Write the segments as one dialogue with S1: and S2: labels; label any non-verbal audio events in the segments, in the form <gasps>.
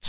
S1: It's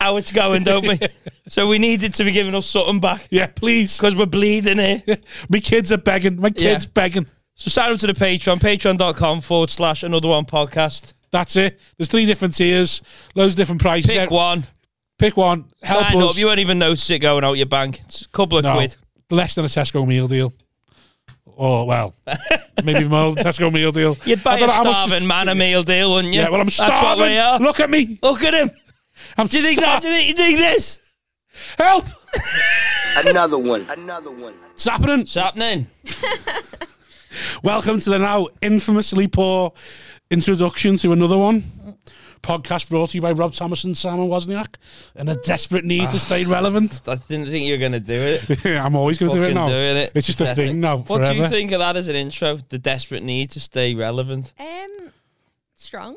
S2: how it's going,
S1: <laughs>
S2: don't we? So we needed to be giving us something back
S1: yeah, please.
S2: because we're bleeding here.
S1: <laughs> My kids are begging. My kids
S2: Yeah.
S1: begging.
S2: So sign up to the Patreon, patreon.com forward slash another one podcast.
S1: That's it. There's three different tiers, loads of different prices.
S2: Pick one.
S1: Pick one. Help
S2: Sign
S1: us.
S2: up. You won't even notice it going out your bank. It's a couple of
S1: No,
S2: quid.
S1: less than a Tesco meal deal. Or
S2: <laughs>
S1: well, maybe more than Tesco meal deal.
S2: You'd buy
S1: I don't
S2: a
S1: know how much this-
S2: starving man a meal deal, wouldn't you?
S1: Yeah, well, I'm
S2: That's what we are.
S1: starving. Look at me.
S2: Look at him.
S1: I'm
S2: Do you think that?
S1: starving.
S2: Do you think, do you think this?
S1: Help!
S3: Another one. Another one.
S1: It's happening.
S2: It's happening.
S1: Welcome to the now infamously poor introduction to another one. Podcast brought to you by Rob Thomas and Simon Wozniak and a desperate need to stay <laughs> relevant.
S2: I didn't think you were going to do it.
S1: I'm always going to <laughs> do it
S2: Fucking
S1: now.
S2: doing it.
S1: It's just a
S2: Pathetic.
S1: thing now.
S2: What
S1: forever.
S2: do you think of that as an intro? The desperate need to stay relevant.
S4: Um, strong.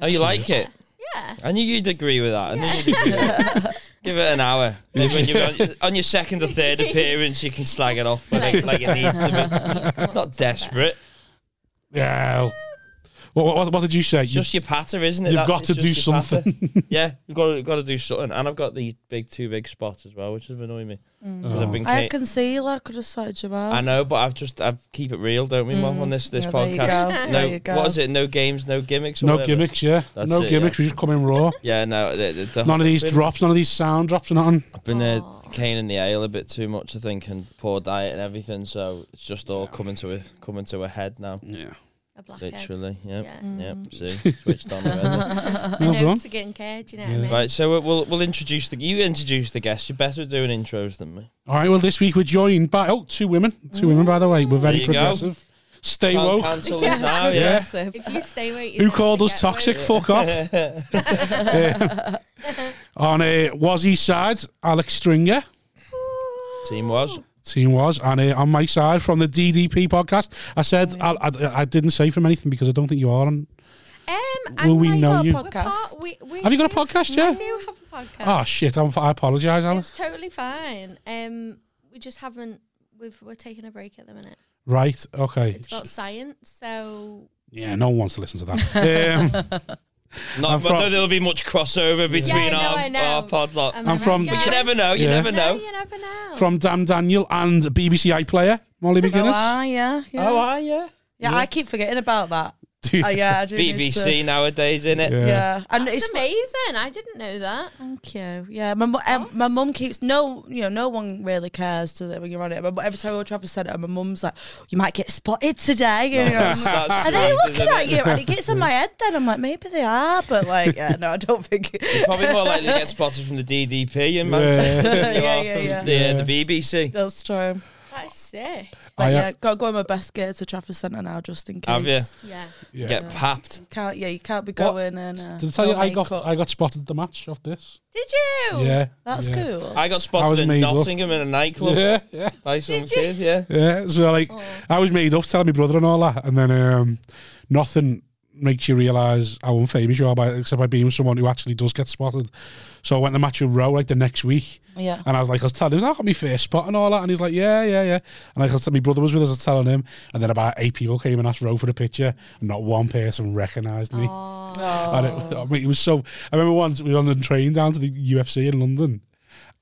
S2: Oh, you like it?
S4: Yeah.
S2: I knew you'd agree with that. I knew you'd agree with that. Give it an hour. Maybe when you're on, on your second or third appearance, you can slag it off when it, like it needs to be. <laughs> It's not desperate.
S1: Yeah. What, what, what did you say? You-
S2: Just your patter, isn't it?
S1: You've got
S2: it's
S1: to
S2: just
S1: do
S2: your patter. <laughs> yeah, you've got to, got to do something. And I've got the big two big spots as well, which has annoyed me. 'Cause I've been
S5: Mm. Oh. I
S2: ca-
S5: had concealer. Could have started your
S2: I
S5: <laughs> mouth.
S2: know, but I've just I've keep it real, don't we, Mum? On this this
S5: Yeah, there you
S2: podcast,
S5: go.
S2: no,
S5: There you go.
S2: what is it? No games, no gimmicks. Or
S1: no
S2: whatever.
S1: gimmicks, yeah.
S2: That's
S1: no
S2: it,
S1: gimmicks.
S2: yeah.
S1: We just come in
S2: <laughs>
S1: raw.
S2: Yeah, no. The, the, the,
S1: None of these
S2: been,
S1: drops, none of these sound drops, or nothing.
S2: I've been uh, caning the ale a bit too much, I think, and poor diet and everything. So it's just all coming to a coming to a head now.
S1: Yeah.
S4: A blackhead.
S2: Literally, yep,
S4: Yeah.
S5: Mm.
S2: yep.
S5: <laughs>
S2: See, switched on already.
S1: Well
S4: I know
S1: done.
S4: it's getting care, do you know what I mean?
S2: right, so we'll- we'll we'll introduce the you introduce the guests. You're better at doing intros than me.
S1: All right, well, this week we're joined by, oh, two women. Two women, by the way. We're very
S2: There you go.
S1: progressive. Stay
S2: Can't
S1: woke.
S5: <laughs>
S2: cancel this now, yeah.
S1: Yeah.
S4: If you stay where you
S1: Who
S4: want
S1: called
S4: to
S1: us
S4: get
S1: toxic?
S4: woke,
S1: Fuck off. Um, on uh, Wazzy's side, Alex Stringer.
S2: Team was
S1: Team was. And uh, on my side from the DDP podcast, I said, I, I, I didn't say from anything because I don't think you are on.
S4: Um,
S1: Will
S4: and
S1: we
S4: like,
S1: know
S4: we're
S1: you?
S4: Part,
S5: Podcast.
S4: we, we
S1: Have you got a
S4: do-
S1: podcast, yeah?
S4: I do have a podcast.
S1: Oh, shit. I'm, I apologise, Alex.
S4: it's totally fine. Um, we just haven't. We've, we're taking a break at the minute.
S1: Right. Okay.
S4: It's about science, so
S1: Yeah, no one wants to listen to that. Um, I'm
S2: not.
S1: from-
S2: I don't think there'll be much crossover between
S4: no,
S2: our,
S4: I know.
S2: our pod lot.
S5: Um,
S4: am
S1: I'm
S4: I
S1: from- But
S4: Right,
S2: But
S4: guys?
S2: you never know. You
S1: Yeah.
S2: never
S4: No,
S2: know.
S4: you never know.
S1: Um,
S4: <laughs>
S1: from Dam Daniel and BBC iPlayer, Molly
S5: Oh,
S1: McGuinness.
S5: ah, yeah, yeah.
S2: Oh, are you?
S5: yeah, I keep forgetting about that.
S1: <laughs> Do you-
S2: <laughs>
S5: Oh, yeah, I do need
S2: BBC
S5: to-
S1: uh,
S2: nowadays, isn't it?
S1: Yeah.
S5: Yeah, and
S4: That's
S5: it's
S4: amazing. I didn't know that.
S5: Thank you. Yeah, my mu- um, my mum keeps no, you know, no one really cares to that when you're on it. But every time I go to Travis Centre, my mum's like, "You might get spotted today." <laughs> You know, I'm
S2: <laughs>
S5: like,
S2: That's
S5: are they
S2: right,
S5: looking
S2: isn't
S5: at
S2: it?
S5: you? And it gets in my head. Then I'm like, maybe they are, but like, yeah, no, I don't think.
S2: Probably more likely to get spotted from the DDP in
S5: <laughs>
S2: Manchester than you
S5: Yeah,
S2: are
S5: yeah,
S2: from
S5: yeah.
S2: The, uh, the BBC.
S5: <laughs> That's true.
S4: That is sick.
S5: But
S1: I, uh,
S5: yeah, got to go in my best gear to Trafford Centre now, just in case.
S2: Have you?
S4: Yeah.
S1: yeah.
S2: Get papped.
S5: Can't yeah, you can't be going and. Uh,
S1: Did I tell
S5: no
S1: you I got
S5: makeup.
S1: I got spotted the match of this?
S4: Did you?
S1: Yeah,
S5: That's
S1: yeah.
S5: cool.
S2: I
S1: I
S2: got
S1: was
S2: spotted in
S1: made up.
S2: Nottingham in a nightclub
S1: Yeah, yeah,
S2: by some kid. Yeah.
S1: yeah. So like, I was made up telling my brother and all that, and then um, nothing makes you realise how unfamous you are by except by being with someone who actually does get spotted. So I went to match with Row like the next week,
S5: Yeah.
S1: and I was like, I was telling him, I got my first spot and all that, and he's like, yeah, yeah, yeah. And like, I said, my brother was with us, I was telling him, and then about eight people came and asked Row for the picture, and not one person recognised me. <laughs> And it, I mean, it was so. I remember once we were on the train down to the UFC in London,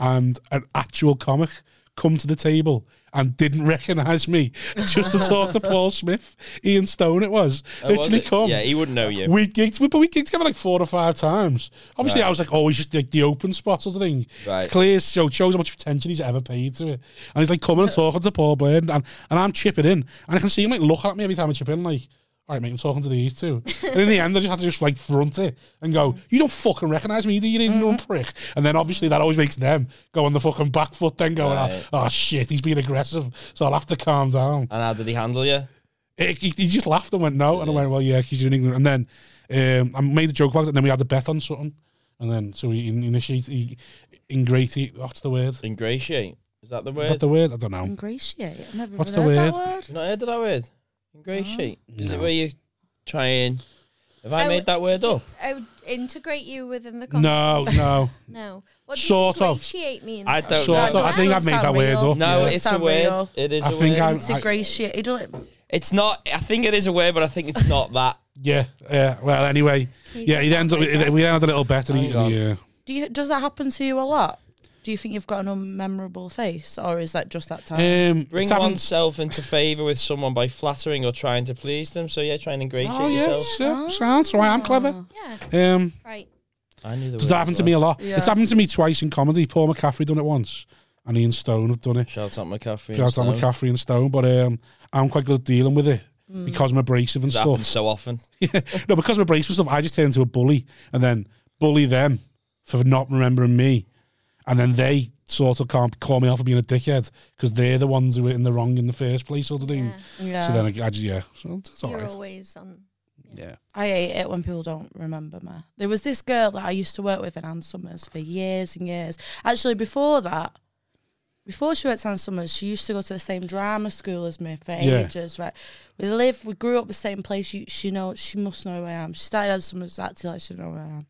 S1: and an actual comic come to the table and didn't recognise me <laughs> just to talk to Paul Smith, Ian Stone. It was
S2: Oh, was
S1: literally
S2: it?
S1: come.
S2: Yeah, he wouldn't know you.
S1: We gigged, we- but we gigged together like four or five times. Obviously,
S2: Right.
S1: I was like, oh, he's just like the open spot sort of thing.
S2: Right.
S1: Clear show shows how much attention he's ever paid to it. And he's like coming and talking to Paul Byrne, and, and I'm chipping in. And I can see him like looking at me every time I chip in, like, all right, mate, I'm talking to these two. and in the end, I just had to just like front it and go, you don't fucking recognise me, do you, you mm prick? And then obviously that always makes them go on the fucking back foot, then going,
S2: Right.
S1: oh shit, he's being aggressive, so I'll have to calm down.
S2: And how did he handle you?
S1: It, Eh, he, he just laughed and went no, and I went well yeah, he's in England. And then um, I made a joke about it, and then we had a bet on something, and then so he in- initiated, he ingratiated. What's the word? Is
S2: Ingratiate. Is that the word?
S1: that the word? I don't know.
S5: Ingratiate. I've never
S1: What's
S5: even
S1: the
S5: heard
S1: word?
S5: that
S2: you not heard of that word? Ingratiate. Is it
S1: No.
S2: where you try and. Have I
S4: Oh,
S2: made that word up?
S4: I would Oh, integrate you within the
S1: No,
S4: conversation.
S1: no,
S4: No. What
S1: Sort
S4: does
S1: of.
S4: ingratiate mean?
S2: I don't
S1: sort of.
S2: know.
S1: I think I've made that
S5: Sound
S1: word
S5: real.
S1: up.
S2: No,
S1: Oh, yeah.
S2: it's a
S5: Sound
S2: word.
S5: real.
S2: It is
S1: I
S2: a
S1: think
S2: word.
S1: I'm-
S5: word. Ingratiate. You don't.
S2: It's not. I think it is a word, but I think it's
S1: <laughs>
S2: not that.
S1: yeah, yeah. Well, anyway,
S4: He's
S1: yeah. He ends up.
S4: like that.
S1: We then had a little bet, and he,
S2: Hang on.
S1: yeah.
S5: Do you? Does that happen to you a lot? Do you think you've got an unmemorable face, or is that just that time?
S1: Um,
S2: Uh, Bring
S1: it's happened-
S2: oneself into favour with someone by flattering or trying to please them. So yeah, try and ingratiate
S1: Oh yeah,
S2: yourself.
S1: so, sounds so I am clever.
S4: Yeah.
S1: Um,
S4: Right.
S2: I knew the
S1: does
S2: word
S1: that happen
S2: as
S1: to me
S2: well.
S1: a lot?
S5: Yeah.
S1: It's happened to me twice in comedy. Paul McCaffrey done it once, and Ian Stone have done it.
S2: Shout out McCaffrey. and
S1: Shout out
S2: Stone.
S1: McCaffrey and Stone, but um, I'm quite good at dealing with it
S5: Mm.
S1: because I'm abrasive and
S2: It happens
S1: stuff.
S2: so often.
S1: no, because I'm abrasive and stuff, I just turn into a bully and then bully them for not remembering me. And then they sort of can't call me out for being a dickhead because they're the ones who were in the wrong in the first place, sort of thing.
S4: Yeah.
S5: yeah.
S1: So then I, I just, yeah, so it's all
S4: You're
S1: right.
S4: always on.
S1: Yeah.
S5: I hate it when people don't remember me. There was this girl that I used to work with in Ann Summers for years and years. Actually, before that, before she worked at Ann Summers, she used to go to the same drama school as me for
S1: Yeah.
S5: ages, right? We lived, we grew up the same place. You, she know, she must know who I am. She started Ann Summers acting like she know who I am.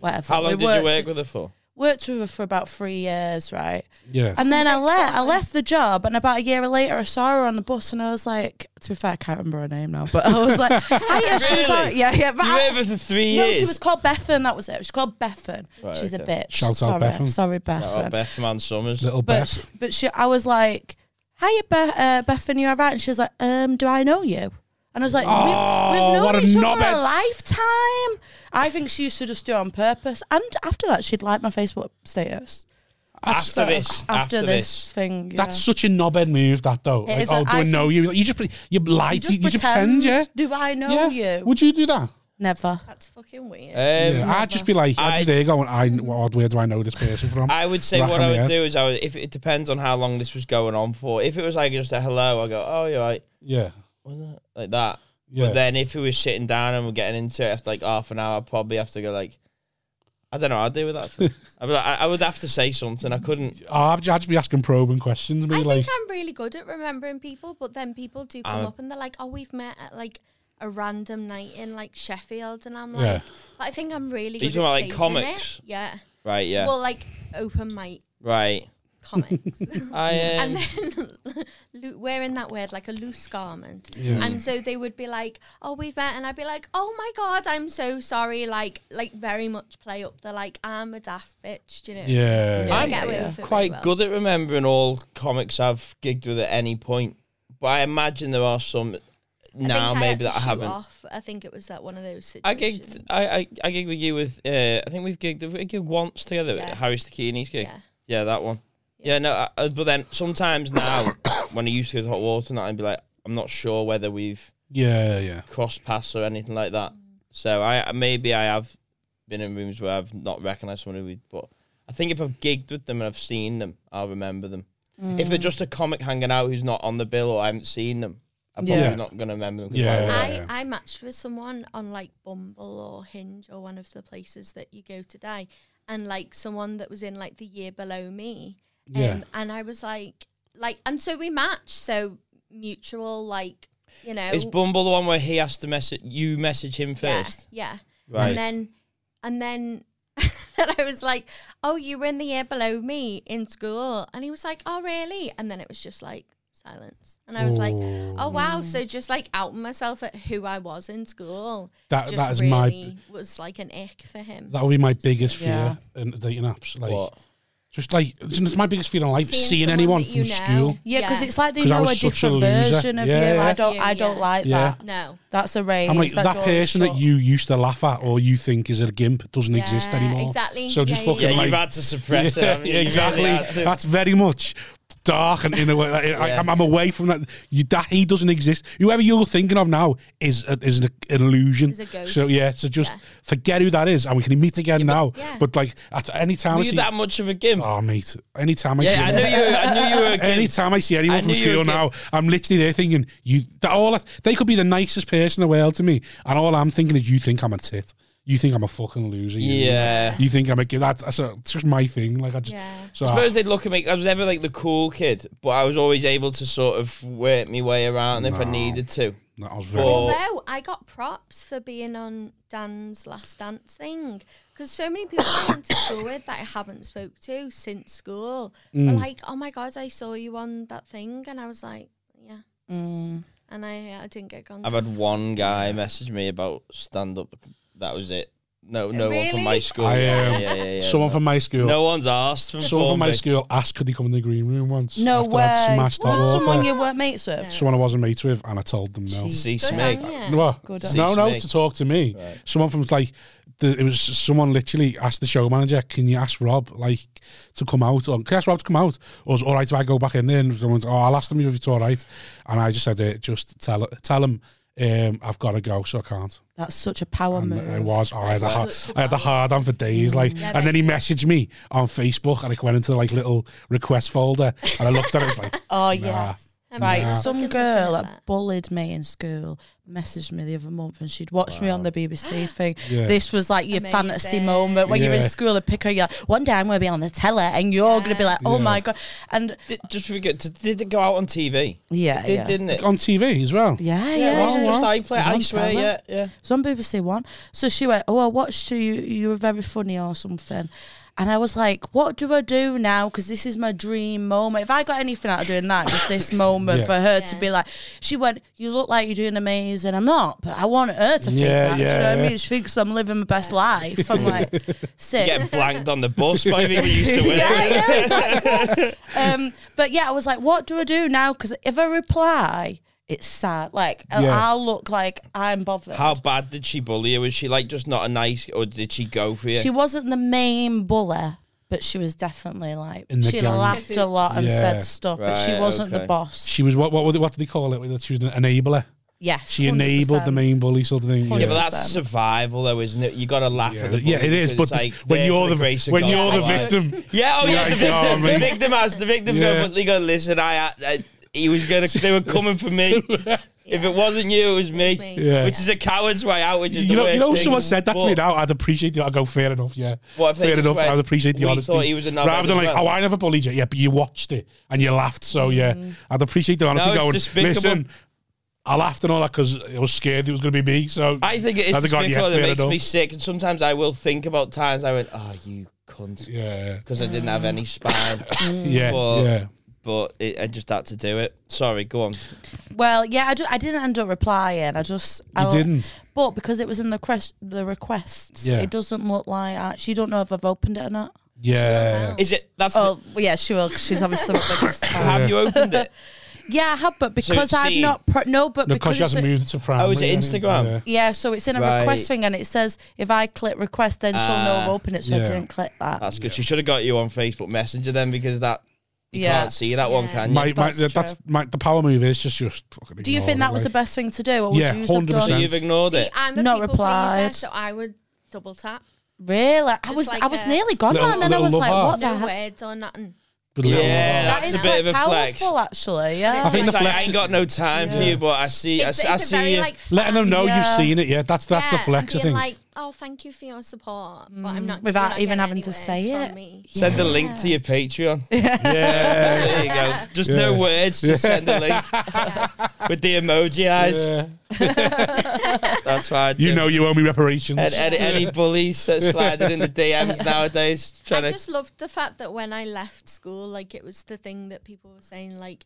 S5: Whatever.
S2: How long
S5: We
S2: did you
S5: worked-
S2: work with her for?
S5: Worked with her for about three years, right?
S1: Yeah.
S5: And then I left. I left the job, and about a year later, I saw her on the bus, and I was like, "To be fair, I can't remember her name now, but I was like, <laughs> "Hi, yeah, she was
S2: Really?
S5: like, yeah, yeah." But
S2: You
S5: I-
S2: were with her for three
S5: no,
S2: years.
S5: she was called Bethan. That was it. She's called Bethan.
S2: Right,
S5: She's a
S2: okay.
S5: bitch.
S1: Shout out
S5: sorry,
S1: Bethan.
S5: sorry,
S2: Shout
S5: Bethan.
S2: out Beth Man Summers.
S1: Little
S5: but
S1: Beth.
S5: but she, I was like, "Hiya, Be- uh, Bethan, you all right?" And she was like, "Um, do I know you?" And I was like,
S1: Oh,
S5: "We've, we've known
S1: what a
S5: each other a
S1: knobhead."
S5: lifetime." I think she used to just do it on purpose. And after that, she'd like my Facebook status.
S1: That's-
S2: After this.
S5: After,
S2: After
S5: this,
S2: this.
S5: thing, yeah.
S1: That's such a knobhead move, that though.
S5: It
S1: Like,
S5: is,
S1: oh,
S5: I
S1: do I
S5: think-
S1: know you? You just pre- you lie, you, you just pretend, yeah.
S5: Do I know
S1: Yeah.
S5: you?
S1: Would you do that?
S5: Never.
S4: That's fucking weird.
S2: Um,
S1: Yeah, I'd just be like, I'd
S2: I-
S1: just there going, I, what, where do I know this person from?
S2: I would say
S1: Rack
S2: what
S1: on the
S2: I would
S1: head.
S2: do is I would, if it depends on how long this was going on for. If it was like just a hello, I go, oh, you're right,
S1: yeah.
S2: was it like that?
S1: Yeah.
S2: But then if we were sitting down and we're getting into it after like half an hour, I'd probably have to go like, I don't know, I'd do
S1: <laughs>
S2: with that. I, would, I, I would have to say something. I couldn't.
S1: Oh, I'd, just be asking probing questions.
S4: I
S1: Me,
S4: think
S1: like,
S4: I'm really good at remembering people, but then people do come
S2: I'm-
S4: up and they're like, "Oh, we've met at like a random night in like Sheffield," and I'm like,
S1: Yeah.
S4: but "I think I'm really
S2: Are you
S4: good."
S2: talking
S4: at
S2: about, like,
S4: saving
S2: comics?
S4: It. Yeah.
S2: Right, yeah,
S4: Well, like open mic
S2: right.
S4: comics,
S2: I um,
S4: and then <laughs> lo- wearing that word like a loose garment,
S1: Yeah.
S4: and so they would be like, "Oh, we've met," and I'd be like, "Oh my god, I'm so sorry." Like, like very much play up the like, "I'm a daft bitch," do you know?
S1: yeah.
S4: I
S2: I'm
S4: get away with it
S2: quite
S4: really well.
S2: good at remembering all comics I've gigged with at any point, but I imagine there are some
S4: I
S2: now
S4: think I had
S2: maybe
S4: to
S2: that I
S4: shoot
S2: haven't.
S4: Off. I think it was that one of those
S2: I
S4: situations.
S2: gigged. I, I I gigged with you with. Uh, I think we've gigged. have We gigged once together.
S4: Yeah.
S2: At Harry Stakini's gig.
S4: Yeah.
S2: Yeah. that one. Yeah, no. I, I- but then sometimes now, <coughs> when I used to go to hot water and that, I'd be like, I'm not sure whether we've
S1: Yeah, yeah.
S2: crossed paths or anything like that. So I maybe I have been in rooms where I've not recognised someone who we. But I think if I've gigged with them and I've seen them, I'll remember them. If they're just a comic hanging out who's not on the bill or I haven't seen them, I'm
S5: Yeah.
S2: probably not going to remember them. 'cause
S1: Yeah.
S2: I-
S4: I,
S1: Yeah.
S4: I matched with someone on like Bumble or Hinge or one of the places that you go today, and like someone that was in like the year below me. Um,
S1: Yeah.
S4: And I was like, like, and so we matched. So mutual, like, you know,
S2: Is Bumble the one where he has to message you? Message him
S4: yeah,
S2: first.
S4: yeah.
S2: Right.
S4: And then, and then, <laughs> then I was like, oh, you were in the year below me in school, and he was like, oh, really? And then it was just like silence, and I was like, oh wow, so just like outing myself at who I was in school.
S1: That
S4: just
S1: that is
S4: really
S1: my
S4: was like an ick for him.
S1: that would be my biggest fear
S5: Yeah.
S1: in dating apps. Like
S2: what?
S1: Just like it's it's my biggest fear in life, seeing,
S4: someone
S1: anyone
S4: that
S1: from
S4: you know.
S1: school.
S5: Yeah, because it's like they
S1: 'Cause I
S5: know a
S1: was such a
S5: different
S1: loser.
S5: version of
S1: Yeah,
S5: you.
S1: yeah.
S5: I don't. I don't
S4: Yeah.
S5: like
S1: Yeah.
S5: that.
S4: no.
S5: That's a rage.
S1: I'm like
S5: that
S1: that,
S5: door is
S1: person that
S5: shut.
S1: you used to laugh at or you think is a gimp doesn't
S4: Yeah,
S1: exist anymore.
S4: exactly.
S1: So just
S4: Yeah,
S1: fucking
S2: Yeah,
S1: like
S2: you've had to suppress it.
S1: yeah,
S2: haven't you? You really
S1: exactly.
S2: had to.
S1: That's very much dark and in a way. Like, I,
S2: Yeah.
S1: I'm, I'm away from that. You, that he doesn't exist. Whoever you're thinking of now is a, is an, an illusion.
S4: Is a ghost.
S1: So yeah, so just
S4: Yeah.
S1: forget who that is, and we can meet again now.
S4: yeah.
S1: But like at any time
S2: Were
S1: I
S2: you
S1: see,
S2: that much of a gimp?
S1: oh mate, any time I see.
S2: yeah, I
S1: him-
S2: knew you. I knew you were a gimp.
S1: Anytime I see anyone
S2: I
S1: from
S2: knew you
S1: school
S2: were
S1: now, I'm literally there thinking you. That all I- they could be the nicest person in the world to me, and all I'm thinking is you think I'm a tit. You think I'm a fucking loser. You,
S2: Yeah.
S1: You think I'm a kid. That's, that's a, it's just my thing. Like I just.
S4: Yeah.
S1: So
S2: I suppose they'd look at me. I was never like the cool kid, but I was always able to sort of work my way around if I
S1: No.
S2: needed to.
S1: That was very.
S2: Well-
S4: Although I got props for being on Dan's Last Dance thing because so many people I went
S1: <coughs>
S4: to school with that I haven't spoke to since school were
S1: Mm.
S4: like, "Oh my god, I saw you on that thing," and I was like, "Yeah,"
S5: Mm.
S4: and I I didn't get
S2: I've
S4: contacted.
S2: had one guy message me about stand up. That was it. No, no one from my
S4: Really?
S2: school.
S1: I,
S2: yeah,
S1: um,
S2: yeah, yeah, yeah.
S1: someone from my school.
S2: no one's asked from
S1: someone from my
S2: Formby.
S1: school asked could they come in the green room once.
S5: No
S1: after I'd
S5: way.
S1: smashed that
S5: What?
S1: water.
S5: Someone you weren't mates with.
S1: Someone I wasn't mates with, and I told them no.
S5: Jeez.
S2: See
S4: Good
S2: Smig.
S4: on ya.
S1: What?
S5: Good
S1: no,
S2: on.
S1: no,
S2: Speak.
S1: to talk to me. Someone from like the, it was someone literally asked the show manager, "Can you ask Rob like to come out? Or can I ask Rob to come out? Or is it all right if I go back in there?" And someone's, "Oh, I'll ask them if it's all right." And I just said, eh, "Just tell tell him um, I've got to go, so I can't."
S5: That's such a power
S1: And
S5: move.
S1: it was. oh, I had a hard,
S4: such a
S1: I had the hard on for days. Like, and then he messaged me on Facebook, and I went into the like little request folder, and I looked at it. It's like,
S5: Oh
S1: nah.
S5: yes.
S4: I'm
S5: Right,
S4: not
S5: some
S4: fucking
S5: girl
S4: looking at
S5: that bullied me in school messaged me the other month and she'd watched me on the <gasps> BBC thing.
S1: Yeah.
S5: This was like your fantasy
S4: Amazing.
S5: moment when you're in
S1: Yeah.
S5: school and pick her, you're like, one day I'm going to be on the telly and you're going to be like, oh
S1: Yeah.
S5: my God. And
S2: Did, just forget. Did, did it go out on TV?
S5: yeah,
S2: Did,
S5: yeah.
S2: Didn't it?
S1: on TV as well.
S5: yeah, yeah.
S2: Yeah, it was
S1: wow,
S2: just
S1: wow.
S2: I play.
S5: It was
S2: I
S5: on
S2: swear.
S5: telly.
S2: Yeah, yeah.
S5: It was on BBC One. So she went, oh, I watched you. You were very funny or something. And I was like, what do I do now? Because this is my dream moment. If I got anything out of doing that, it's
S1: <coughs>
S5: this moment
S1: Yeah.
S5: for her to
S4: Yeah.
S5: be like, she went, you look like you're doing amazing. I'm not, but I want her to think
S1: Yeah,
S5: that. Do you know what
S1: yeah.
S5: I mean? She thinks I'm living my best life. I'm like, sick.
S2: Get blanked on the bus by people you used to work.
S5: <laughs> Yeah,
S2: with.
S5: yeah,
S1: <laughs>
S5: exactly. um, but yeah, I was like, what do I do now? Because if I reply, it's sad. Like, I-
S1: Yeah.
S5: I'll look like I'm bothered.
S2: How bad did she bully you? Was she like just not a nice, or did she go for you?
S5: She wasn't the main bully, but she was definitely like
S1: In the
S5: she
S1: gang.
S5: laughed a lot and
S1: Yeah.
S5: said stuff, but she
S2: Right,
S5: wasn't
S2: okay.
S5: the boss.
S1: She was what? What? were they- What did they call it? That she was an enabler.
S5: Yes,
S1: She enabled the
S5: 100%.
S1: main bully sort of thing.
S5: Yeah,
S2: yeah,
S1: Yeah,
S2: but that's
S5: 100%.
S2: survival, though, isn't it? You got to laugh
S1: yeah,
S2: at the
S1: yeah,
S2: bully
S1: it is.
S2: because
S1: But
S2: it's like
S1: when
S2: there for
S1: you're the,
S2: grace of
S1: when
S2: God,
S1: you're the
S2: like-
S1: victim,
S2: yeah, oh yeah,
S1: Yeah,
S2: the
S1: you know what I
S2: victim, the
S1: mean?
S2: victim has the victim.
S1: Yeah.
S2: Go, but they go, listen, I, I, I- he was gonna, they were coming
S1: <laughs>
S2: for me. If it wasn't you, it was me.
S4: me.
S1: Yeah.
S2: Which is a coward's way out. Which is
S1: you
S2: the
S1: know,
S2: worst
S1: you know,
S2: thing.
S1: someone said that to me
S2: But-
S1: now. I'd appreciate you. I go, fair enough. Yeah,
S2: What if they
S1: fair
S2: just
S1: enough.
S2: went,
S1: I'd appreciate the
S2: "We
S1: honesty.
S2: thought he was a knobhead
S1: Rather than
S2: as
S1: like,
S2: well."
S1: oh, I never bullied you. Yeah, but you watched it and you laughed. So yeah, I'd appreciate the honesty.
S2: Mm. it's
S1: going,
S2: despicable.
S1: listen, I laughed and all that because I was scared it was going to be me. So
S2: I think it is
S1: I'd have gone,
S2: despicable.
S1: yeah,
S2: it
S1: fair
S2: makes me
S1: enough.
S2: sick, and sometimes I will think about times I went, "Oh, you cunt,"
S1: yeah,
S2: because I didn't have any spine.
S4: <coughs>
S1: yeah,
S2: But-
S1: yeah.
S2: but it, I just had to do it. Sorry, go on.
S5: Well, yeah, I, ju- I didn't end up replying. I just I
S1: You
S5: l-
S1: didn't.
S5: but because it was in the quest, the requests,
S1: Yeah.
S5: it doesn't look like I, she don't know if I've opened it or not.
S1: Yeah,
S2: Is it? That's.
S5: Oh, well, yeah, she will. 'cause she's obviously not the biggest
S2: the-
S5: fan.
S2: have you
S1: <laughs>
S2: opened it?
S5: Yeah, I have, but because I've
S2: seen.
S5: not pro- no, but
S1: because
S5: because
S1: she hasn't
S5: it's a-
S1: moved it to primary.
S2: Oh, is it
S1: I think.
S2: Instagram?
S1: Yeah.
S5: Yeah, so it's in a
S2: Right.
S5: request thing, and it says if I click request, then she'll know I've
S2: Ah.
S5: opened it. So
S1: Yeah.
S5: I didn't click that.
S2: That's good. She should have got you on Facebook Messenger then, because that you
S5: Yeah.
S2: can't see that one,
S4: Yeah.
S2: can you?
S1: My, my,
S5: That's
S1: that's, that's
S5: true.
S1: my, the power move is just just. Fucking
S5: Do you
S1: ignore
S5: think
S1: it,
S5: that was the
S1: like.
S5: best thing to do? Or would
S1: Yeah,
S5: you have done-
S1: 100%.
S2: so you've ignored
S4: See,
S2: it.
S4: I'm a
S5: Not
S4: people
S5: replied.
S4: pleaser, so I would double tap.
S5: Really? I
S4: Just
S5: was
S4: like
S5: I was
S4: a-
S5: nearly gone
S1: Little-
S5: and then I
S1: little
S5: was
S1: love
S5: like,
S1: heart.
S5: what the
S4: No
S5: heck?
S4: words or nothing.
S1: But
S2: Yeah,
S1: little of
S2: that's a bit of a
S5: quite
S2: flex.
S5: powerful, actually, yeah.
S1: I think
S2: It's
S1: the
S2: like, I
S1: flex-
S2: ain't got no time for you, but I see. I,
S4: It's,
S2: I
S4: it's a
S2: see
S4: very
S2: you.
S4: like
S1: Letting them
S4: fan-
S1: know
S5: Yeah.
S1: you've seen it. Yeah, that's that's the
S4: Yeah,
S1: flex. I think.
S4: and being like, oh, thank you for your support, but I'm not
S5: Mm. Without
S4: you're not
S5: even
S4: getting
S5: having
S4: any
S5: to
S4: words
S5: say
S4: from
S5: it.
S4: me.
S5: <laughs>
S2: Send the link to your Patreon.
S4: <laughs>
S1: yeah,
S2: There you go. Just no
S1: Yeah.
S2: words. Just send the link
S1: <laughs>
S4: Yeah.
S2: with the emoji eyes.
S1: yeah.
S2: That's why I
S1: you
S2: do.
S1: know you owe me reparations.
S2: And,
S1: <laughs>
S2: and any bullies that sliding in the
S4: <laughs>
S2: DMs nowadays trying
S4: I
S2: to
S4: just loved the fact that when I left school, like it was the thing that people were saying, like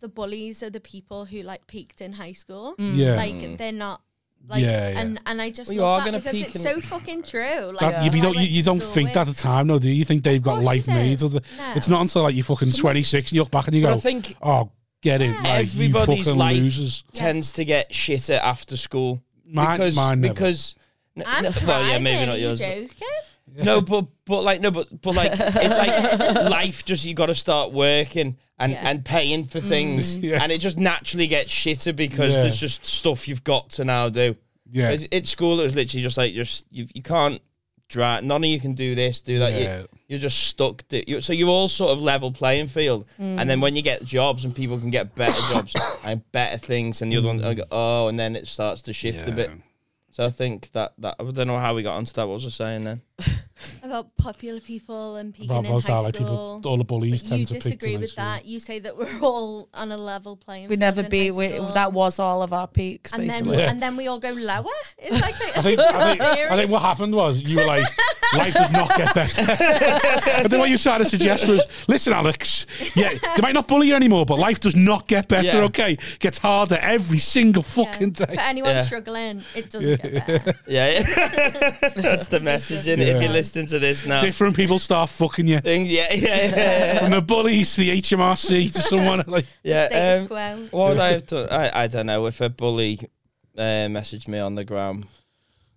S4: the bullies are the people who like peaked in high school.
S1: Mm. yeah,
S4: Like they're not Like,
S1: Yeah, yeah.
S4: And and I just
S2: Well, you are
S4: love that
S2: gonna
S4: because
S2: peek
S4: it's
S2: and-
S4: so fucking true. Like,
S1: That, you, you
S4: I
S1: don't you,
S4: went
S1: you
S4: to
S1: don't
S4: school
S1: think
S4: with-
S1: that at the time, no, do you? You think they've got
S4: course you
S1: life made.
S4: don't.
S1: or the-
S4: No.
S1: It's not until like you're fucking 26 and you look back and you
S2: But
S1: go,
S2: I think
S1: oh, get in. Like, you
S2: everybody's
S1: fucking
S2: life-
S1: losers.
S2: tends to get shitter after school
S1: Mine-
S2: because
S1: mine never.
S2: because n-
S1: <laughs>
S4: I'm
S2: n-
S4: thriving.
S2: well, yeah, maybe not
S4: you
S2: yours. but-
S4: joking?
S2: No, but but like no, but but like it's
S4: <laughs>
S2: like life. Just you got to start working and
S4: Yeah. Mm.
S2: and paying for things,
S1: Yeah.
S2: and it just naturally gets shitter because
S1: Yeah.
S2: there's just stuff you've got to now do.
S1: Yeah.
S2: At, at school, it was literally just like just you, you can't drive. None of you can do this, do that.
S1: Yeah.
S2: You, you're just stuck. d- you- so you're all sort of level playing field. And
S4: Mm.
S2: then when you get jobs and people can get better jobs and better things, and the other one, I go, oh, and then it starts to shift a bit.
S1: Yeah.
S2: So I think that that I don't know how we got onto that. What was I saying then?
S4: About popular people and peaking
S1: About,
S4: in
S1: about
S4: high
S1: how
S4: school.
S1: like people, all the bullies
S4: But
S1: tend
S4: you
S1: to pick
S4: disagree with that. You say that we're all on a level playing.
S5: We
S4: field
S5: never
S4: in
S5: be.
S4: high
S5: We,
S4: school.
S5: that was all of our peaks,
S4: And then,
S5: basically.
S1: Yeah.
S4: and then we all go lower.
S1: <laughs>
S4: It's like the,
S1: I think, I, think, I think what happened was you were like, life does not get better. I think what you were trying to suggest was, listen, Alex, yeah, they might not bully you anymore, but life does not get better,
S2: Yeah.
S1: okay? Gets harder every single
S4: Yeah.
S1: fucking day.
S4: For anyone
S2: Yeah.
S4: struggling, it doesn't
S1: <laughs>
S4: get better.
S2: Yeah, <laughs> that's the message. innit? If
S4: Yeah.
S2: you're listening to this now,
S1: Different people start fucking you.
S2: <laughs> Thing- yeah, yeah, yeah.
S1: From the bullies to the HMRC to someone like,
S2: yeah.
S4: <laughs> Status
S2: um,
S4: quo.
S2: What would I have done? I, I don't know. If a bully uh, messaged me on the ground,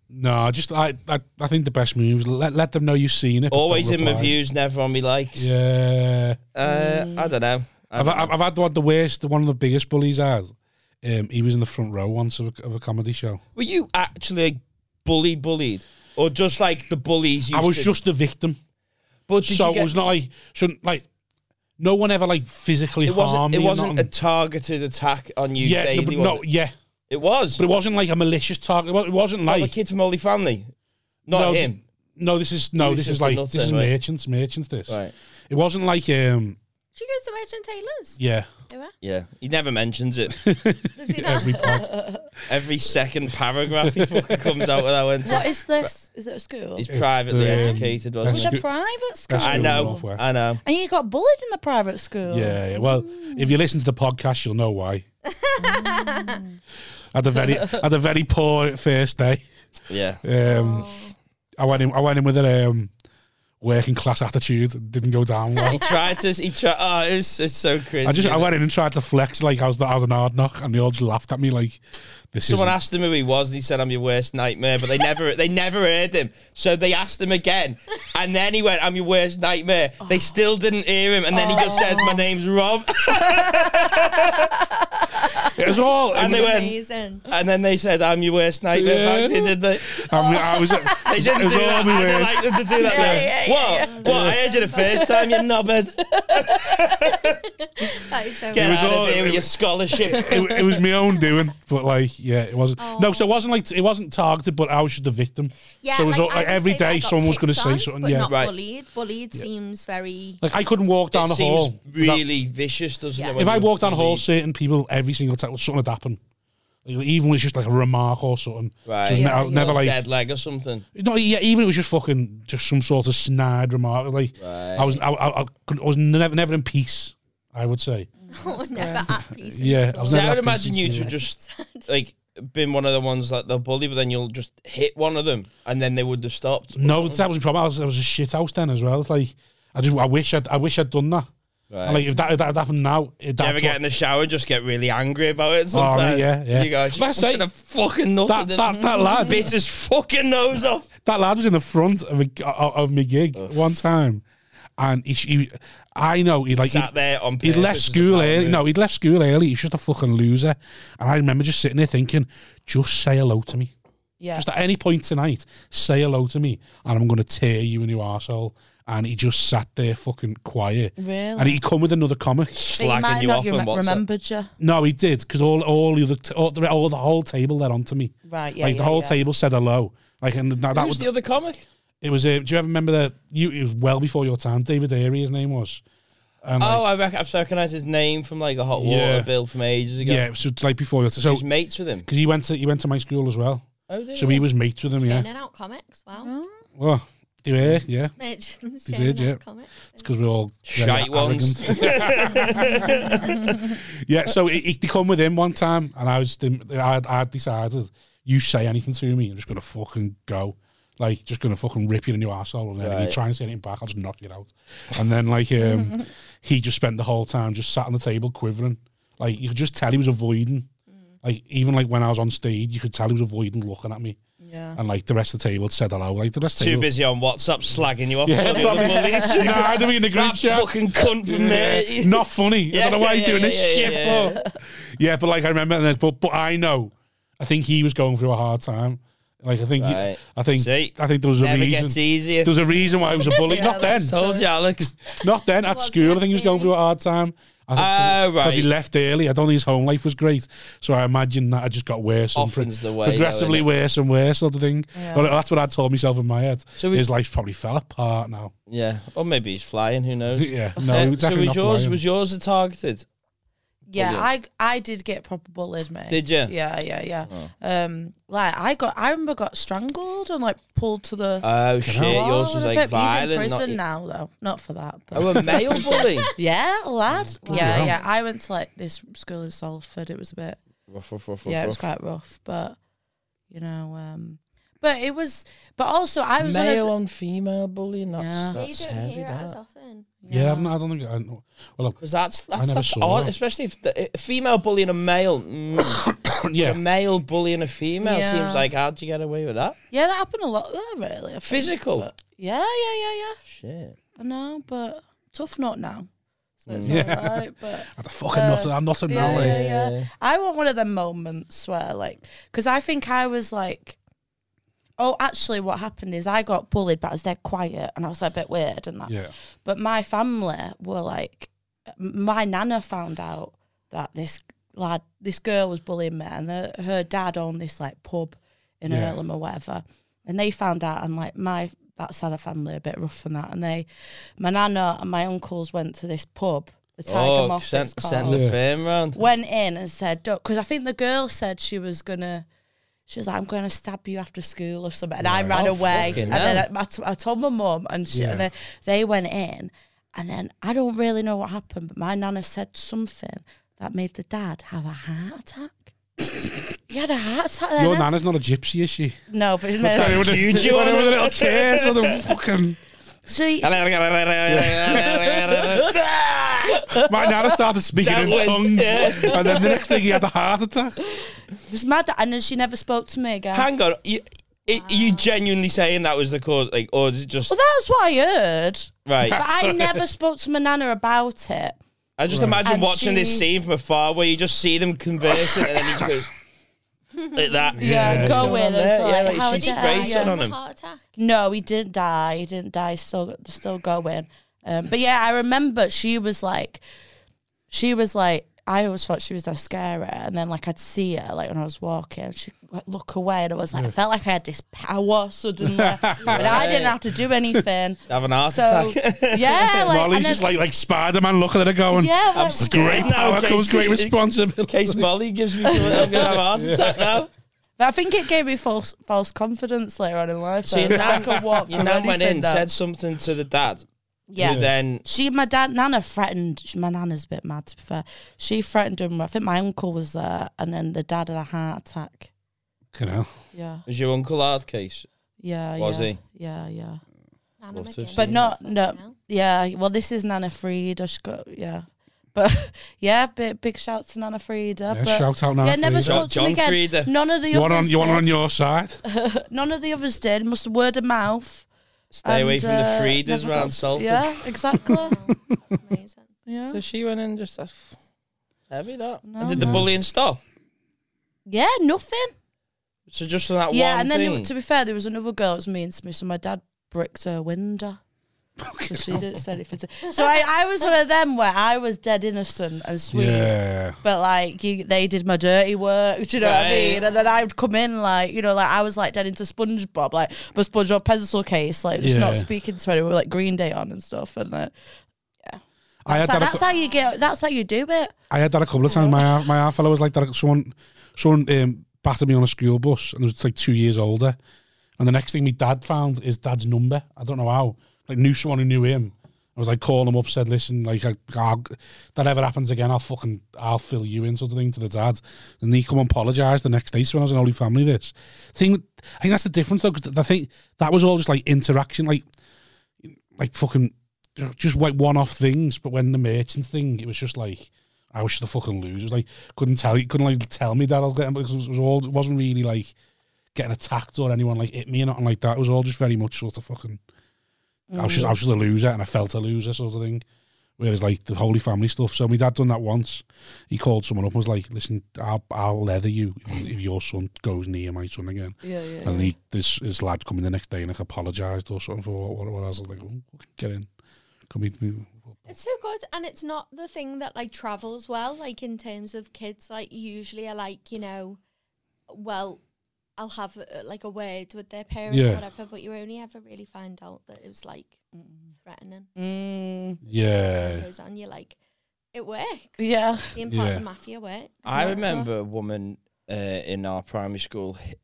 S1: no, just I, I, I think the best move is let, let them know you've seen it. but
S2: always
S1: don't
S2: in my
S1: reply.
S2: views, never on me likes.
S1: Yeah.
S2: Uh, I don't know. I
S1: I've,
S2: don't
S1: I've, I've had one, the worst, one of the biggest bullies I had. Um, he was in the front row once of a, of a comedy show.
S2: know. Were you actually bully bullied, or just like the bullies? Used
S1: I was
S2: to-
S1: just a victim.
S2: But did
S1: so
S2: you get,
S1: it was not like, shouldn't, like, no one ever like physically
S2: It wasn't.
S1: harmed
S2: It
S1: me. or
S2: wasn't a
S1: nothing.
S2: targeted attack on you
S1: yeah,
S2: daily.
S1: no, but
S2: was
S1: no,
S2: it?
S1: yeah,
S2: it was.
S1: but it wasn't like a malicious target. It wa- it wasn't
S2: Not the
S1: like
S2: kid from Holy Family, not
S1: No,
S2: him.
S1: no, this is no,
S2: was
S1: this
S2: just
S1: is
S2: a
S1: like
S2: nutter,
S1: this is
S2: right?
S1: merchants, merchants. This
S2: Right.
S1: it wasn't like um,
S4: Did you go to Agent Taylor's?
S1: yeah,
S4: They were.
S2: Yeah, he never mentions it.
S4: Does he not?
S1: every part.
S2: Every second paragraph he
S1: <laughs>
S2: fucking comes out with. I went.
S5: What is this? Is it a school?
S2: He's
S1: It's
S2: privately
S1: the-
S2: educated, wasn't
S5: It's
S1: That's
S2: he?
S5: a
S1: good.
S5: private school.
S1: good.
S2: I
S1: School
S2: know.
S1: Northwest.
S2: I know.
S5: And you got bullied in the private school.
S1: Yeah, yeah. Well, if you listen to the podcast, you'll know why. at the very, at the very poor first day,
S2: Yeah.
S1: um, I went in. I went in with an um, working class attitude. It Didn't go down well.
S2: He tried to. He tried. Oh, it was, it's so cringe.
S1: I just I went in and tried to flex like I was, I was an hard knock, and they all just laughed at me like, "This is
S2: Someone asked him who he was, and he said, "I'm your worst nightmare." But they never, they never heard him. So they asked him again, and then he went, "I'm your worst nightmare."
S4: Oh.
S2: They still didn't hear him, and then he just said, "My name's Rob."
S1: it was <laughs> all."
S2: And they went,
S4: Amazing.
S2: and then they said, "I'm your worst nightmare."
S1: Yeah.
S2: Back to you, did they?
S1: I, mean, I was.
S2: <laughs> They didn't
S1: It was
S2: do
S1: all
S2: that.
S1: my
S2: I didn't
S1: worst.
S2: like them to do that.
S4: Yeah,
S2: though.
S4: yeah, yeah,
S2: what? What? I heard you the first time, you
S1: <laughs>
S2: knobhead.
S4: That is so.
S2: Get
S1: was
S2: out
S1: all-
S2: of here
S1: it
S2: with your scholarship.
S1: it, it was my own doing, but like, yeah, it wasn't. No, so it wasn't like it wasn't targeted, but I was just the victim.
S4: Yeah,
S1: so it was all,
S4: I
S1: like
S4: would
S1: every
S4: say that I
S1: day
S4: got
S1: someone was going to
S4: picked
S1: say
S4: on,
S1: something.
S4: but
S1: Yeah,
S4: not
S2: Right.
S4: bullied. Bullied seems very. <laughs>
S1: like I couldn't walk <laughs> down
S2: it
S1: the
S2: seems
S1: hall. without-
S2: really vicious, doesn't
S4: Yeah.
S2: it? when
S1: if I
S2: you-
S1: walked down the
S2: you
S1: hall,
S2: leave?
S1: certain people every single time something would happen. Like, even when it's just like a remark or something.
S2: Right.
S1: So it was
S2: Yeah,
S1: ne- I was
S5: yeah.
S1: never like,
S2: dead leg or something.
S1: no, yeah, even if it was just fucking just some sort of snide remark. Like I was, I, I, I, could, I was never, never in peace. I would say,
S4: Oh, never at peace. in
S1: Yeah, I
S4: school.
S1: was
S2: See,
S1: never-
S2: I
S1: that
S2: would imagine you
S1: piece
S2: to
S1: is
S2: just like been one of the ones that they'll bully, but then you'll just hit one of them, and then they would have stopped.
S1: no, that was the problem. I was, I was a shit house then as well. It's like I just, I wish, I'd, I wish I'd done that. And like if that, if that had happened now, it,
S2: you
S1: that's
S2: ever
S1: what-
S2: get in the shower and just get really angry about it?
S1: Oh, mate,
S2: Sometimes,
S1: yeah, yeah.
S2: You go,
S1: Like I
S2: just
S1: say,
S2: pushing a fucking nut.
S1: that, that, that lad,
S2: bit his fucking nose off.
S1: that lad was in the front of a, of my gig one time, and he, he I know he like
S2: Sat
S1: he'd,
S2: there on.
S1: he'd
S2: purpose
S1: left
S2: as a
S1: school eh?
S2: power
S1: early.
S2: move.
S1: No, he'd left school early. He's just a fucking loser. And I remember just sitting there thinking, just say hello to me.
S5: Yeah.
S1: Just at any point tonight, say hello to me, and I'm going to tear you a new arsehole. And he just sat there fucking quiet.
S5: Really?
S1: And he come with another comic.
S5: But you
S2: slacking
S5: might
S2: you
S5: not
S2: off
S5: you
S2: and
S5: rem-
S2: what's up.
S5: remembered you.
S1: No, he did because all all the other t- all, the, all the whole table led onto me.
S5: Right, yeah,
S1: like the
S5: yeah,
S1: whole
S5: yeah.
S1: table said hello. Like and that, that
S2: Who's
S1: was
S2: the other comic?
S1: it was. Uh, do you ever remember that? You it was well before your time. David Airy, his name was. And like,
S2: Oh, I rec- I've recognised his name from like a hot
S1: Yeah.
S2: water bill from ages ago.
S1: yeah, it was just like before your time. So
S2: He was mates with him.
S1: because he went to he went to my school as well,
S2: Oh, did
S1: so
S2: he?
S1: he was mates with him.
S4: In
S1: Yeah.
S4: and out comics. Wow.
S5: Mm-hmm.
S1: Well, they were, yeah.
S4: Mitch,
S1: He did, yeah.
S4: Comics.
S1: It's because we're all very <laughs>
S2: Shite ones.
S1: arrogant. yeah, so he, he they come with him one time, and I was I I decided you say anything to me, I'm just gonna fucking go. Like just gonna fucking rip you in your asshole, and then if
S2: Right.
S1: you try and say anything back, I'll just knock you out. And then like
S2: <laughs>
S1: um, he just spent the whole time just sat on the table quivering. Like you could just tell he was avoiding. Like even like when I was on stage, you could tell he was avoiding looking at me.
S5: Yeah.
S1: And like the rest of the table said hello. Like the rest of the
S2: Mm. Too
S1: table.
S2: busy on WhatsApp slagging you off.
S1: Yeah,
S2: Yeah,
S1: probably. <laughs> no, I don't
S2: <laughs>
S1: mean the group
S2: that
S1: chat.
S2: fucking cunt from there.
S1: Yeah, <laughs> Not funny. I
S2: Yeah,
S1: don't know why he's
S2: yeah,
S1: doing
S2: yeah,
S1: this
S2: yeah,
S1: shit
S2: yeah,
S1: for. Yeah, but like I remember, and then, but but I know. I think he was going through a hard time. Like I think, he-
S2: Right.
S1: I think,
S2: See?
S1: I think there was a
S2: Never
S1: reason.
S2: gets easier.
S1: There was a reason why he was a bully.
S5: Yeah,
S1: not then,
S5: that's
S2: Told you, Alex.
S1: not then at
S4: Wasn't
S1: school. I think he was going
S4: happy.
S1: through a hard time.
S2: Ah,
S1: Because he
S2: right.
S1: left early. I don't think his home life was great. So I imagine that I just got worse. and pro-
S2: Often's the way, though,
S1: Progressively
S2: innit?
S1: worse and worse, sort of thing.
S5: Yeah.
S1: Well, that's what I told myself in my head.
S2: So we-
S1: his life's probably fell apart now. <laughs>
S2: Yeah, or maybe he's flying. Who knows?
S1: yeah, no,
S2: Uh,
S1: it was
S2: <laughs> so
S1: definitely
S2: was
S1: not
S2: yours?
S1: flying.
S2: Was yours a targeted?
S5: Yeah,
S2: Bullying.
S5: I I did get proper bullied, mate.
S2: Did you?
S5: Yeah, yeah, yeah. Um, like I got, I remember got strangled and like pulled to the.
S2: Oh shit!
S5: wall
S2: Yours was
S5: and
S2: like
S5: everything. He's in
S2: violent.
S5: prison
S2: Not,
S5: now, though. Not for that. But.
S2: oh, a male
S5: <laughs>
S2: bully.
S5: yeah, lad. Yeah,
S1: hell.
S5: yeah. I went to like this school in Salford. It was a bit.
S2: Ruff, ruff, ruff,
S5: yeah,
S2: ruff,
S5: it was
S2: ruff.
S5: quite rough, but you know, um, but it was. But also, I was on a-
S2: Male on female bullying. That's
S5: Yeah.
S4: You
S2: that's
S4: don't
S2: heavy.
S4: hear it as
S2: That
S4: often.
S1: yeah, I've not- I don't think I know. Well,
S2: because that's that's,
S1: never
S2: that's
S1: saw
S2: odd,
S1: that.
S2: especially if the, a female bullying a male. Mm, A
S1: yeah,
S2: male bullying a female
S5: Yeah.
S2: seems like how'd you get away with that?
S5: Yeah, that happened a lot there, really. I think,
S2: Physical.
S5: but- yeah, yeah, yeah, yeah.
S2: Shit.
S5: I know, but tough not now.
S2: <laughs>
S5: So it's
S1: Mm.
S5: all right, but.
S1: I'm fucking
S5: Uh,
S1: nothing. I'm nothing now.
S5: yeah,
S1: like.
S5: yeah, yeah. I want one of them moments where, like, because I think I was like, oh, actually, what happened is I got bullied, but I was dead quiet and I was like, a bit weird and that.
S1: Yeah.
S5: But my family were like, my nana found out that this lad, this girl was bullying me, and her, her dad owned this like pub in
S1: Yeah.
S5: Earlham or whatever, and they found out, and like my that side of family are a bit rough and that, and they, my nana and my uncles went to this pub, the Tiger
S2: Oh,
S5: Moth,
S2: send,
S5: it's called,
S2: send the
S1: Yeah.
S2: firm round.
S5: went in and said, because I think the girl said she was gonna. She was like, I'm going to stab you after school or something. And I ran
S2: Oh,
S5: away.
S2: fucking
S5: And then
S2: hell.
S5: I, I, t- I told my mum, and, she,
S1: Yeah.
S5: and then they went in. And then I don't really know what happened, but my nana said something that made the dad have a heart attack. <coughs> he had a heart attack then.
S1: Your
S5: eh?
S1: nana's not a gypsy, is
S5: <laughs>
S1: she?
S5: no, but it made
S1: Danny
S5: like,
S1: with the huge one with the little tears or the fucking.
S5: so he-
S1: My nana started speaking
S2: That
S1: in
S2: was-
S1: tongues, and then the next thing he had a heart attack.
S5: it's mad that, and then she never spoke to me
S2: <laughs>
S5: again.
S2: Hang on. You, i you genuinely saying that was the cause? Like, or is it just
S5: well, that's what I heard. But
S2: right?
S5: I never spoke to my nana about it.
S2: I just imagine
S5: And
S2: watching this
S5: she-
S2: scene from afar, where you just see them conversing, and then he
S5: <laughs>
S2: just goes like that.
S1: Yeah,
S5: Yeah,
S1: go
S5: go in.
S2: on there.
S5: It's
S2: Yeah,
S5: like,
S2: like,
S5: how
S2: she's
S5: dare
S2: straight
S5: you.
S2: on
S4: Have a
S2: him.
S4: Heart attack.
S5: No, he didn't die. He didn't die. He's Still, still going. Um, but yeah, I remember she was like, she was like, I always thought she was that scary, and then like I'd see her like when I was walking, and she'd like look away, and I was like, I felt like I had this power
S2: <laughs>
S5: suddenly, but I didn't have to do anything.
S2: Have an <laughs> heart
S5: So
S2: attack. <laughs>
S5: yeah, like,
S1: Molly's
S5: and
S1: just
S5: then-
S1: like like Spider Man looking at her going,
S5: yeah, like,
S1: "It's great
S2: scared now,
S1: power comes
S2: Casey."
S1: great
S5: <laughs>
S1: responsibility."
S2: Case Molly gives me something, I'm gonna have a heart attack now.
S5: but I think it gave me false false confidence later on in life.
S2: So you
S5: though. I
S2: now,
S5: could walk
S2: you
S5: through
S2: now went
S5: anything
S2: in,
S5: now.
S2: said something to the dad.
S5: yeah,
S2: Who then
S5: She, my dad, Nana threatened. she- My Nana's a bit mad, to be fair. She threatened him. I think my uncle was there, and then the dad had a heart attack.
S1: You know,
S5: Yeah,
S2: was your uncle hard case.
S5: yeah,
S2: Was
S5: yeah,
S2: he?
S5: Yeah, yeah,
S2: Love
S4: Nana
S2: to have
S4: McGinnis.
S2: seen
S5: but
S2: Jesus.
S5: not
S4: Fucking
S5: no,
S4: hell.
S5: yeah. Well, this is Nana Frida. She got yeah, but <laughs> yeah, big, big shout to Nana Frida.
S1: yeah,
S5: but
S1: shout out now.
S5: yeah,
S1: Frida.
S5: never spoke to him
S2: John
S5: again.
S2: Frieda.
S5: None of the
S1: You want
S5: others
S1: on? You want
S5: did.
S1: on your side?
S5: None of the others did. Must have word of mouth.
S2: Stay away
S5: and,
S2: from
S5: uh,
S2: the Friedas
S5: never got-
S2: round Salford.
S5: Yeah, exactly.
S2: <laughs>
S4: Wow, that's
S5: <laughs>
S4: amazing.
S5: yeah.
S2: So she went in just that's heavy that.
S5: Mm. No,
S2: and did the
S5: no.
S2: bullying stop?
S5: yeah, nothing.
S2: So just on that
S5: Yeah,
S2: one
S5: and then
S2: thing.
S5: to be fair, there was another girl. It was me and Smith. So my dad bricked her window. So she didn't say anything. To, so I, I was one of them where I was dead innocent and sweet,
S1: Yeah.
S5: but like you, they did my dirty work. <laughs> Do you know what I
S2: Right.
S5: mean? And then I'd come in like you know, like I was like dead into SpongeBob, like my SpongeBob pencil case, like just not
S1: Yeah.
S5: speaking to anyone, with, like Green Day on and stuff. And like,
S1: I had
S5: so
S1: that. a
S5: that's
S1: cou-
S5: how you get. That's how you do it.
S1: I had that a couple of times. My my half fellow was like that. Someone someone um, battered me on a school bus, and it was like two years older. And the next thing my dad found is dad's number. I don't know how. Like knew someone who knew him, I was like calling him up, said, "Listen, like I, I'll, that ever happens again, I'll fucking I'll fill you in," sort of thing to the dad. And he come and apologise the next day. So when I was an only family, this thing, I think that's the difference though, because I think that was all just like interaction, like like fucking just like one off things. But when the merchant thing, it was just like I was just a fucking loser. It was like couldn't tell you, couldn't like tell me that I'll get him because it was, it was all it wasn't really like getting attacked or anyone like hit me or nothing like that. It was all just very much sort of fucking. I was just I was just a loser and I felt a loser sort of thing. Whereas like the Holy Family stuff. So my dad done that once. He called someone up and was like, "Listen, I'll I'll leather you if, if your son goes near my son again."
S5: Yeah, yeah.
S1: And he this his lad coming the next day and like apologised or something for what what it was. I was like, oh, fucking get in, come meet me.
S4: It's so good, and it's not the thing that like travels well. Like in terms of kids, like usually are like you know, well, I'll have uh, like a word with their parent
S1: Yeah.
S4: or whatever. But you only ever really find out that it was like threatening.
S5: Mm,
S1: Yeah,
S4: Goes on, you're like, it works.
S5: yeah.
S4: The important
S1: Yeah.
S4: mafia work.
S2: I remember a woman uh, in our primary school hi-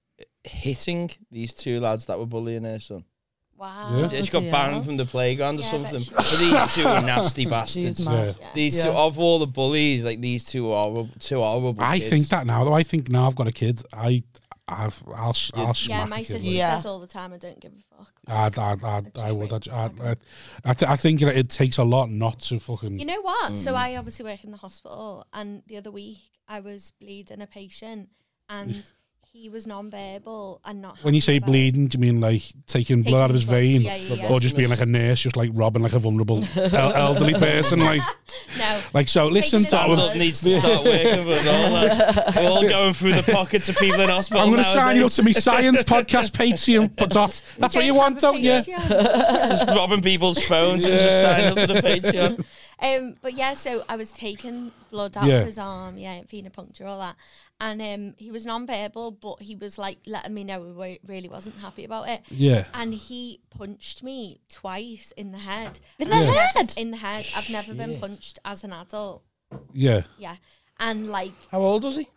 S2: hitting these two lads that were bullying her son.
S4: Wow.
S5: Oh,
S1: Yeah.
S2: She she got
S5: Bloody hell.
S2: banned from the playground or
S4: Yeah, I bet
S2: something.
S4: she-
S2: But these two were nasty bastards.
S5: <laughs> She's
S1: yeah.
S5: mad.
S2: These two,
S5: Yeah.
S2: of all the bullies, like these two are horrible, two horrible.
S1: I
S2: kids.
S1: think that now though. I think now I've got a kid. I I've I'll s- I'll
S2: Yeah,
S4: Yeah,
S1: smack
S4: my
S1: a kid.
S4: sister
S1: like-
S5: Yeah.
S4: says all the time, I don't give a fuck.
S1: I I I, I
S4: just
S1: would.
S4: wait.
S1: I I, I, th- I think it, it takes a lot not to fucking.
S4: You know what? So I obviously work in the hospital, and the other week I was bleeding a patient, and he was non-verbal and not.
S1: when you
S4: happy
S1: say
S4: about it.
S1: bleeding, do you mean like taking blood out of his
S4: blood,
S1: vein,
S4: yeah, yeah, yeah.
S1: or just being like a nurse, just like robbing like a
S2: <laughs>
S1: vulnerable el- elderly person, like
S4: no,
S1: like so? Listen,
S4: Taking
S1: start
S4: blood.
S1: with.
S2: That needs to start working for us all. lads.
S5: <laughs>
S2: We're all going through the pockets of people in hospital.
S1: I'm going to sign you up
S2: nowadays.
S1: to
S2: <laughs>
S1: me science podcast
S4: <laughs>
S1: Patreon for dot. That's what you want, don't you?
S4: you?
S2: just robbing people's phones and just signing up to the Patreon.
S4: Um, but yeah, so I was taking blood out
S1: Yeah.
S4: of his arm, yeah, venipuncture, all that, and um, he was non-verbal, but he was like letting me know he wa- really wasn't happy about it.
S1: Yeah.
S4: and he punched me twice in the head. In
S1: the Yeah.
S4: head? In the head. I've never been punched as an adult.
S1: Yeah.
S4: Yeah. And like
S2: How old was he?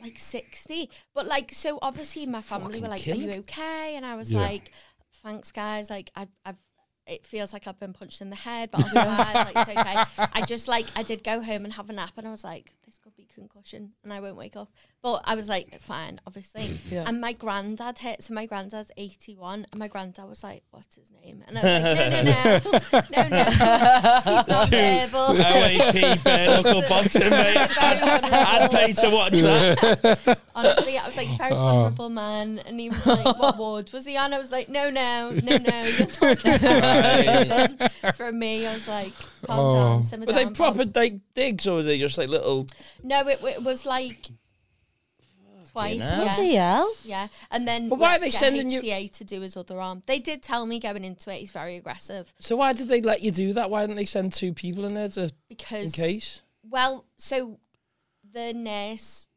S4: like sixty. But like so obviously my family were like, Are you okay? And I was
S1: Yeah.
S4: like, Thanks guys, like I've I've it feels like I've been punched in the head, but I'm survived. like it's okay. I just like I did go home and have a nap, and I was like, this could be concussion, and I won't wake up. But I was like, fine, obviously.
S5: Yeah.
S4: And my granddad hit. So my granddad's eighty one, and my granddad was like, what's his name? And I was like, no, no, no, no, no. <laughs> He's not
S2: <laughs>
S4: verbal.
S2: OAP bare knuckle boxing, mate. I'd pay to watch that.
S4: Honestly, I was
S2: Oh,
S4: like,
S2: uh-uh."
S4: very vulnerable man. And he was
S2: <laughs>
S4: like, what ward was he on? I was like, no, no, no, no. you're not getting permission From me, I was like, calm down, simmer
S2: Oh. Were
S4: down.
S2: they proper like digs or were they just like little?
S4: Bob." No, it, it was like twice.
S2: hell.
S4: Yeah.
S5: Bloody hell.
S4: Yeah, and then
S2: But
S4: we
S2: why
S4: had
S2: are they
S4: to get
S2: sending you-
S4: HCA to do his other arm? They did tell me going into it, he's very aggressive
S2: So why did they let you do that? Why didn't they send two people in there to in
S4: because
S2: case?
S4: Well, so the nurse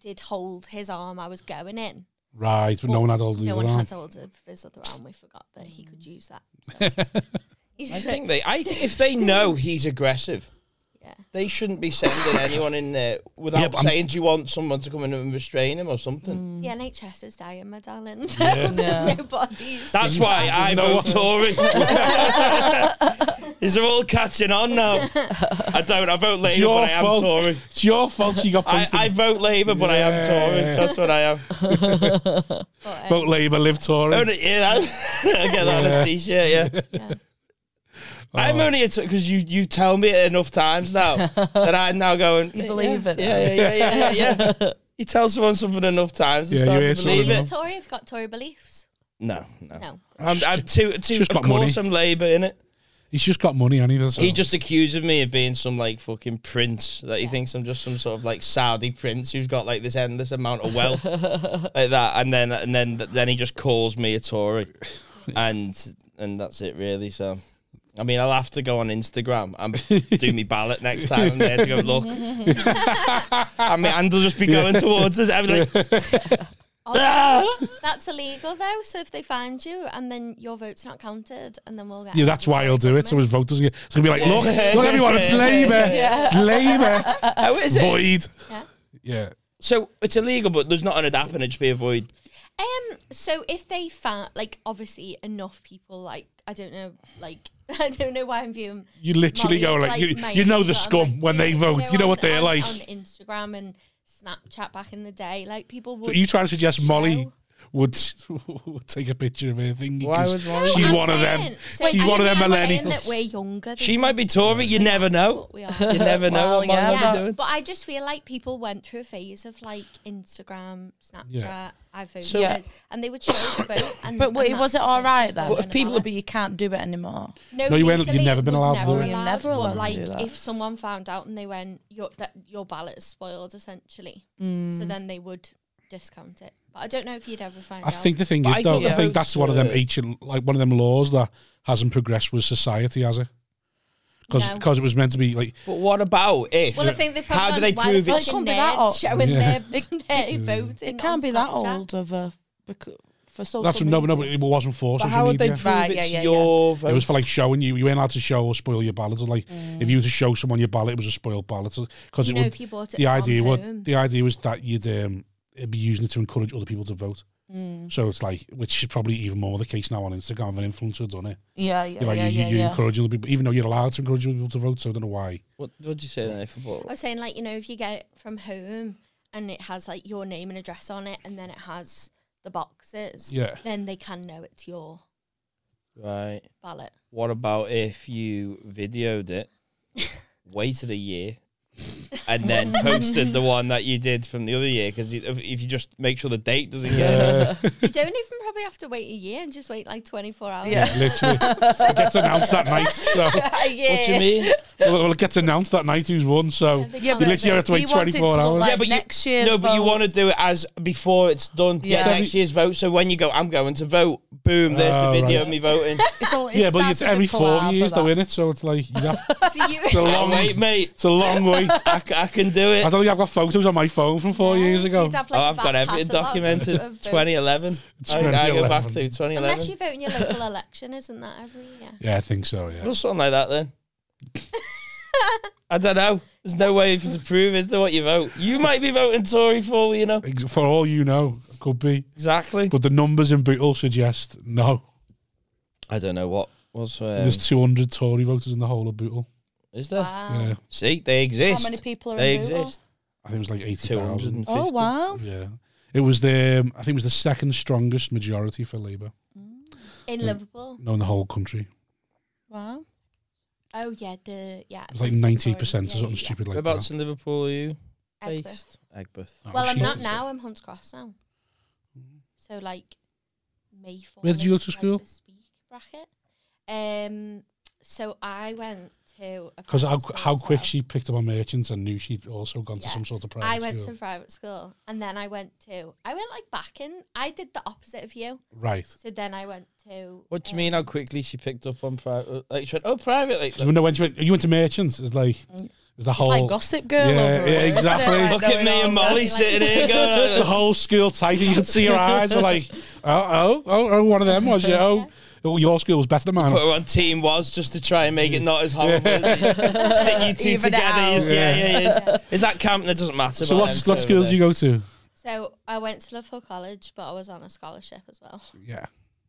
S4: did hold his arm. I was going in.
S1: Right, but no one had all the
S4: No
S1: other
S4: one
S1: arm.
S4: had hold of his other arm. We forgot that he could use that.
S1: <laughs>
S4: So.
S2: I think they. I think if they know he's aggressive,
S4: Yeah.
S2: they shouldn't be sending anyone in there without
S1: Yeah, but I'm-
S2: saying, "Do you want someone to come in and restrain him or something?"
S4: The NHS is dying, my darling.
S1: <laughs>
S5: Yeah.
S4: <laughs> There's no bodies.
S2: That's why I vote <laughs> Tory. Is it all catching on now? I don't. I vote Labour,
S1: your
S2: but I am
S1: fault.
S2: Tory.
S1: It's your fault you got
S2: I,
S1: punched.
S2: I
S1: in
S2: vote Labour, but I am Tory.
S1: Yeah.
S2: That's what
S1: <laughs>
S2: I am.
S4: But, um,
S1: vote Labour, live Tory.
S2: Only, yeah, that- <laughs> I get that on
S1: Yeah. Oh.
S2: a t-shirt. Yeah,
S4: yeah.
S2: I'm only a because you you tell me it enough times
S1: <laughs>
S2: now that I'm now going.
S5: You believe it
S2: Yeah, yeah, yeah, yeah, yeah.
S1: <laughs>
S2: yeah. You tell someone something enough times, and
S1: Yeah,
S2: start
S1: you hear
S2: to
S1: something
S2: believe
S4: Are you
S2: it.
S4: a Tory? Have you got Tory beliefs?
S2: No, no.
S4: No.
S2: I'm, I'm too, too.
S1: just
S2: of
S1: got money.
S2: course, I'm Labour in it.
S1: He's just got money, and he does.
S2: He
S1: <laughs>
S2: just accuses me of being some like fucking prince that he thinks I'm just some sort of like Saudi prince who's got like this endless amount of wealth like that, and then and then then he just calls me a Tory, and and that's it really. So. I mean, I'll have to go on Instagram and do me ballot next time I'm there to go look. I mean, and they'll just be going towards us. I'm like, "Ah!"
S4: That's illegal though. So if they find you and then your vote's not counted, and then we'll get.
S1: Yeah, that's why he'll do it. So his vote doesn't get. It's gonna be like, look, look, everyone, it's Labour, it's
S2: <laughs>
S1: Labour,
S2: How is it?
S1: void.
S4: Yeah.
S1: Yeah,
S2: So it's illegal, but there's not an app and it just be a void.
S4: Um. So if they found, like, <laughs> obviously enough people, like, I don't know, like, I don't know why I'm viewing.
S1: You literally go
S4: Molly's,
S1: like, you,
S4: my
S1: you know the
S4: Instagram,
S1: scum
S4: like,
S1: when they vote. You know
S4: on-
S1: what they're
S4: on-
S1: like.
S4: on Instagram and Snapchat back in the day. Like people would.
S1: But you trying to suggest Molly
S4: show-
S1: would, <laughs> would take a picture of her thing?
S2: Why would Molly-
S1: she's
S4: I'm
S1: one of them.
S4: saying- so
S1: she's
S4: are
S1: one of
S4: you
S1: them
S4: now saying
S1: millennials.
S4: That we're younger. Than
S2: She might be Tory. You never know.
S4: what we are.
S2: You never know what Molly
S5: Well, yeah.
S2: might be
S4: Yeah,
S2: doing.
S4: but I just feel like people went through a phase of like Instagram, Snapchat,
S1: Yeah.
S4: I voted,
S2: So-
S5: Yeah.
S4: and they would show the vote. And,
S5: But wait,
S4: and
S5: was it
S4: that's
S5: all right
S4: essentially
S5: then?
S4: what
S5: But if
S4: an
S5: people
S4: ballot-
S5: but you can't do it anymore.
S1: No, you weren't-
S4: legally
S1: you'd never been
S4: was
S1: allowed to do
S4: never
S1: it.
S5: You're
S4: allowed,
S5: never
S4: but,
S5: allowed to
S4: like,
S5: do that.
S4: if someone found out and they went, your that your ballot is spoiled, essentially. So
S5: Mm.
S4: then they would discount it. But I don't know if you'd ever find
S1: I
S4: out.
S1: think the thing
S2: But
S1: is,
S2: I
S1: though,
S2: think
S1: I
S2: it
S1: think
S2: hurts,
S1: that's one of them
S2: uh,
S1: ancient, like one of them laws that hasn't progressed with society, has it? Because
S4: No.
S1: it was meant to be like,
S2: But what about if?
S4: Well, I think they
S2: How do they prove
S4: it?
S2: it's-
S5: It can't be that
S1: <laughs>
S5: old.
S4: showing
S1: Yeah.
S4: <laughs> their, their voting.
S5: It can't
S4: on
S5: be that
S4: Snapchat.
S5: old of a becau- for social
S1: that's
S5: media.
S1: no, no, but it wasn't for
S2: But
S1: social
S2: how would they
S1: media.
S2: prove
S5: Right,
S2: it's
S5: yeah, yeah,
S2: your vote?
S1: It was for like showing you, you weren't allowed to show or spoil your ballot. Or like, if you were to show someone your ballot, it was a spoiled ballot. Because
S4: You
S1: it
S4: know,
S1: would,
S4: if you bought it,
S1: the
S4: from
S1: idea
S4: home.
S1: would, the idea was that you'd um, it'd be using it to encourage other people to vote.
S5: Mm.
S1: So it's like, which is probably even more the case now on Instagram than influencers on it.
S5: Yeah, yeah,
S1: You're like,
S5: yeah,
S1: you,
S5: yeah,
S1: you
S5: yeah.
S1: encourage other people, even though you're allowed to encourage other people to vote. So I don't know why.
S2: What would you say then if I bought?
S4: I was saying, like, you know, if you get it from home and it has like your name and address on it, and then it has the boxes,
S1: Yeah.
S4: then they can know it's your
S2: Right.
S4: ballot.
S2: What about if you videoed <laughs> it, waited a year, and <laughs> then posted the one that you did from the other year? Because if if you just make sure the date doesn't get
S4: you don't even probably have to wait a year and just wait like 24 hours. <laughs>
S5: <laughs> Yeah.
S1: <laughs> Literally, it gets announced that night.
S5: <laughs>
S1: So
S2: what do you mean?
S1: well, well, it gets announced that night who's won. So
S4: They
S5: Yeah,
S4: can't
S5: but
S1: you literally have to
S5: he
S1: wait
S5: wants
S1: 24
S5: it to look
S1: hours.
S5: like
S2: Yeah, but you-
S5: next year's
S2: no, but you
S5: vote.
S2: want to do it as before it's done. Yeah,
S5: Yeah.
S2: next year's vote. So when you go, I'm going to vote. Boom, there's
S1: Oh,
S2: the video
S1: right.
S2: of
S1: <laughs>
S2: me voting.
S5: It's all-
S1: yeah, but
S5: that's
S1: it's
S5: a big
S1: every four
S5: collab for
S1: years
S5: that.
S1: though, in it. So it's like you have,
S4: <laughs> So you,
S1: it's a long,
S2: Wait,
S1: it's
S2: mate,
S1: a long
S2: <laughs>
S1: wait. I
S2: I, c- I can do it.
S1: don't think I've got photos on my phone from four years ago.
S4: You'd have, like,
S2: Oh,
S4: a
S2: I've got
S4: back
S2: everything
S4: catalogue
S2: documented.
S4: of votes.
S2: 2011. I, I go back
S1: 2011.
S2: to 2011.
S4: Unless you vote in your local election, isn't that every year?
S1: Yeah, I think so. Yeah.
S2: Well, something like that then. I don't know. There's no way for to prove is there what you vote. You might be voting Tory for, all you know.
S1: Ex- For all you know, it could be.
S2: Exactly.
S1: But the numbers in Bootle suggest
S2: Um,
S1: no.
S2: I don't know what was. Um,
S1: There's 200 Tory voters in the whole of Bootle.
S2: is there?
S4: Wow.
S1: Yeah.
S2: See, they
S5: How
S2: exist.
S5: many people are
S2: they
S5: in Bootle?
S2: exist.
S1: I think it was like 80,000.
S2: 250.
S5: Oh wow!
S1: Yeah. It was the, um, I think it was the second strongest majority for Labour.
S5: Mm,
S4: In Liverpool.
S1: No, in the whole country.
S5: Wow.
S4: Oh, yeah. The, yeah.
S1: It was like 98% or something stupid like
S2: Whereabouts
S1: that.
S2: in Liverpool are you
S4: Well,
S2: based? Egbert.
S1: Oh,
S4: I'm
S1: shit.
S4: not now. I'm Hunts Cross now. So, like, May 4th.
S1: Where did you go to school?
S4: speak bracket. Um, so I went to. a
S1: Because how,
S4: private school
S1: how
S4: as
S1: quick
S4: well.
S1: she picked up on merchants and knew she'd also gone to
S4: Yeah.
S1: some sort of private
S4: I went
S1: school.
S4: to private school and then I went to I went like back in I did the opposite of you.
S1: Right.
S4: So then I went to
S2: What do you
S4: um,
S2: mean? How quickly she picked up on private? Like she went, oh, private. Like,
S1: Because when, when she went, you went to merchants, it's like, it was the whole,
S5: It's like Gossip Girl.
S1: Yeah,
S5: over
S1: yeah,
S5: it, isn't it?
S1: exactly.
S5: Like,
S2: look at
S5: going
S2: me and
S5: on.
S2: Molly sitting here going. "Oh,
S1: the whole school tight. You could see her eyes were like, oh, oh, oh, oh, one of them was, yeah. Oh, oh, your school was better than mine.
S2: Put her on team was just to try and make it not as horrible. <laughs> Stick you two
S5: Even
S2: together.
S5: it out.
S2: Is, yeah, yeah, yeah.
S4: Yeah.
S2: Is that camp that doesn't matter?
S1: So
S2: about
S1: what,
S2: them
S1: what
S2: two
S1: school
S2: over
S1: did you go to?
S4: So I went to Liverpool College but I was on a scholarship as well. <laughs>
S1: Yeah.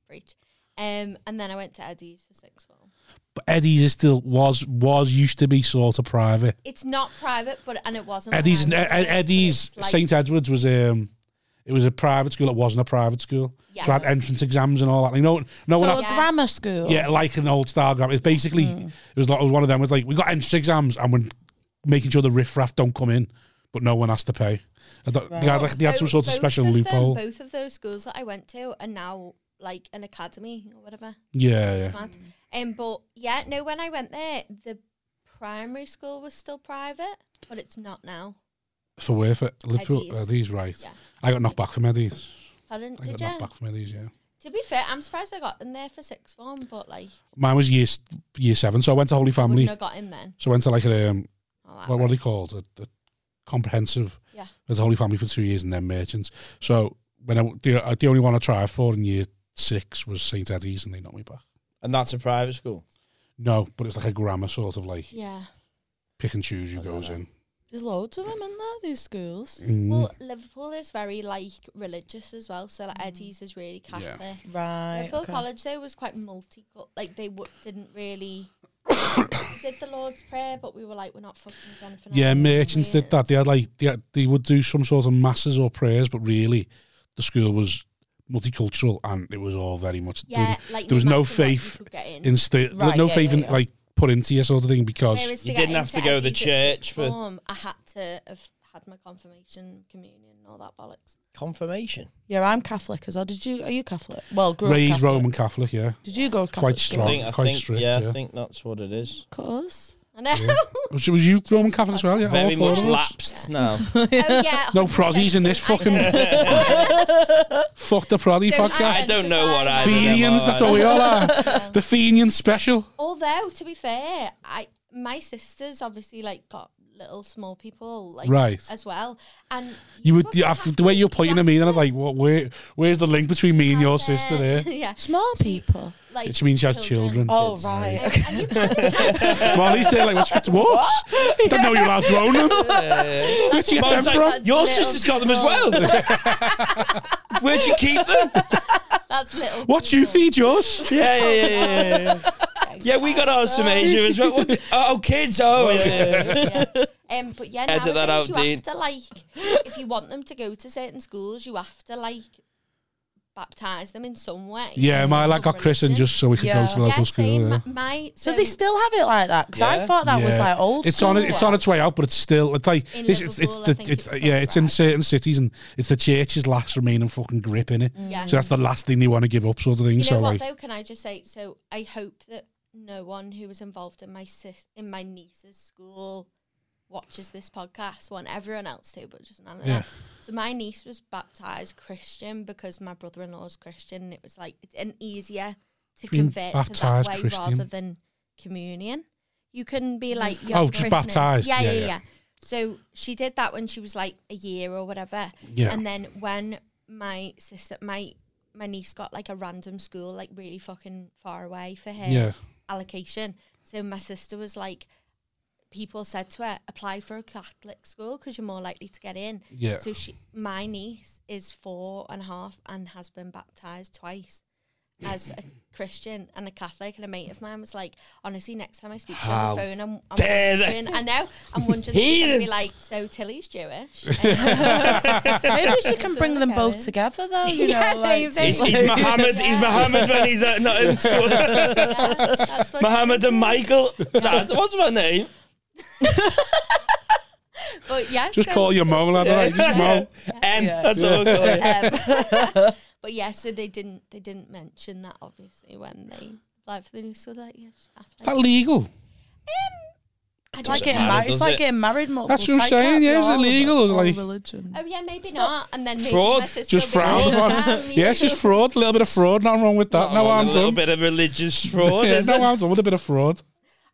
S4: Breach. Um and then I went to Eddie's for six form.
S1: But Eddie's is still, was, was used to be sort of private.
S4: It's not private but and it wasn't when
S1: Eddie's,
S4: I was
S1: Ed- Ed-
S4: there, but
S1: Eddie's,
S4: it's, like,
S1: St. Edward's was, um, it was a private school. It wasn't a private school.
S4: Yeah.
S1: So I had entrance exams and all that. Like, no, no one
S5: So
S1: had,
S4: Yeah.
S5: grammar school.
S1: yeah, like an old style grab. It's basically,
S4: Hmm.
S1: it was like, it was one of them. It was like, we got entrance exams and we're making sure the riffraff don't come in, but no one has to pay. I thought- They had, like, they had some
S4: both-
S1: sort of
S4: both
S1: special
S4: them-
S1: loophole.
S4: both of those schools that I went to are now like an academy or whatever.
S1: Yeah, yeah.
S4: mad. Um, but yeah, no, when I went there, the primary school was still private, but it's not now.
S1: For where for Liverpool
S4: Eddie's.
S1: Eddie's uh, right.
S4: Yeah.
S1: I got knocked back from Eddie's.
S4: Pardon,
S1: I
S4: did
S1: got knocked
S4: you?
S1: back from Eddie's. Yeah,
S4: To be fair, I'm surprised I got in there for sixth form, but like,
S1: mine was year s- year seven, so I went to Holy
S4: wouldn't
S1: Family.
S4: have got in then.
S1: So I went to like a um,
S4: Oh, that
S1: what, what are
S4: way.
S1: they called? A, a comprehensive.
S4: Yeah.
S1: I was Holy Family for two years and then merchants. So when I w- the, uh, the only one I tried for in year six was Saint Eddie's, and they knocked me back.
S2: there. And that's a private school.
S1: No, but it's like a grammar sort of like
S4: yeah.
S1: pick and choose who
S2: I don't
S1: goes
S2: know.
S1: in.
S5: There's loads of them in there. These schools,
S1: Mm.
S4: Well, Liverpool is very like religious as well. So
S2: Mm.
S4: like Eddie's is really Catholic.
S5: right?
S4: Liverpool College though was quite multi. Like they w- didn't really <coughs> we did the Lord's Prayer, but we were like, we're not fucking going for.
S1: Yeah,
S4: nothing,
S1: merchants did
S4: weird.
S1: that. They had like they, had, they would do some sort of masses or prayers, but really, the school was multicultural and it was all very much
S4: Yeah, like
S1: there was no
S4: matter what, you
S1: faith
S4: could get in.
S1: instead
S5: Right,
S1: no
S5: yeah,
S1: faith
S5: yeah,
S1: in
S5: yeah.
S1: like put into you sort of thing because
S4: Whereas
S2: You
S4: to get
S2: didn't have
S4: into
S2: to go to the
S4: SE sixth
S2: church for-
S4: form, I had to have had my confirmation, communion, and all that bollocks.
S2: Confirmation.
S5: Yeah, I'm Catholic as well. Did you? Are you Catholic? Well, grew up
S1: raised
S5: Catholic.
S1: Roman Catholic. Yeah,
S5: Did you go Catholic?
S1: Quite
S5: school?
S1: strong.
S2: I think, I
S1: quite
S2: think
S1: strict,
S2: Oh, yeah,
S1: yeah.
S2: I think that's what it is.
S5: Cause
S4: I know. <laughs>
S1: was, was you Roman Catholic as well? Yeah,
S2: Very
S1: all four
S2: much
S1: of us.
S2: lapsed <laughs> now.
S4: oh yeah.
S1: <laughs> No
S4: 100%
S1: proddies in this
S4: I know.
S1: fucking fuck the proddy
S4: Don't
S1: podcast.
S2: I don't know what I
S1: Fenians, that's what we all are. <laughs> The Fenian special.
S4: Although to be fair, I my sisters obviously like got little small people like
S1: Right.
S4: as well, and
S1: You would
S4: fucking
S1: yeah,
S4: have
S1: the way
S4: to
S1: you're pointing at me, and I was like, "What? Where? Where's the link between me and
S4: have
S1: your
S4: their-
S1: sister?" There,
S4: <laughs> yeah.
S5: small people.
S4: Like
S1: She means she has children.
S5: Oh
S1: Kids,
S5: right.
S4: And- and you can't-
S1: well, at least they're like, "What? what? Don't know you're allowed to own them. Where'd you get them
S2: Mum's like,
S1: from?"
S4: That's
S2: Your
S4: little
S2: sister's got them as
S4: people.
S2: <laughs> well. Where'd you keep them?
S4: That's little.
S1: What you
S4: people.
S1: feed yours?
S2: Yeah, yeah, yeah, yeah, yeah. <laughs> Yeah, we got ours from Asia as well. What- Oh, kids. Oh, yeah, yeah. yeah.
S4: <laughs> yeah. Um, but yeah,
S2: Edit
S4: nowadays
S2: that out,
S4: you
S2: Dean.
S4: have to like, if you want them to go to certain schools, you have to like baptize them in some way.
S1: Yeah, my
S4: Some
S1: lad got christened
S4: religion.
S1: just so we could go
S5: Yeah.
S1: to the local
S4: Yeah,
S1: school.
S4: same.
S1: yeah.
S4: My, my-
S5: So they still have it like that? Because I
S2: Yeah.
S5: thought that was
S1: Yeah.
S5: like old.
S1: It's on
S5: school.
S1: it, it's on its way out, but it's still it's like
S4: In
S1: this, it's it's
S4: Liverpool, I
S1: the it's,
S4: think
S1: uh,
S4: it's still
S1: yeah it's in
S4: bad.
S1: certain cities and it's the church's last remaining fucking grip in it.
S4: Mm. Yeah.
S1: So that's the last thing they want to give up, sort of thing.
S4: You know
S1: so
S4: what
S1: like,
S4: though? Can I just say? So I hope that no one who was involved in my sis in my niece's school watches this podcast. Want everyone else to, but just none of
S1: Yeah.
S4: that. So my niece was baptized Christian because my brother-in-law's Christian. And it was like it's an easier to
S1: Being
S4: convert to that
S1: baptised
S4: way
S1: Christian.
S4: rather than communion. You can be like you're
S1: Oh, just
S4: christening.
S1: baptised.
S4: Yeah,
S1: Yeah,
S4: yeah, yeah,
S1: yeah.
S4: So she did that when she was like a year or whatever.
S1: Yeah.
S4: And then when my sister, my my niece got like a random school, like really fucking far away for her
S1: Yeah.
S4: allocation. So my sister was like, people said to her, apply for a Catholic school because you're more likely to get in.
S1: Yeah.
S4: So she, my niece is four and a half and has been baptized twice as a Christian and a Catholic. And a mate of mine was like, honestly, next time I speak to you on the phone, I'm, I'm
S2: dare they?
S4: wondering, I know, I'm wondering, if you're gonna be like, so
S1: <laughs>
S4: Tilly's Jewish. <laughs>
S5: Maybe <laughs> she can
S4: It's
S5: bring
S4: all
S5: them both
S4: going.
S5: together though. You
S4: Yeah,
S5: know, like,
S4: maybe.
S2: He's, he's Muhammad. He's Muhammad when he's uh, not in <laughs> school.
S4: Yeah, that's what-
S2: Muhammad and Michael. Dad, what's my name?
S4: But yeah,
S1: just
S4: so-
S1: call your mum, lad. <laughs> alright? Just
S4: <laughs>
S1: mum.
S2: M. That's all. Cool. Yeah.
S4: Um, but yeah, so they didn't they didn't mention that obviously when they applied for the new school. Like, yeah,
S1: Is that legal?
S4: I don't
S5: it's like
S2: Doesn't
S5: getting
S2: matter,
S5: married. It's
S2: does
S5: like
S2: it?
S5: getting married multiple
S1: That's what I'm
S5: times.
S1: saying,
S5: Can't be
S1: yeah, is it
S5: all of
S1: legal or
S5: all
S1: like-
S5: religion?
S4: Oh yeah, maybe not. And then maybe
S2: fraud,
S4: My sister
S1: Just
S4: will be
S1: fraud.
S4: like,
S1: man.
S4: "Damn you."
S1: yes, just fraud. A little bit of fraud. Nothing wrong with that.
S2: Oh,
S1: no
S2: a
S1: harm
S2: little
S1: done.
S2: bit of religious fraud.
S1: Yeah,
S2: is
S1: no harm done with a bit of fraud.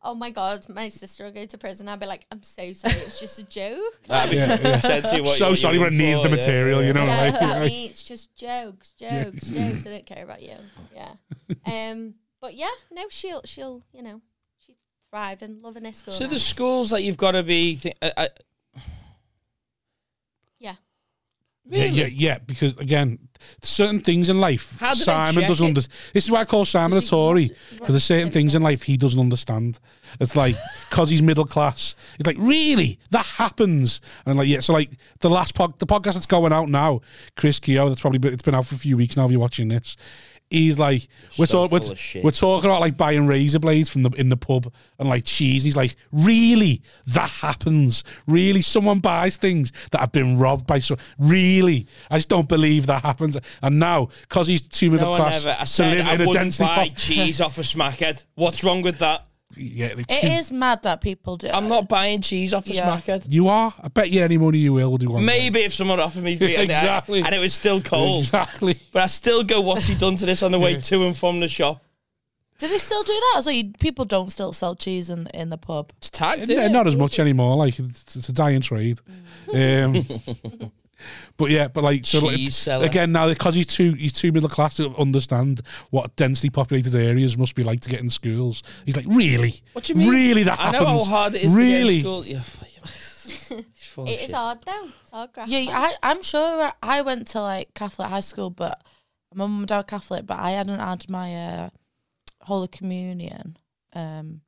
S4: Oh my god, my sister will go to prison. I'll be like, I'm so sorry, it was just a joke.
S2: That'd be
S1: Yeah,
S2: <laughs>
S1: yeah.
S2: fancy what
S1: so
S2: you- what
S1: sorry,
S2: you
S1: but I
S2: in
S1: need
S2: for,
S1: the
S2: yeah.
S1: material. You know,
S4: Yeah,
S1: like,
S2: <laughs>
S4: <laughs>
S1: <laughs>
S4: exactly.
S1: like-
S4: uh, It's just jokes, jokes, jokes. I don't care about
S1: <laughs>
S4: you. Yeah. Um. But yeah, no, she'll she'll you know she's thriving, loving this school.
S2: So
S4: now.
S2: the schools that you've got to be. Thi- uh, I, I,
S4: yeah.
S1: Yeah, yeah, yeah, because again, certain things in life,
S2: How do they
S1: Simon
S2: check
S1: doesn't
S2: it?
S1: understand. This is why I call Simon a
S4: he-
S1: Tory
S4: Right.
S1: because there's certain things in life he doesn't understand. It's like because he's middle class. It's like really that happens, and I'm like yeah. So like the last pod, the podcast that's going out now, Chris Keogh. That's probably been, it's been out for a few weeks now. If you're watching this. He's like, we're,
S2: so
S1: talk, we're,
S2: full of shit.
S1: we're talking about like buying razor blades from the in the pub and like cheese. And he's like, really, that happens. Really, someone buys things that have been robbed by so. Really, I just don't believe that happens. And now, because he's too middle
S2: no, I
S1: class
S2: never. I
S1: to
S2: said
S1: live
S2: I
S1: in a
S2: wouldn't
S1: densely
S2: buy
S1: pop-
S2: cheese off a smackhead. What's wrong with that?
S1: yeah, it's
S5: It
S1: too-
S5: is mad that people do.
S2: I'm not buying cheese off a
S5: Yeah.
S2: smackhead.
S1: You are. I bet you any money you will do one. day.
S2: Maybe if someone offered me three and, I-
S1: Exactly.
S2: and it was still cold,
S1: Exactly.
S2: but I still go, "What's he done to this?" on the way to and from the shop.
S5: Do they still do that? So you, people don't still sell cheese in in the pub.
S2: It's tagged.
S1: Yeah,
S2: in.
S1: not as much anymore. Like it's, it's a dying trade. Um, <laughs> but yeah, but like so like,
S2: Cheese seller.
S1: again now because he's too he's too middle class to understand what densely populated areas must be like to get in schools. He's like, really,
S2: What do you mean?
S1: Really, that
S2: I
S1: happens.
S2: know how hard it is
S1: Really,
S2: to get in school. Yeah,
S4: <laughs>
S2: It's full of
S4: It is
S2: shit.
S4: hard though. It's hard graft.
S5: Yeah, I, I'm sure I went to like Catholic high school, but my mum and dad were Catholic, but I hadn't had my uh, Holy Communion. Um,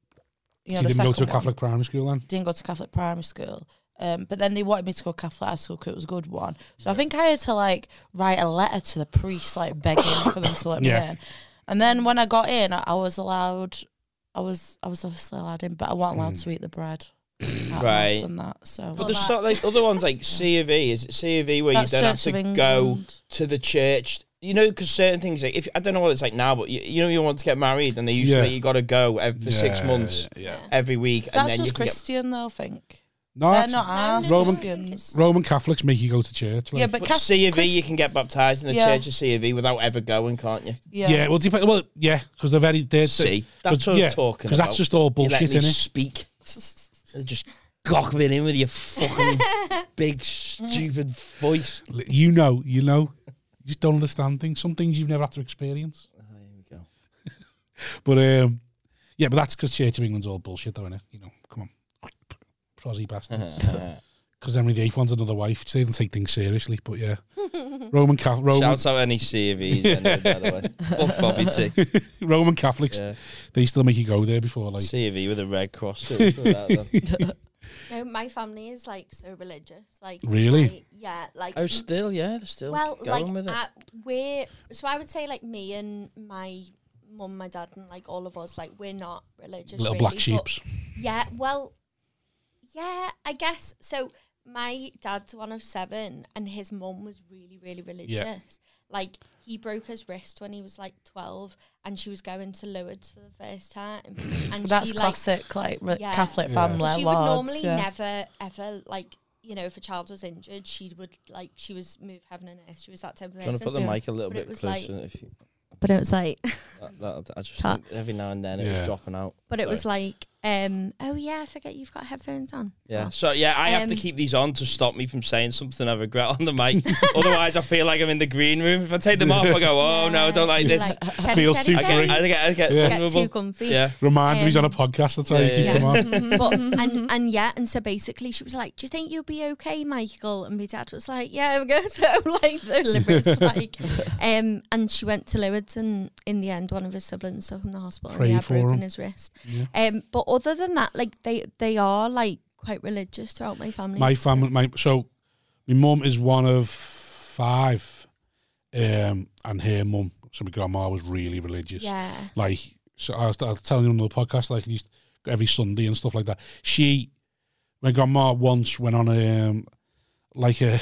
S5: you know,
S1: you
S5: the
S1: didn't go to a
S5: second one.
S1: Catholic primary school then?
S5: Didn't go to Catholic primary school. Um, but then they wanted me to go Catholic high school because it was a good one. So I think I had to like write a letter to the priest, like begging for them to let me
S1: Yeah.
S5: in. And then when I got in, I, I was allowed. I was I was obviously allowed in, but I wasn't allowed to eat
S2: <laughs>
S5: the bread. at mass
S2: Mm. Right.
S5: And that. So
S2: But there's so, like other ones
S5: <laughs>
S2: like C of E. Is it C of E where
S5: That's
S2: you don't
S5: Church
S2: have
S5: of
S2: to
S5: England.
S2: go to the church? You know, because certain things like if I don't know what it's like now, but you, you know, you want to get married and they usually
S1: Yeah.
S2: you got to go ev- for six
S1: Yeah,
S2: months
S1: Yeah.
S2: every week, and
S5: That's
S2: then you
S5: just
S2: can get,
S5: Christian, though. I think
S1: No,
S5: they're
S1: that's-
S5: not ours.
S1: Roman-
S5: Christians.
S1: Roman Catholics make you go to church. like.
S5: Yeah, but,
S2: but
S5: Cath-
S2: C of E
S5: Chris-
S2: you can get baptized in the
S5: Yeah.
S2: church of C of E without ever going, can't you?
S1: yeah. well, depend, well, yeah, because they're very they're,
S2: See, that's what I was talking
S1: Because
S2: about.
S1: that's just all
S2: You
S1: bullshit,
S2: let me
S1: innit?
S2: speak. And just cock me in with your
S5: <laughs>
S2: fucking big stupid voice.
S1: L- You know, you know, you just don't understand things. Some things you've never had to experience.
S2: Oh, here we go.
S1: <laughs> But um, yeah, but that's because Church of England's all bullshit, though, innit? You know, come on, prosy
S2: <laughs>
S1: bastards. Because Henry VIII wants another wife. so They didn't take things seriously, but
S4: <laughs>
S1: yeah, Roman Catholic, Roman,
S2: Shouts out any C of E's, anyway, by the way. <laughs> Fuck Bobby T.
S1: <laughs> Roman Catholics,
S2: Yeah.
S1: they still make you go there before, like,
S2: C of E with a red cross. through <laughs> it, without them.
S4: No, my family is like so religious. Like
S1: Really?
S4: I- yeah, like
S2: oh, still, yeah, they're still
S4: well,
S2: going
S4: like
S2: with it.
S4: I, we're so I would say like me and my mum, my dad, and like all of us, like we're not religious.
S1: little
S4: really,
S1: black
S4: but- <laughs>
S1: sheeps.
S4: Yeah, well, yeah, I guess so. My dad's one of seven, and his mum was really, really religious. Like he broke his wrist when he was like twelve, and she was going to Lourdes for the
S2: <laughs>
S4: first time. And
S5: That's
S4: she, like,
S5: classic, like, re-
S4: Yeah.
S5: Catholic
S1: Yeah.
S5: family.
S4: she would
S5: lads,
S4: normally
S5: yeah.
S4: never ever like you know if a child was injured she would like she was move heaven and earth she was that type of
S2: Trying to
S4: person
S2: put the
S5: Yeah.
S2: mic a little
S4: But it
S2: bit
S4: was
S2: closer.
S4: like-
S2: if you,
S4: but it was like <laughs>
S2: that, that, I just
S4: Ta-
S2: think every now and then it
S1: Yeah.
S2: was dropping out.
S4: but it was
S2: Sorry.
S4: like um oh yeah i forget you've got headphones on
S2: Yeah. So yeah, I have to
S4: Um,
S2: keep these on to stop me from saying something I regret on the mic. <laughs>
S4: Oh.
S2: Otherwise, I feel like I'm in the green room. If I take them off, I go, oh no, I don't like
S4: Yeah,
S2: this.
S4: chatty,
S1: Feels
S4: chatty,
S1: too
S2: I
S4: chatty.
S2: get, I get, I get
S1: Yeah.
S4: Get
S2: vulnerable.
S4: too comfy
S2: Yeah.
S1: Reminds me he's on a
S4: Um,
S1: podcast. That's how
S2: yeah,
S1: you keep
S2: yeah,
S1: them
S2: <laughs>
S1: on.
S4: <laughs> but and and yeah, and so basically she was like, "Do you think you'll be okay, Michael?" And my dad was like, "Yeah, I'm <laughs> going to like the
S1: <laughs>
S4: Liverpool's like." Um, and she went to Lourdes, and in the end, one of his siblings took him to the hospital. and he
S1: Prayed
S4: had
S1: for
S4: broken
S1: him.
S4: his wrist.
S1: Yeah.
S4: Um, but other than that, like they they are like quite religious throughout my family.
S1: My family, my so my mum is one of five, um, and her mum, so my grandma was really religious.
S4: yeah,
S1: Like, so I was, I was telling you on the podcast, like, used every Sunday and stuff like that. She, my grandma once went on a, um, like a,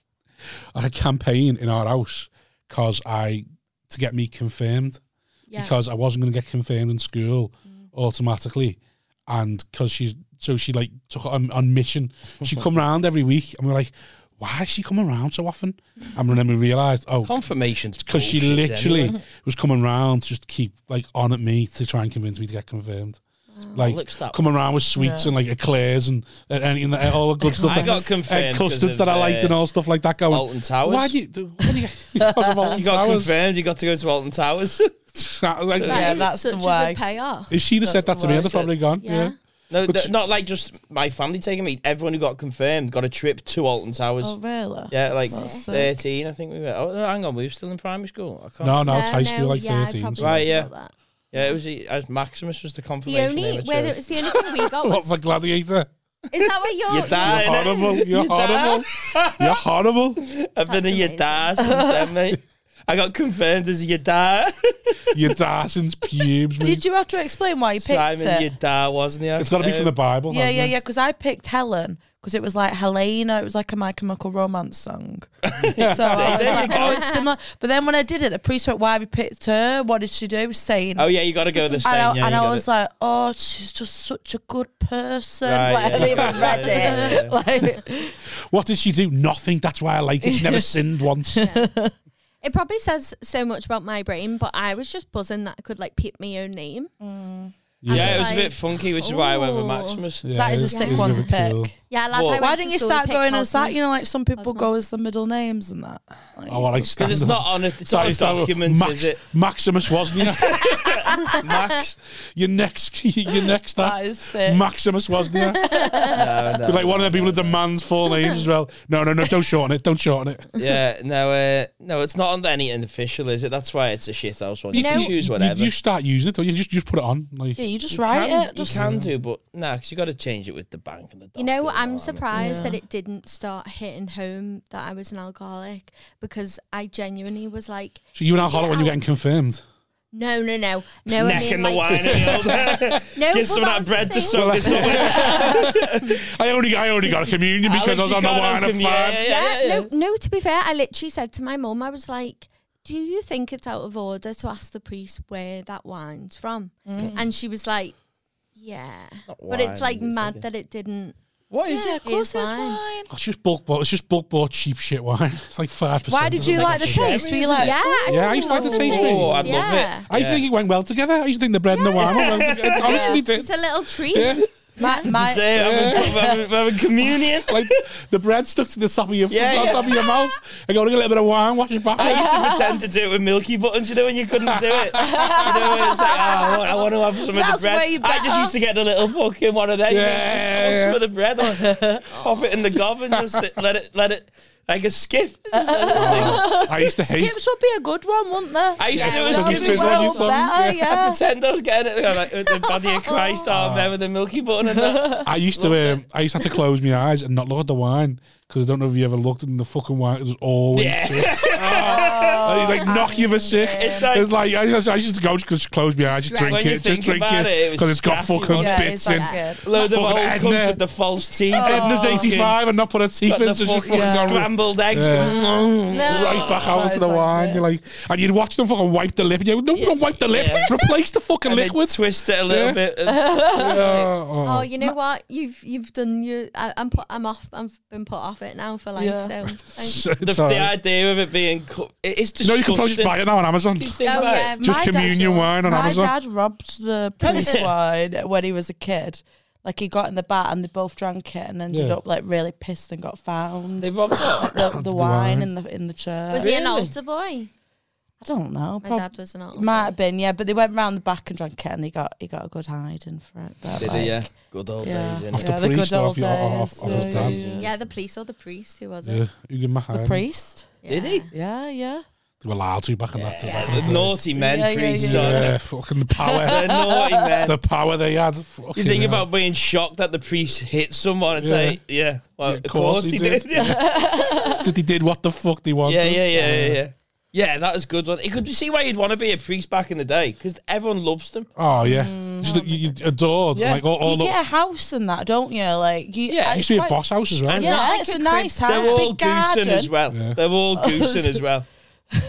S1: <laughs> like a campaign in our house because I, to get me confirmed
S4: yeah,
S1: because I wasn't going to get confirmed in school automatically, and because she's so she like took it on, on mission. She'd come round every week, and we are like, "Why is she coming round so often?" And then we realised, oh,
S2: Confirmations.
S1: because she
S2: bullshit
S1: literally
S2: anyway.
S1: was coming round just to keep like on at me to try and convince me to get confirmed. Like
S2: Looks that
S1: coming round with sweets
S5: Yeah.
S1: and like eclairs and and, and, and all the good stuff.
S2: <laughs> I
S1: that-
S2: got confirmed
S1: and
S2: 'cause
S1: custards
S2: of,
S1: that I
S2: uh,
S1: liked and all stuff like that. Going,
S2: Alton Towers.
S1: why do you? do- Why do you, <laughs> because of Alton
S2: <laughs> You got
S1: Towers?
S2: confirmed. You got to go to Alton Towers.
S1: <laughs> Like,
S4: That
S5: Yeah,
S4: is
S5: that's the
S4: such a
S5: way.
S4: good payoff.
S1: If she'd have said that
S5: That's
S1: to me, I'd
S5: wise.
S1: have probably gone.
S4: Yeah.
S1: Yeah.
S2: No,
S1: But
S2: th-
S1: you-
S2: not like just my family taking me. Everyone who got confirmed got a trip to Alton Towers.
S5: Oh, really?
S2: Yeah, like
S5: That's sick.
S2: thirteen, I think we were. Oh, no, hang on, we were still in primary school. I can't.
S1: No, no, it's
S4: Yeah,
S1: high school,
S4: no,
S1: like
S4: yeah, I
S1: 13.
S4: probably
S1: so-
S2: Right,
S4: was
S2: yeah.
S4: about that.
S2: Yeah, it was the- uh, Maximus was the
S4: The
S2: confirmation.
S4: only
S2: name I
S4: where
S2: chose.
S4: it was the only thing
S1: <laughs>
S4: we got
S1: What,
S4: was
S1: for Gladiator?
S4: is that what you're
S2: your dad.
S1: You're
S2: innit?
S1: horrible. You're
S2: Your dad.
S1: horrible. You're horrible.
S2: I've been a
S4: That's
S2: your
S4: amazing.
S2: dad since
S5: <laughs>
S2: then, mate. I got confirmed as a your dad. <laughs>
S1: You're Darson's pubes. mate.
S5: Did you have to explain why you picked
S2: Simon,
S5: it?
S2: your dad, wasn't he?
S1: It's got to be from the Bible.
S5: yeah,
S1: hasn't
S5: yeah,
S1: it?
S5: yeah. Because I picked Helen because it was like Helena. It was like a My Chemical Romance song. so I was
S2: There you
S5: like, oh, it's similar. But then when I did it, the priest went, "Why have you picked her? What did she do?" Saying.
S2: Oh yeah, you got to go the same.
S5: and I,
S2: yeah,
S5: and
S2: you
S5: I
S2: got
S5: was
S2: it.
S5: like, oh, she's just such a good person.
S2: Right,
S5: like, I
S2: yeah, <laughs>
S5: didn't even
S2: yeah,
S5: read
S2: yeah, yeah,
S5: it.
S2: yeah.
S5: Like,
S1: What did she do? Nothing. That's why I like it. She never sinned once.
S4: It
S5: Mm.
S4: probably says so much about my brain, but I was just buzzing that I could like pick my own name.
S2: Yeah, it was a
S4: like,
S2: bit funky, which is why I went with
S4: ooh.
S2: Maximus.
S1: Yeah,
S5: that is a
S1: it's-
S5: sick
S1: it's
S5: one
S1: gonna
S5: to
S1: be cool.
S5: pick.
S4: Yeah, lads,
S2: Well-
S4: I
S2: Why
S4: went
S5: Why
S4: to
S5: didn't you
S4: school
S5: start
S4: pick
S5: going as that? You know, like
S4: Cosmics.
S5: some people
S4: Cosmo.
S5: go as the middle names and that. Like,
S1: Oh, well, like
S2: Because it's
S1: standard.
S2: not on it. It's not
S1: Sorry,
S2: on
S1: sorry.
S2: documents,
S1: Max- <laughs>
S2: is it?
S1: Maximus Wozniak. <laughs> Max, your next, <laughs> your next
S5: that
S1: act.
S5: is sick.
S1: Maximus Wozniak.
S2: No, no,
S1: Be like one of
S2: no,
S1: the people
S2: no,
S1: that demands full names as well. No, no, no, don't shorten it. Don't shorten it.
S2: no. Yeah, no, uh, no, it's not on anything official, is it? That's why it's a shit house one. You,
S4: You
S2: can
S4: know-
S2: choose
S1: You-
S2: whatever.
S1: You, start using it, don't you? Just, just put it on. Like,
S5: yeah, you just
S2: You
S5: write
S2: can,
S5: it.
S2: You
S5: Just
S2: can do, but nah, because you got to change it with the bank and the.
S4: You know,
S2: doctor and all
S4: I'm
S2: that.
S4: surprised that
S5: Yeah.
S4: it didn't start hitting home that I was an alcoholic because I genuinely was like,
S1: so you and Alcoholic when you're getting confirmed.
S4: no, no, no, no. I
S2: Neck
S4: mean,
S2: in the
S4: like,
S2: wine and the old-
S4: <laughs> No,
S2: Give
S4: well,
S2: some of that
S4: was
S2: bread
S4: the
S2: to
S4: thing.
S2: soak this
S1: <laughs>
S2: up.
S1: I only, I only got a communion because
S2: Alex,
S1: I was
S2: you
S1: on the
S2: got
S1: wine at
S2: on
S1: five.
S2: commu- yeah,
S4: Yeah, no, no. To be fair, I literally said to my mum, I was like, "Do you think it's out of order to ask the priest where that wine's from?" And she was like, "Yeah,"
S2: Not
S4: but
S2: wine,
S4: it's like
S2: it's
S4: mad
S2: like a-
S4: that it didn't.
S5: what is
S4: Yeah,
S5: it? Of course,
S4: here's
S5: it's
S4: mine.
S5: wine.
S1: It's just bulk bought. It's just bulk bought cheap shit wine. <laughs> It's like five percent.
S5: Why did you like the
S2: cherry,
S5: taste? Were you
S2: isn't
S5: like,
S4: Yeah, I
S1: Yeah, I
S4: fucking
S1: used to like the
S4: love
S1: taste
S4: these.
S1: menu.
S2: Oh, I love
S4: Yeah.
S2: it.
S1: I used to
S2: Yeah.
S1: think it went well together. I used to think the bread and the wine went well
S2: <laughs>
S1: together. It Honestly,
S4: It's
S1: did.
S4: a little treat. Yeah,
S5: my, my,
S2: Say, I'm a- I'm a- I'm a communion.
S1: Like the bread stuck to the top of your
S2: Yeah,
S1: on
S2: yeah.
S1: top of your mouth. I got a little bit of wine washing back.
S2: I used to pretend to do it with Milky Buttons, you know, when you couldn't do it. You know, it was like, oh, I, want, I want to have some of
S5: That's
S2: the bread.
S5: way
S2: I just
S5: better.
S2: used to get a little fucking one of them. you know,
S1: Yeah,
S2: just,
S1: yeah,
S2: "Oh,
S1: yeah.
S2: some of the bread, I'll pop it in the gob and just sit- let it, let it, like a skip. Just
S1: <laughs>
S2: let it skip.
S1: Oh. I used to hate.
S5: Skips would be a good one, wouldn't there?
S2: I used
S4: Yeah,
S2: to do
S5: That
S2: a
S5: would
S1: Skips
S5: be
S2: skip as
S1: is
S2: well.
S1: on
S5: well
S1: your tongue,
S5: better,
S2: I
S1: Ah.
S5: yeah.
S2: pretend I was getting it, like, with the body of Christ out there with the Milky Button
S1: <laughs>
S2: and that.
S1: I used to. Um, I used to have to close my eyes and not look at the wine because I don't know if you ever looked in the fucking wine. It was always
S2: Yeah. <laughs>
S1: chips. Oh, <laughs> like knock you for sick.
S2: It's like-
S1: it's like I used, to, I used to go just close my eyes, just drink
S4: drink
S2: it. When you
S1: it, just
S2: think
S1: drink
S2: about it,
S1: it
S2: it was
S1: because it, has got
S2: gassy,
S1: fucking
S2: wasn't
S5: Yeah,
S1: bits
S5: it's
S1: in.
S5: that good.
S2: Load of
S1: Fucking
S2: old
S1: Edna.
S2: cunts with the false teeth.
S1: Edna's
S2: Fucking-
S1: eighty five and not put her teeth
S2: got
S1: in,
S2: Oh. the
S1: so it's just
S2: fucking
S1: fucking gone
S2: scrambled eggs. Mm, Mm-hmm.
S1: Yeah. right
S4: No.
S1: back out
S5: Oh,
S1: into the
S5: it's like
S1: wine.
S5: that.
S1: You're like, and you'd watch them fucking wipe the lip. And you're like, no, don't wipe the lip. Replace the fucking
S2: And then
S1: liquid.
S2: twist it a little
S1: Yeah.
S2: bit.
S1: <laughs>
S2: and-
S4: Oh,
S1: Oh,
S4: you know what? You've you've done your. I, I'm put. I'm off. I've been put off it now for life.
S5: Yeah.
S4: So. Thank
S1: So
S2: The,
S1: it's
S2: the
S1: alright.
S2: idea of it being co- it- it's
S1: You know,
S2: disgusting.
S1: you can probably just buy it now on Amazon.
S2: You think
S4: Oh
S2: about it.
S4: yeah,
S1: Just
S4: my dad
S1: communion
S4: did.
S1: wine on
S5: My
S1: Amazon.
S5: dad robbed the police wine when he was a kid. Like he got in the bat and they both drank it and ended
S1: Yeah.
S5: up like really pissed and got found.
S1: <laughs>
S2: They robbed
S5: Like,
S2: up.
S5: the, the, wine
S1: wine.
S5: in the in the church.
S4: Was he an
S2: Really?
S4: altar boy?
S5: I don't know.
S4: My
S5: prob-
S4: dad was an altar.
S5: might
S4: boy.
S5: have been yeah, but they went round the back and drank it and he got he got a good hiding for it. But like,
S2: uh, Good old
S5: Yeah.
S2: days.
S1: Off
S2: innit?
S1: the
S5: Yeah, the
S1: priest,
S5: good
S1: off, your,
S5: old
S1: off,
S5: days,
S1: off his
S2: yeah,
S1: dad.
S2: yeah.
S4: Yeah, the police or the priest. Who was
S1: Yeah,
S4: it?
S1: you give him a
S5: the
S1: hand.
S5: priest.
S2: Did
S4: Yeah.
S2: he?
S5: Yeah, yeah.
S1: They were allowed to back in that day.
S4: Yeah.
S1: back in
S2: The naughty men
S5: Yeah, yeah,
S2: priests.
S1: the-
S5: yeah.
S2: aren't
S1: Yeah, eh, fucking the
S2: <laughs> they?
S1: power.
S2: They're naughty
S1: <laughs>
S2: men.
S1: the power they had.
S2: You
S1: Fucking
S2: think
S1: hell.
S2: about being shocked that the priest hit someone. It's
S1: Yeah.
S2: like, yeah, well,
S1: Yeah,
S2: of course, he did. <laughs> Yeah.
S1: that they did what the fuck they wanted.
S2: yeah, yeah, yeah, yeah, yeah. Yeah, that was a good one. You could see why you'd want to be a priest back in the day because everyone loves them.
S1: Oh yeah, just that you, you adored.
S2: Yeah.
S1: Like all, all
S5: you
S1: the,
S5: get a house and that, don't you? Like you,
S2: Yeah,
S5: it's
S1: used to be a
S5: quite-
S1: boss house as well.
S2: And
S5: Yeah,
S4: like
S5: it's
S4: a
S5: a
S4: crib.
S5: nice house.
S2: They're all
S5: big
S2: goosing
S5: garden.
S2: as well.
S1: Yeah.
S2: They're <laughs> all goosing as well.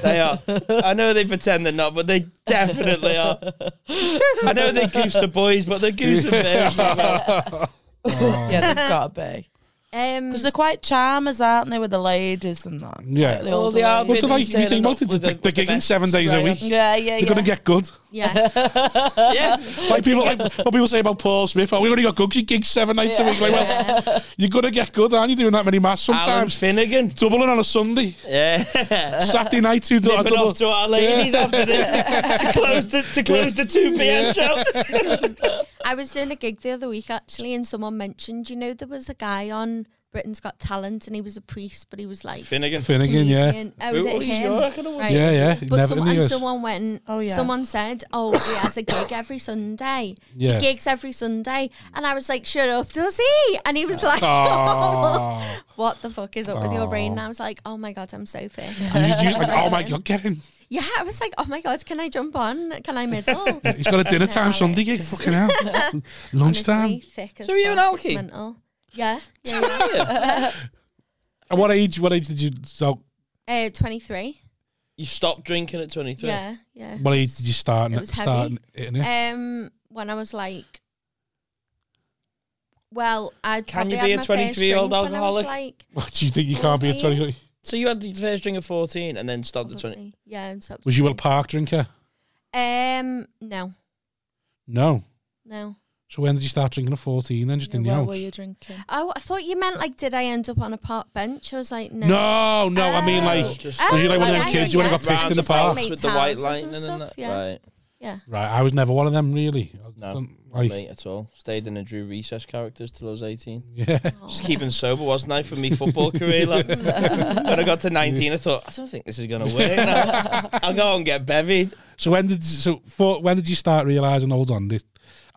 S2: They are. I know they pretend they're not, but they definitely are. I know they goose the boys, but they're goosing bears as well.
S5: Yeah, they've got to be.
S1: <laughs>
S4: Um,
S5: Because they're quite charmers, aren't they, with the ladies and that?
S1: Yeah.
S5: Like the
S2: Well,
S5: older
S2: they are
S5: ladies.
S1: But like,
S2: He's
S1: if you
S2: turning
S1: think about
S2: up
S1: it,
S2: with
S1: they're, they're
S2: the- with the
S1: gigging
S2: best
S1: seven days a
S2: sprayer.
S1: week.
S5: Yeah, yeah,
S1: They're
S5: yeah.
S1: gonna get good.
S4: yeah.
S1: <laughs>
S2: Yeah.
S1: Like people, like what people say about Paul Smith. Oh, we only got good. She gigs seven nights a week. Like, well, you're gonna get good, aren't you? Doing that many mass
S2: Alan
S1: sometimes.
S2: Finnegan.
S1: Doubling on a Sunday,
S2: Yeah.
S1: Saturday night, two do-
S2: Nipping
S1: double.
S2: off to our ladies after <laughs> this to, to close the to close the two PM show.
S4: I was doing a gig the other week actually, and someone mentioned, you know, there was a guy on Britain's Got Talent, and he was a priest, but he was like
S2: Finnegan.
S1: Finnegan, yeah,
S4: comedian. Oh, is it
S2: Booties,
S4: him?
S2: you're not gonna win.
S4: Right.
S1: yeah, yeah.
S4: But
S1: Never
S4: some,
S1: in the
S4: and
S1: years.
S4: someone went and
S5: Oh, yeah.
S4: someone said, Oh, he has a gig every Sunday. He
S1: Yeah.
S4: gigs every Sunday. And I was like, Shut up, does he? And he was like,
S1: Oh.
S4: <laughs> What the fuck is up with your brain? And I was like, Oh my God, I'm so thin.
S1: And you just, you just like, oh my god, get in.
S4: yeah, I was like, Oh my God, can I jump on? Can
S1: <laughs>
S4: I middle?
S1: He's got a dinner
S4: <laughs>
S1: time
S4: Alex.
S1: Sunday gig. Fucking
S4: <laughs>
S1: hell, lunchtime.
S4: Honestly, thick as
S2: So are you an
S4: fuck.
S2: alky?
S4: It's Mental. Yeah. yeah,
S1: At what age? What age did you? So,
S4: yeah. uh, 23.
S2: You stopped drinking at twenty three.
S4: Yeah, yeah.
S1: what age did you start?
S4: It was heavy.
S1: start hitting it?
S4: Um, When I was like, well, I'd
S2: Can you
S4: probably
S2: be
S4: had
S2: a
S4: my first
S2: 23-year-old
S4: drink when I was,
S2: alcoholic?
S4: Like,
S1: <laughs> What do you think? You can't be a
S4: Fourteen.
S1: twenty.
S2: So you had your first drink at fourteen and then stopped at twenty.
S4: Probably. Yeah, and subs-
S1: Was you a park drinker?
S4: Um, no,
S1: No.
S4: Um, No.
S1: So when did you start drinking at 14 then, just in the
S5: What
S1: house?
S5: were you drinking?
S4: Oh, I thought you meant like, did I end up on a park bench? I was like, no.
S1: No, no, I mean
S4: Oh.
S1: like,
S2: Just-
S1: was you like one of
S4: Oh,
S1: them
S4: yeah,
S1: kids you went and got
S4: yeah.
S1: pissed in the
S4: Just like
S1: park?
S4: me.
S2: with the white
S4: towels and
S2: lightning and,
S4: stuff,
S2: that.
S4: yeah.
S2: Right.
S4: Yeah.
S1: Right, I was never one of them really. I
S2: No,
S1: don't-
S2: Not
S1: like,
S2: me at all. Stayed in the Drew Recess characters till I was 18.
S1: <laughs> yeah,
S2: Just keeping sober, wasn't I, for me football
S1: <laughs>
S2: career? Like, when I got to 19, I thought, I don't think this is going to work. I'll, I'll go and get bevied.
S1: So when did so for, when did you start realizing? Hold on, this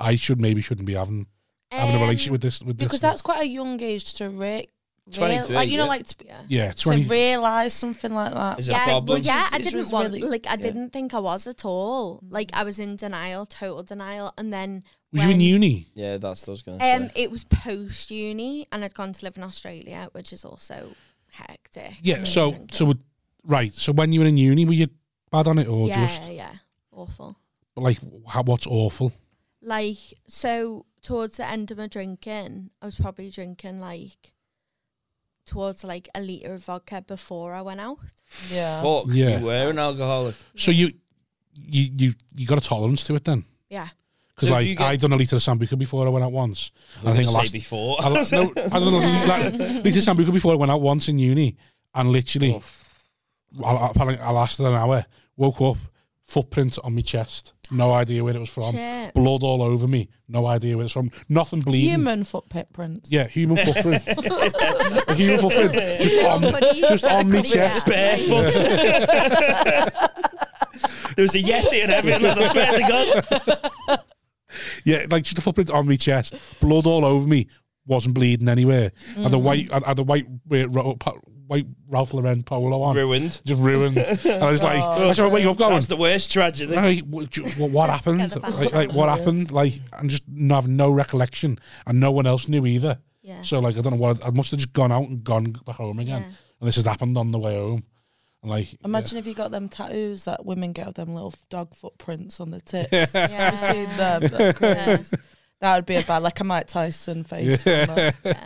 S1: I should maybe shouldn't be having having a
S4: Um,
S1: relationship with this with this.
S5: Because that's quite a young age to re- real,
S2: 23,
S5: like you know,
S2: yeah.
S5: like to,
S4: Yeah.
S1: yeah,
S5: to
S1: twenty.
S5: realize something like that.
S2: Is it
S4: Yeah,
S2: a
S4: well,
S2: problem?
S4: yeah,
S5: Which
S4: I
S5: is- which
S4: didn't
S5: is
S4: want,
S5: really-
S4: like, I didn't think I was at all. Like, I was in denial, total denial. And then,
S1: was you in
S4: when-
S1: uni?
S2: Yeah, that's what I was going to say.
S4: um, it was post uni, and I'd gone to live in Australia, which is also hectic.
S1: Yeah.
S4: No
S1: So
S4: drinking.
S1: so would- right. So when you were in uni, were you bad on it or
S4: yeah,
S1: just
S4: yeah, awful.
S1: like how, what's awful?
S4: Like, so towards the end of my drinking, I was probably drinking like towards like a liter of vodka before I went out.
S5: Yeah.
S2: Fuck,
S1: Yeah.
S2: you were an alcoholic.
S1: So you you you you got a tolerance to it then?
S4: Yeah,
S1: Because
S2: So if you
S1: like
S2: get-
S1: I done a liter of sambuca before I went out once. I think I
S2: Say
S1: last
S2: before.
S1: I, la- no, I don't know.
S4: <laughs>
S1: Like, liter of sambuca before I went out once in uni, and literally I, I, apparently I lasted an hour. Woke up, footprint on my chest. No idea where it was from.
S4: Shit.
S1: Blood all over me. No idea where it's from. Nothing bleeding.
S5: Human footprints.
S1: Yeah, human footprint. A human footprint. Just on,
S4: Nobody-
S1: just on my
S4: Yeah.
S1: chest. <laughs>
S2: <laughs> Barefoot. there was a Yeti and everything, I swear to God.
S1: Yeah, like just a footprint on my chest. Blood all over me. Wasn't bleeding anywhere. I
S4: Mm.
S1: had a white, I had a white, uh, Ro- pa- white Ralph Lauren polo on.
S2: Ruined. Oh.
S1: Just ruined. And I was like, I started waking up going.
S2: That's the worst tragedy.
S1: And I'm like, what, do you- what, what happened?
S4: Get the
S1: Like, like, what happened? Like, and just no, have no recollection, and no one else knew either.
S4: yeah.
S1: So like, I don't know what I, I must have just gone out and gone back home again,
S4: Yeah.
S1: and this has happened on the way home. And like,
S5: Imagine if you got them tattoos that women get of them little dog footprints on the tip.
S1: <laughs> yeah.
S5: <laughs>
S4: yeah.
S5: See them,
S1: <laughs>
S5: that's
S4: Yeah.
S5: crazy. That would be a bad, like a Mike Tyson face. wouldn't
S1: yeah.
S5: it?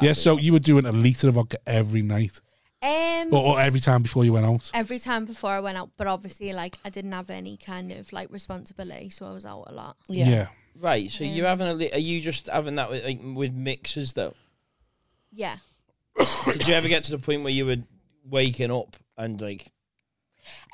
S1: Yeah, So you were doing a liter of vodka every night,
S4: Um,
S1: or, or every time before you went out.
S4: every time before I went out, but obviously, like, I didn't have any kind of like responsibility, so I was out a lot.
S5: Yeah.
S2: Right, so you're having a. Li- are you just having that with, like, with mixers though?
S4: Yeah.
S2: Did you ever get to the point where you were waking up and like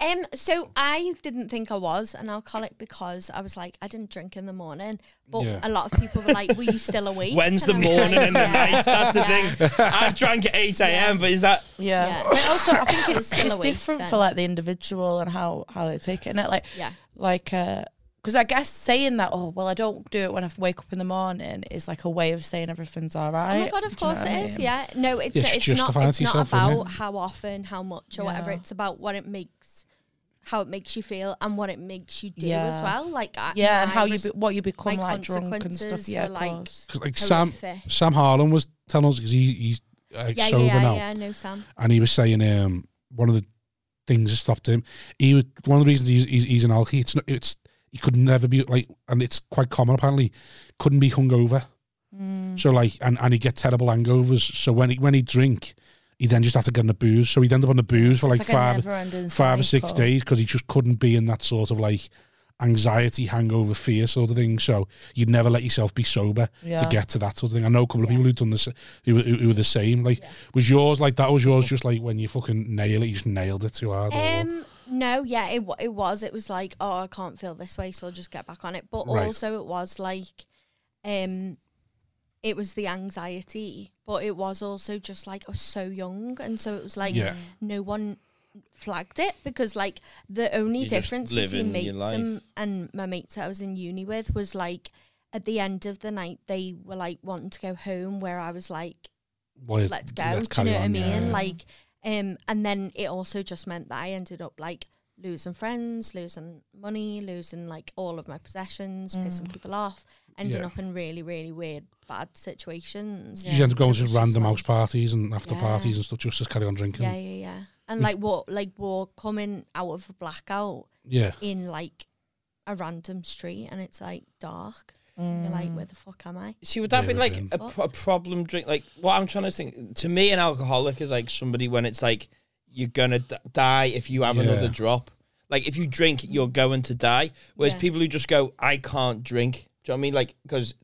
S4: Um. So I didn't think I was an alcoholic because I was like, I didn't drink in the morning. But
S1: Yeah.
S4: a lot of people were like, "Were you still awake?"
S2: when's the
S4: And I was
S2: morning
S4: like,
S2: and the
S4: "Yeah,
S2: night? That's the
S4: <laughs> yeah,
S2: thing. I drank at eight a.m. But is that
S5: Yeah.
S4: Yeah.
S5: But also, I think <coughs> it's,
S4: Still
S5: it's
S4: awake
S5: different
S4: then.
S5: for like the individual and how how they take it. And it, like
S4: Yeah.
S5: like uh 'cause because I guess saying that oh well I don't do it when I wake up in the morning is like a way of saying everything's all right.
S4: Oh my god! Of
S5: Do you know
S4: course
S5: what I
S4: it is.
S5: mean?
S4: Yeah. No, it's
S1: It's
S4: it's, not.
S1: justifying
S4: It's
S1: to
S4: not
S1: yourself, isn't it?
S4: about how often, how much, or whatever.
S5: Yeah.
S4: It's about what it makes, how it makes you feel, and what it makes you do as
S5: Yeah.
S4: well. Like I-
S5: Yeah, and
S4: my
S5: how you
S4: res-
S5: be, what you become
S4: my
S5: like drunk and stuff.
S4: consequences
S5: Yeah,
S4: were,
S5: of
S4: like,
S5: course.
S1: 'Cause, like Sam,
S4: Horrific.
S1: Sam Harlan was telling us because he, he's uh,
S4: yeah,
S1: sober
S4: yeah, yeah,
S1: now,
S4: yeah. No, Sam.
S1: and he was saying um, one of the things that stopped him. He was one of the reasons he's, he's, he's an alky. It's not. It's he could never be like, and it's quite common apparently. Couldn't be hungover.
S5: Mm.
S4: mm.
S1: So like, and and he get terrible hangovers. So when he when he drink, he then just had to get on the booze. So he'd end up on the booze for
S5: It's
S1: like,
S5: a
S1: five
S5: never-ending
S1: five or six
S5: cycle.
S1: days because he just couldn't be in that sort of like anxiety, hangover, fear sort of thing. So you'd never let yourself be sober
S5: Yeah.
S1: to get to that sort of thing. I know a couple of people who've done this who, who, who were the same. Like, was yours like that? Was yours just like when you fucking nail it, you just nailed it too hard? or-
S4: Um, no, yeah, it wa- it was. It was like, oh, I can't feel this way, so I'll just get back on it. But
S1: Right.
S4: also, it was like, um, it was the anxiety, but it was also just like I was so young, and so it was like
S1: Yeah.
S4: no one flagged it because like the only
S2: You're just
S4: difference
S2: living
S4: between mates
S2: your
S4: and,
S2: life.
S4: and my mates that I was in uni with was like at the end of the night they were like wanting to go home, where I was like
S1: well,
S4: let's go. do you know what I mean? Like, um, and then it also just meant that I ended up like losing friends, losing money, losing like all of my possessions, pissing people off, ending
S1: Mm. Yeah.
S4: up in really, really weird, bad situations.
S1: You just end up going to
S4: It was
S1: just
S4: just
S1: random
S4: like-
S1: house parties and after
S4: Yeah.
S1: parties and stuff just to carry on drinking.
S4: Yeah,
S1: Yeah.
S4: yeah, yeah. And like what, like we're coming out of a blackout in like a random street, and it's like dark. You're
S1: Mm.
S4: like, where the fuck am I?
S2: See, would that
S1: Yeah,
S2: be
S1: we've
S2: like
S1: been-
S2: a, pro- a problem drink? Like, what I'm trying to think to me, an alcoholic is like somebody when it's like you're gonna d- die if you have
S1: Yeah.
S2: another drop. Like, if you drink, you're going to die. Whereas
S4: Yeah.
S2: people who just go, I can't drink, Do you know what I mean? Like, because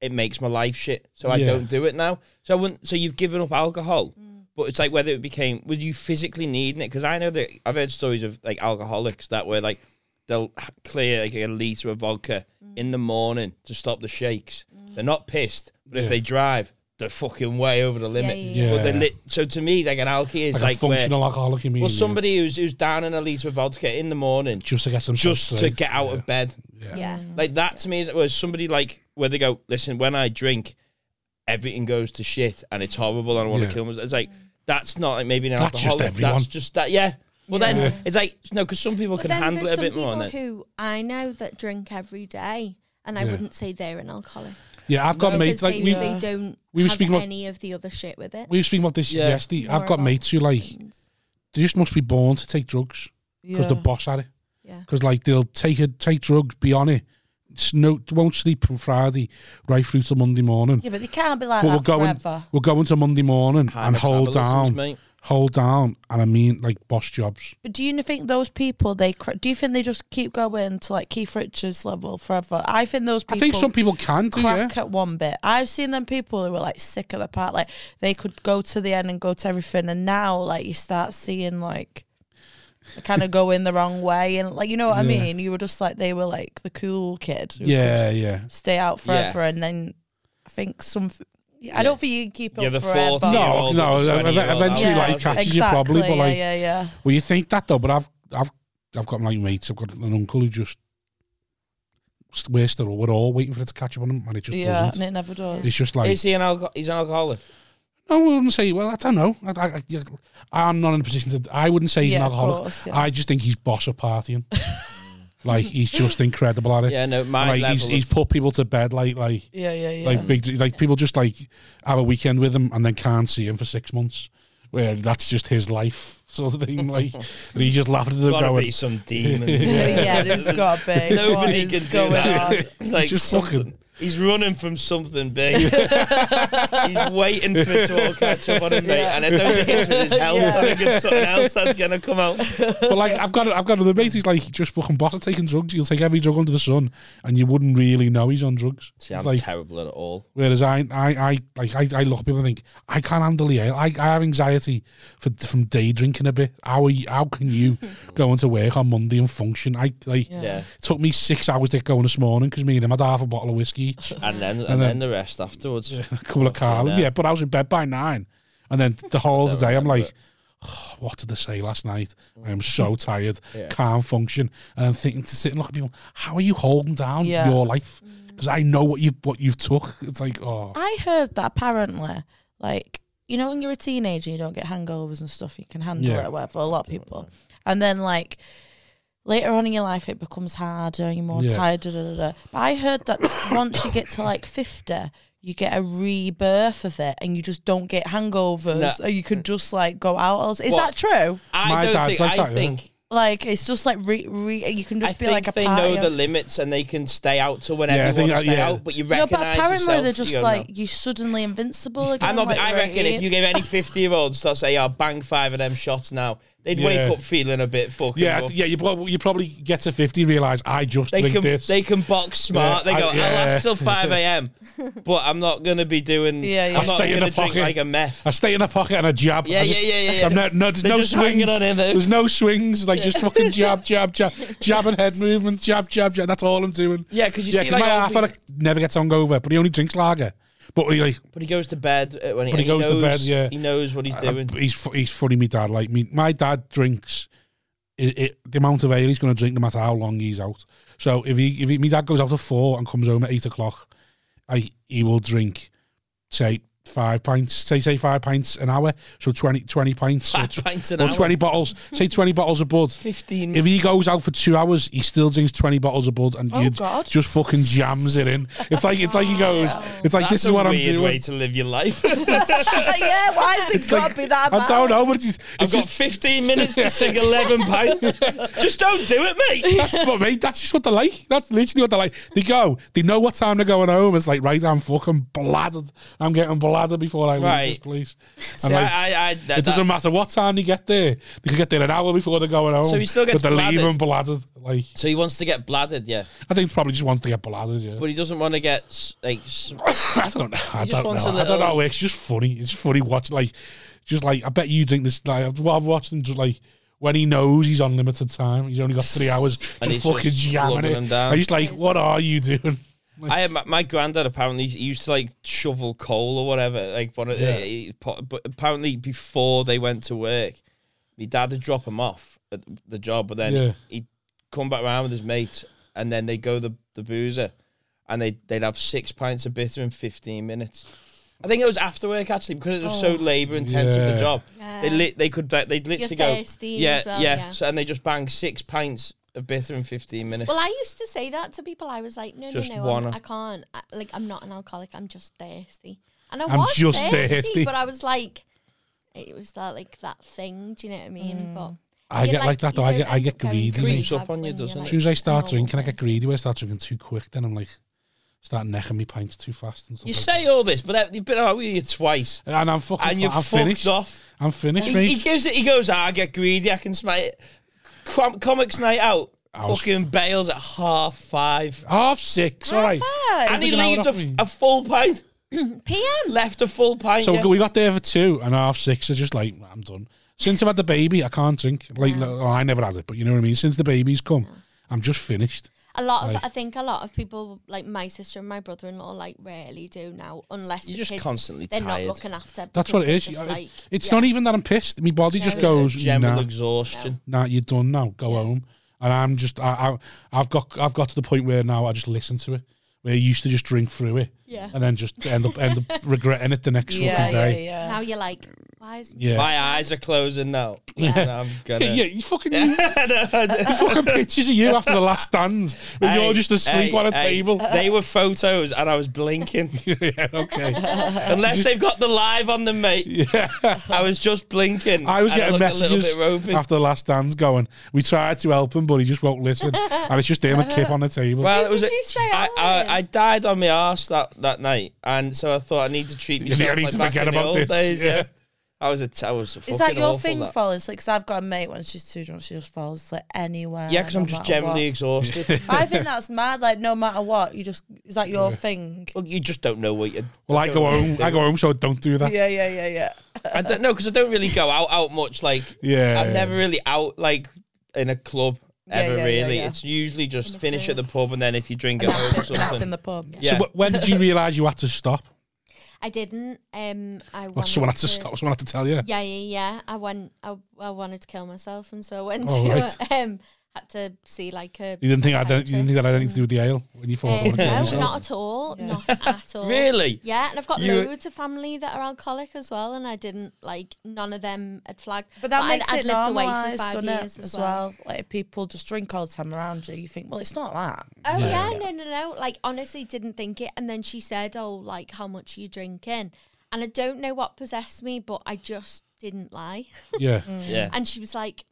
S2: it makes my life shit, so I
S1: Yeah.
S2: don't do it now. So I wouldn't. So you've given up alcohol, but it's like whether it became were you physically needing it? Because I know that I've heard stories of like alcoholics that were like they'll h- clear like a liter of vodka
S4: Mm.
S2: in the morning to stop the shakes. They're not pissed, but
S1: Yeah.
S2: if they drive, they're fucking way over the limit.
S4: yeah,
S1: yeah.
S2: But they're lit, so to me, like an alkie is
S1: like,
S2: like,
S1: a
S2: where-
S1: functional alcoholic you mean,
S2: well,
S1: yeah.
S2: somebody who's who's down in a liter of vodka in the morning
S1: just to get some
S2: just to get out of bed.
S1: Yeah.
S4: yeah.
S2: Like that to me is was somebody like where they go, listen, when I drink, everything goes to shit and it's horrible and I want
S1: Yeah.
S2: to kill myself. It's
S4: Mm.
S2: like that's not like maybe an
S1: That's just
S2: alcoholic.
S1: everyone.
S2: That's just that. Yeah. Well, then it's like no, because some people
S4: But
S2: can
S4: then
S2: handle
S4: there's
S2: it a
S4: some
S2: bit more.
S4: people
S2: Then
S4: who I know that drink every day, and I
S1: Yeah.
S4: wouldn't say they're an alcoholic.
S1: Yeah, I've got mates
S4: because
S1: like
S4: they,
S1: we
S4: they don't
S1: we were
S4: have
S1: speaking about-
S4: any of the other shit with it.
S1: we were speaking about this
S2: Yeah.
S1: yesterday.
S4: More
S1: I've got
S4: about
S1: mates who like
S4: friends.
S1: they just must be born to take drugs because the boss had it.
S4: Yeah.
S1: Because like they'll take it, take drugs, be on it. s- No, won't sleep from Friday right through to Monday morning.
S5: Yeah, but they can't be like
S1: But we're
S5: that
S1: going,
S5: forever.
S1: we're going to Monday morning
S2: High
S1: and hold
S2: metabolisms,
S1: down,
S2: mate.
S1: hold down, and I mean like boss jobs.
S5: But do you think those people they cr- do you think they just keep going to like Keith Richards level forever? I think those people
S1: I think some people can do yeah.
S5: crack at one bit. I've seen them people who were like sick at the part, like they could go to the end and go to everything, and now like you start seeing like they kind of go in the wrong way, and like you know what I
S1: Yeah.
S5: mean. You were just like they were like the cool kid, who
S1: Yeah, yeah.
S5: could stay out
S2: Yeah.
S5: forever, and then I think some. I don't think you can keep it
S2: You're the
S5: forever.
S2: fourth year
S1: No,
S2: old
S1: no. e-,
S2: and the 20 year old.
S1: Eventually,
S2: Yeah.
S1: like, catches you probably, but, like-
S5: yeah, yeah, yeah.
S1: Well, you think that though, but I've I've I've got like mates. I've got an uncle who just waits there. We're all waiting for it to catch up on him, and it just
S5: Yeah,
S1: doesn't.
S5: and it never does.
S1: It's just like
S2: Is he an alcohol? He's an alcoholic.
S1: no, I wouldn't say. Well, I don't know. I, I, am not in a position to. I wouldn't say he's
S5: yeah,
S1: an
S5: of
S1: alcoholic.
S5: course, yeah.
S1: I just think he's boss of
S5: <laughs>
S1: partying. like he's just incredible at it.
S2: Yeah, no,
S1: And,
S2: my
S1: like
S2: level.
S1: he's,
S2: of-
S1: he's put people to bed. Like like
S5: yeah, yeah, yeah.
S1: like big like people just like have a weekend with him and then can't see him for six months. Where that's just his life sort of thing. Like and he just laughing at them
S2: gotta
S1: going. <laughs>
S2: be some demon.
S5: <laughs> yeah, there's got to be. What
S2: Nobody
S5: is
S2: can do
S5: going
S2: that.
S5: on?
S2: It's like
S1: just
S2: something-
S1: fucking-
S2: He's running from something big. <laughs> he's waiting for it to all catch up on him, mate.
S5: Yeah.
S2: And I don't think it's with his health.
S5: Yeah.
S2: I think it's something else that's gonna come out.
S1: But like I've got I've got another mate who's like just fucking boss at taking drugs. He'll take every drug under the sun, and you wouldn't really know he's on drugs.
S2: See,
S1: It's
S2: I'm
S1: like
S2: terrible at it all.
S1: whereas I I, I like I, I look at people and think I can't handle the ale. I, I have anxiety for, from day drinking a bit. How are you, how can you go into work on Monday and function? I like
S5: Yeah.
S2: Yeah,
S1: took me six hours to get going this morning because me and him had half a bottle of whiskey, each,
S2: and then and,
S1: And
S2: then, the rest afterwards.
S1: a couple of Carlin.
S2: hell.
S1: Yeah, but I was in bed by nine, and then
S2: <laughs>
S1: the whole of the day I'm
S2: remember
S1: like. "Oh, What did they say last night? I am
S2: <laughs>
S1: so tired.
S2: Yeah.
S1: can't function and I'm thinking to sit and look at people how are you holding down
S5: Yeah.
S1: your life
S2: Mm.
S1: because I know what you've what you've took it's like oh
S5: I heard that apparently, like you know, when you're a teenager, you don't get hangovers and stuff. You can handle
S1: Yeah.
S5: it, or whatever. A lot of people, and then like later on in your life, it becomes harder. and You're more
S1: Yeah.
S5: tired. Da, da, da, da. But I heard that <coughs> once you get to like fifty. You get a rebirth of it, and you just don't get hangovers,
S2: No.
S5: and you can just like go out. or- Is
S2: Well-
S5: that true?
S2: I
S1: My
S2: don't
S1: dad's
S2: think.
S1: like
S2: I
S1: that, yeah.
S2: think.
S5: Like it's just like re, re you can just
S2: I
S5: be
S2: think
S5: like a
S2: they
S5: party.
S2: know the limits and they can stay out to whenever
S1: Yeah, I
S2: you
S1: think
S2: want to
S1: that-
S2: stay
S1: yeah.
S2: out. But you
S5: no,
S2: recognize
S5: but apparently
S2: yourself.
S5: they're
S2: you
S5: just
S2: go,
S5: like
S2: "No."
S5: you're suddenly invincible again.
S2: I'm not.
S5: like,
S2: I
S5: you're
S2: reckon
S5: 18.
S2: if you gave
S5: <laughs>
S2: any 50 year old start say, "Yeah, bang five of them shots now," they'd
S1: Yeah.
S2: wake up feeling a bit fucking.
S1: yeah
S2: rough.
S1: yeah you probably you probably get to 50 realize I just
S2: They
S1: drink
S2: can
S1: this
S2: they can box smart.
S1: Yeah,
S2: they go,
S1: I- yeah.
S2: I'll last till
S1: <laughs>
S2: five a.m., but I'm not gonna be doing.
S5: Yeah, yeah.
S2: I'm not
S1: Stay in
S2: gonna
S1: the
S2: drink
S1: pocket.
S2: like a meth.
S1: I stay in a pocket and I jab
S2: Yeah,
S1: I
S2: yeah,
S1: just-
S2: yeah, yeah, yeah.
S1: I'm no, no, there's
S2: They're
S1: no
S2: just
S1: swings
S2: hanging on in there.
S1: there's no swings like just fucking jab jab
S2: <laughs>
S1: jab jab and head movement jab jab jab that's all I'm doing
S2: Yeah, because you
S1: yeah
S2: see,
S1: because
S2: like,
S1: my
S2: old
S1: half
S2: people-
S1: fella never gets hungover but he only drinks lager but he like
S2: but he goes to bed uh, when he,
S1: But he
S2: and
S1: goes to bed,
S2: knows-
S1: yeah.
S2: he knows what he's
S1: I-
S2: doing.
S1: he's fu- he's funny, me dad. Like me, my dad drinks. It, it, the amount of ale he's going to drink, no matter how long he's out. So if he if he, my dad goes out at four and comes home at eight o'clock, I he will drink, say five pints, say say five pints an hour. So 20, 20 pints, or,
S2: Five
S1: tw-
S2: pints an
S1: or
S2: hour.
S1: twenty bottles. Say twenty bottles of
S2: <laughs>
S1: Bud.
S2: Fifteen.
S1: If he goes out for two hours, he still drinks twenty bottles of Bud, and
S5: Oh,
S1: you
S5: God.
S1: just fucking jams it in. It's like it's like he
S5: <laughs>
S1: goes. It's like this
S2: That's
S1: is
S2: a
S1: what I'm
S2: weird
S1: doing.
S2: way to live
S1: <laughs>
S2: your life.
S5: yeah, why has it got to
S1: like-
S5: be that
S1: I
S5: bad?
S1: don't know, but it's, it's
S2: I've got
S1: just
S2: 15 minutes
S1: <laughs>
S2: to sing 11 pints. Just don't do it, mate.
S1: That's what mate. That's just what they like. That's literally what they like. They go. They know what time they're going home. It's like right. I'm fucking bladdered. I'm getting ladder before I leave
S2: Right.
S1: this place.
S2: See,
S1: I'm like,
S2: I, I, I, that,
S1: it doesn't matter what time they get there. They could get there an hour before they're going home.
S2: So he still gets
S1: but they're
S2: bladdered.
S1: leaving bladdered. Like
S2: that- so he wants to get bladdered, yeah,
S1: I think he probably just wants to get bladdered. Yeah,
S2: but he doesn't want to get s- like. s-
S1: <coughs> I don't know. I
S2: just
S1: don't know.
S2: wants a
S1: I don't
S2: little-
S1: know. It's just funny. It's just funny watching. Like, just like I bet you think this. Like I've, well, I've watched him just like. When he knows he's on limited time, he's only got
S2: <sighs>
S1: three hours
S2: And
S1: to
S2: he's
S1: fucking
S2: just
S1: jamming
S2: lugging
S1: it.
S2: them down.
S1: And he's like, "What are you doing?"
S2: I had my, my granddad apparently he used to like shovel coal or whatever, like one of
S1: Yeah.
S2: the, but apparently before they went to work, my dad would drop him off at the job, but then
S1: Yeah.
S2: he'd come back around with his mates, and then they'd go the the boozer, and they they'd have six pints of bitter in fifteen minutes. I think it was after work actually because it was so labour intensive
S1: Yeah.
S2: the job. They
S4: Oh. Yeah.
S2: li- they could they- they'd literally go
S4: thirsty as
S2: yeah
S4: well,
S2: yeah,
S4: yeah.
S2: So, and they just bang six pints of bitter in fifteen minutes.
S4: Well, I used to say that to people. I was like, no,
S2: Just
S4: no, no,
S2: one
S4: I'm,
S2: of-
S4: I can't. I, like, I'm not an alcoholic. I'm just thirsty. And I
S1: I'm
S4: was
S1: just
S4: thirsty,
S1: thirsty.
S4: but I was like, it was that like that thing. Do you know what I mean? But
S1: Mm. I
S4: you,
S1: get like that, though.
S4: you
S1: I
S4: don't
S1: get- I
S4: end
S1: get
S4: up going
S1: greedy,
S4: to
S2: mate.
S4: rehab
S2: Creeps up on you,
S4: when you're,
S2: doesn't it?
S4: like,
S1: As soon as I
S4: a
S1: start
S4: normal
S1: drinking, I get
S4: person.
S1: greedy. When I start drinking too quick, then I'm like, start necking me pints too fast and stuff.
S2: you
S1: like
S2: say all this, but that- you've been out with you twice.
S1: that. and I'm fucking,
S2: and you're
S1: I'm
S2: fucked
S1: finished.
S2: off.
S1: I'm finished,
S2: He, he
S1: mate.
S2: gives it. He goes. "Ah, I get greedy. I can smite it. Com- comics night out.
S1: I was-
S2: Fucking bails at half five.
S1: Half six, all right.
S5: Five.
S2: And he
S1: Taking an hour
S2: leaves
S1: off me.
S2: a, a full pint.
S4: PM.
S2: Left a full pint.
S1: So
S2: yeah.
S1: we got there for two and half six. I just like, I'm done. Since I've had the baby, I can't drink. Like, like, I never had it, but you know what I mean. Since the baby's come, I'm just finished.
S4: A lot of
S1: Like-
S4: I think a lot of people like my sister and my brother in law like rarely do now unless
S2: You're
S4: the
S2: just
S4: kids,
S2: constantly
S4: they're
S2: tired.
S4: not looking after.
S1: That's
S4: because
S1: what it
S4: they're
S1: is.
S4: just
S1: You-
S4: like-
S1: it's
S4: yeah.
S1: not even that I'm pissed. My body just
S4: General-
S1: goes
S2: general
S1: nah.
S2: exhaustion.
S1: nah, you're done now. Go
S4: Yeah.
S1: home. And I'm just, I, I, I've got, I've got to the point where now I just listen to it. Where I used to just drink through it,
S4: Yeah.
S1: and then just end up, end
S4: <laughs>
S1: up regretting it the next
S5: Yeah,
S1: fucking
S5: yeah,
S1: day.
S5: yeah.
S4: Now you're like, why is
S1: Yeah,
S2: My eyes are closing now. And I'm
S1: <laughs>
S2: gonna. <laughs>
S1: yeah, you fucking, there's fucking pictures of you after the last dance, when
S2: Hey,
S1: you're just asleep
S2: hey,
S1: on a
S2: hey,
S1: table.
S2: They were photos, and I was blinking.
S1: <laughs> yeah,
S2: <laughs>
S1: okay.
S2: Unless they've got the live on them,
S1: <laughs>
S2: mate.
S1: Yeah.
S2: I was just blinking.
S1: I was
S2: and
S1: getting
S2: looked A
S1: messages
S2: little bit ropey.
S1: after the last dance going. We tried to help him, but he just won't
S2: <laughs>
S1: listen, and it's just him a kip on the table.
S2: Well,
S4: Who
S2: it was.
S4: did
S2: a-
S4: you say
S2: I,
S4: I
S2: I,
S4: was?
S2: I died on my ass that, that night, and so I thought I need to treat
S1: You need-
S2: myself.
S1: I need
S2: like
S1: to
S2: back
S1: forget
S2: in the
S1: about
S2: old
S1: this,
S2: Days,
S1: yeah.
S2: yeah. I was a. T- I was a fucking
S5: Is that your
S2: awful,
S5: thing,
S2: that.
S5: falling asleep? Because I've got a mate when she's too drunk, she just falls asleep anywhere.
S2: Yeah, because I'm
S5: no
S2: just
S5: matter
S2: generally
S1: <laughs>
S5: what.
S2: exhausted.
S5: I think that's mad. Like, no matter what, you just is that your thing?
S2: well, you just don't know what you.
S1: well, I go home. I go home, so I don't do that.
S5: Yeah, yeah, yeah, yeah.
S2: I don't know because I don't really go out out much. Like,
S1: Yeah,
S2: I'm never really out like in a club
S5: Yeah,
S2: ever.
S5: yeah, yeah,
S2: really,
S5: yeah.
S2: it's usually just
S4: the
S2: finish at
S4: pub.
S2: the pub, and then if you drink at home or
S5: Nap, nap in
S2: something.
S5: the pub.
S2: Yeah.
S1: So wh- when did you realise you had to stop?
S4: I didn't. Um, I
S1: Or
S4: wanted
S1: Oh, someone had to stop? Someone had to tell you.
S4: Yeah, yeah, yeah. I went. I, I wanted to kill myself, and so I went
S1: Oh,
S4: to.
S1: right.
S4: <laughs> Um, had to see like a.
S1: You didn't think I don't, you didn't think that had anything to do with the ale when you thought. "I'm
S4: Uh,
S1: gonna kill
S4: no,
S1: myself."
S4: not at all.
S5: <laughs>
S4: Not at all.
S2: Really?
S4: Yeah, and I've got
S2: You-
S4: loads of family that are alcoholic as well, and I didn't like none of them had flagged.
S5: But that
S4: I'd-
S5: makes
S4: I'd,
S5: it
S4: lived away for
S5: normalised,
S4: five
S5: doesn't it,
S4: years as well.
S5: Like people just drink all the time around you. You think, well, it's not that.
S4: Oh
S1: Yeah.
S4: yeah. no, no, no. Like honestly, didn't think it. And then she said, "Oh, like how much are you drinking?" And I don't know what possessed me, but I just didn't lie. <laughs>
S1: <laughs> Yeah.
S5: Mm-hmm.
S2: Yeah. Mm.
S4: And she was like,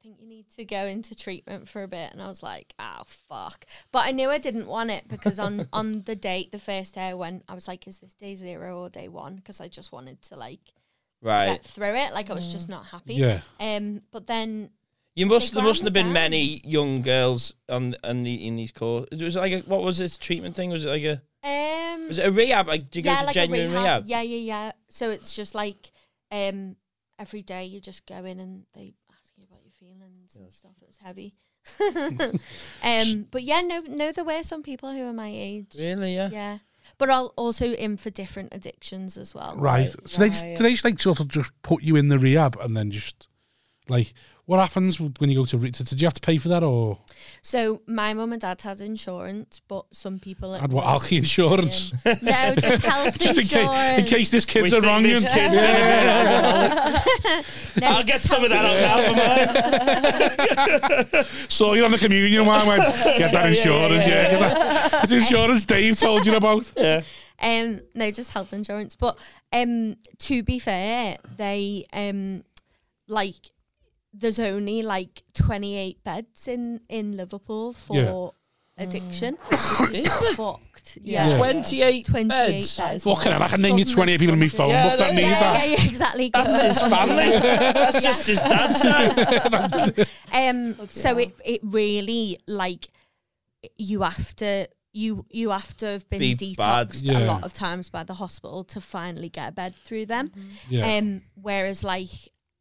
S4: I think you need to go into treatment for a bit. And I was like, oh, fuck. But I knew I didn't want it
S2: <laughs>
S4: because on, on the date, the first day I went, I was like, is this day zero or day one? Because I just wanted to like
S2: Right. Mm.
S4: get through it. Like I was just not happy.
S1: Yeah.
S4: Um, but then
S2: You must
S4: They
S2: there mustn't have
S4: ground
S2: been
S4: down.
S2: many young girls on on the in these courses. It was like a, what was this treatment thing? Was it like a
S4: um
S2: was it a rehab? Like do you go
S4: yeah,
S2: to
S4: like
S2: genuine
S4: a rehab. Yeah, yeah, yeah. So it's just like um every day you just go in and they ask you about your feelings and stuff. It was
S2: <laughs>
S4: heavy. <laughs> um but yeah, no no there were some people who are my age.
S2: Really? Yeah.
S4: Yeah. But I'll also in for different addictions as well.
S1: Right. So they just, do they just like sort of just put you in the rehab and then just like what happens when you go to re- to- Did you have to pay for that or
S4: So my mum and dad had insurance, but some people
S1: had what alky insurance?
S4: no, just
S1: <laughs>
S4: health
S1: just in case,
S4: insurance.
S1: in case this
S2: We
S1: kid's a
S2: think
S1: wrong
S2: this
S1: one. <laughs>
S2: kid's
S1: Yeah.
S4: No,
S2: I'll
S4: just
S2: get some of
S4: health
S2: that out now.
S1: Saw you on the communion one.
S2: <laughs>
S1: Went, get that insurance. Yeah, get that. It's insurance Dave told you
S2: <laughs>
S1: about.
S4: Um, no, just health insurance. But um, to be fair, they um, like there's only like 28 beds in in Liverpool for addiction, which
S2: Mm.
S4: is fucked. Yeah.
S1: Yeah.
S6: 28
S4: Twenty-eight
S6: beds.
S4: thousand.
S1: Fucking hell, I can name you 28 people in my phone
S6: Yeah,
S1: book that
S6: yeah,
S1: need
S4: Yeah, yeah,
S1: that.
S4: yeah, exactly.
S6: That's his
S4: <laughs>
S6: family. That's just his dad's side.
S4: Um, so it it really like you have to you you have to have been
S2: Be bad.
S4: detoxed
S1: Yeah.
S4: a lot of times by the hospital to finally get a bed through them.
S1: Mm-hmm. Yeah.
S4: Um, whereas like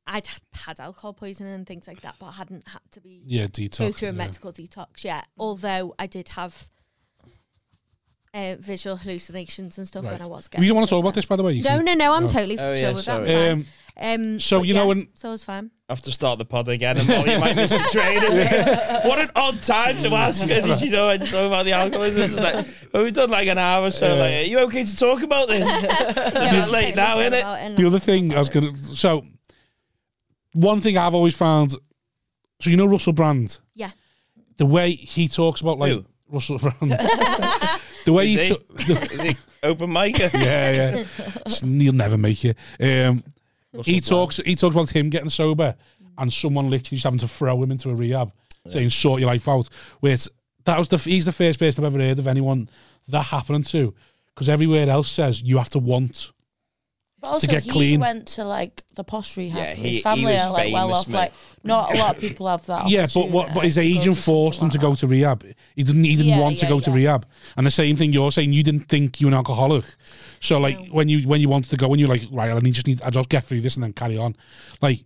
S4: I'd h- had alcohol poisoning and things like that, but I hadn't had to be
S1: Yeah,
S4: go
S1: detox.
S4: through a
S1: yeah.
S4: medical detox yet. Although I did have. Uh, visual hallucinations and stuff when
S1: Right.
S4: I was getting.
S1: We don't want to talk
S4: sick
S1: about
S4: now.
S1: this, by the way. you
S4: No, no, no. I'm
S1: Oh.
S4: totally
S2: Oh,
S4: chill
S2: yeah,
S4: with
S2: sorry.
S4: that.
S1: can- Um,
S4: Um,
S1: so,
S4: but
S1: you know
S4: yeah,
S1: when-
S4: so I was fine.
S2: I have to start the pod again, and Molly might miss a train. what an odd time to ask. her. And she's already talking about the alcoholism. It's like, well, we've done like an hour or so.
S1: Yeah.
S2: Like, are you okay to talk about
S4: <laughs>
S2: this?
S4: No, I'm
S2: late
S4: totally
S2: now,
S4: chill
S2: innit?
S4: about and
S1: the other thing I was going to. So, one thing I've always found. So, you know Russell Brand?
S4: Yeah.
S1: The way he talks about, like,
S2: Who?
S1: Russell
S4: <laughs>
S1: Brand. the way
S2: Is
S1: he.
S2: he?
S1: ta- the-
S2: Is it open
S1: <laughs>
S2: mic? Yeah.
S1: yeah, yeah. He'll never make it. Um, he talks. He talks about him getting sober, and someone literally just having to throw him into a rehab, saying sort your life out. Which that was the f- he's the first person I've ever heard of anyone that happening to, because everywhere else says you have to want.
S5: But also,
S1: get
S5: he
S1: clean.
S5: went to like the posh rehab.
S2: Yeah, he-
S5: his
S2: he
S5: family
S2: was
S5: are like well
S2: famous,
S5: off.
S2: mate.
S5: Like, not a lot of people have that.
S1: Yeah, but what? But his
S5: opportunity
S1: agent
S5: to go to
S1: forced him to
S5: something
S1: go
S5: like
S1: to rehab. He didn't. He didn't
S5: Yeah,
S1: want to
S5: yeah,
S1: go to
S5: yeah.
S1: rehab. And the same thing you're saying. You didn't think you were an alcoholic. So like when you when you wanted to go and you're like right, I need just need I just get through this and then carry on. Like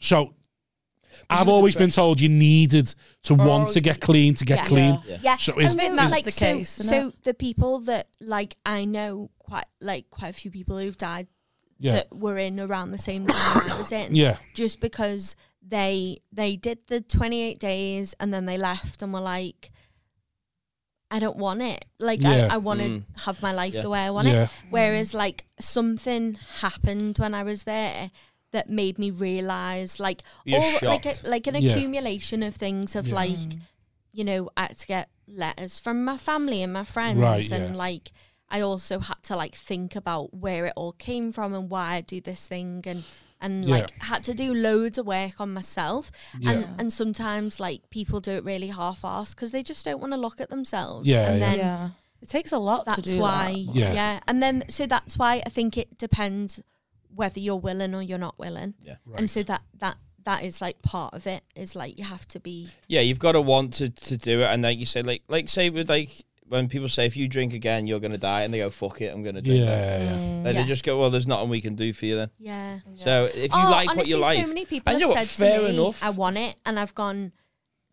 S1: so, I've always been told you needed to want to get clean to get
S4: Yeah.
S1: clean.
S2: Yeah.
S4: Yeah,
S1: So
S4: I
S1: is-
S4: think
S5: is-
S4: that,
S5: is
S4: like
S5: the
S4: so,
S5: case, isn't
S4: so the people that like I know quite like quite a few people who've died
S1: Yeah,
S4: that were in around the same time I was in,
S1: yeah,
S4: just because they they did the twenty eight days and then they left and were like, I don't want it. Like
S1: Yeah.
S4: I, I want to
S2: Mm.
S4: have my life
S2: Yeah.
S4: the way I want
S1: Yeah.
S4: it. Whereas like something happened when I was there that made me realize like
S2: You're
S4: all like a,
S2: shocked. Mm.
S4: like an
S1: Yeah.
S4: accumulation of things of
S1: Yeah.
S4: like you know I had to get letters from my family and my friends
S1: Right,
S4: and
S1: yeah.
S4: like I also had to like think about where it all came from and why I do this thing and and
S1: Yeah.
S4: like had to do loads of work on myself and
S1: Yeah.
S4: and sometimes like people do it really half-assed because they just don't want to look at themselves
S1: Yeah,
S4: and
S1: yeah.
S5: that.
S4: then
S5: Yeah, it takes a lot to
S4: that's
S5: do
S4: why
S5: that.
S1: Yeah.
S4: yeah. and then so that's why i think it depends whether you're willing or you're not willing
S2: Yeah.
S1: Right.
S4: and so that that that is like part of it is like you have to be
S2: Yeah, you've got to want to, to do it, and like you said, like like say with like when people say if you drink again you're gonna die, and they go fuck it, I'm gonna do
S1: yeah,
S2: that.
S1: yeah.
S2: Like
S4: Mm, Yeah.
S2: they just go, well, there's nothing we can do for you then.
S4: yeah
S2: So if you
S4: oh,
S2: like
S4: honestly,
S2: what you like,
S4: so many people
S2: And you
S4: have
S2: know what?
S4: said
S2: Fair
S4: to me,
S2: enough.
S4: i want it and i've gone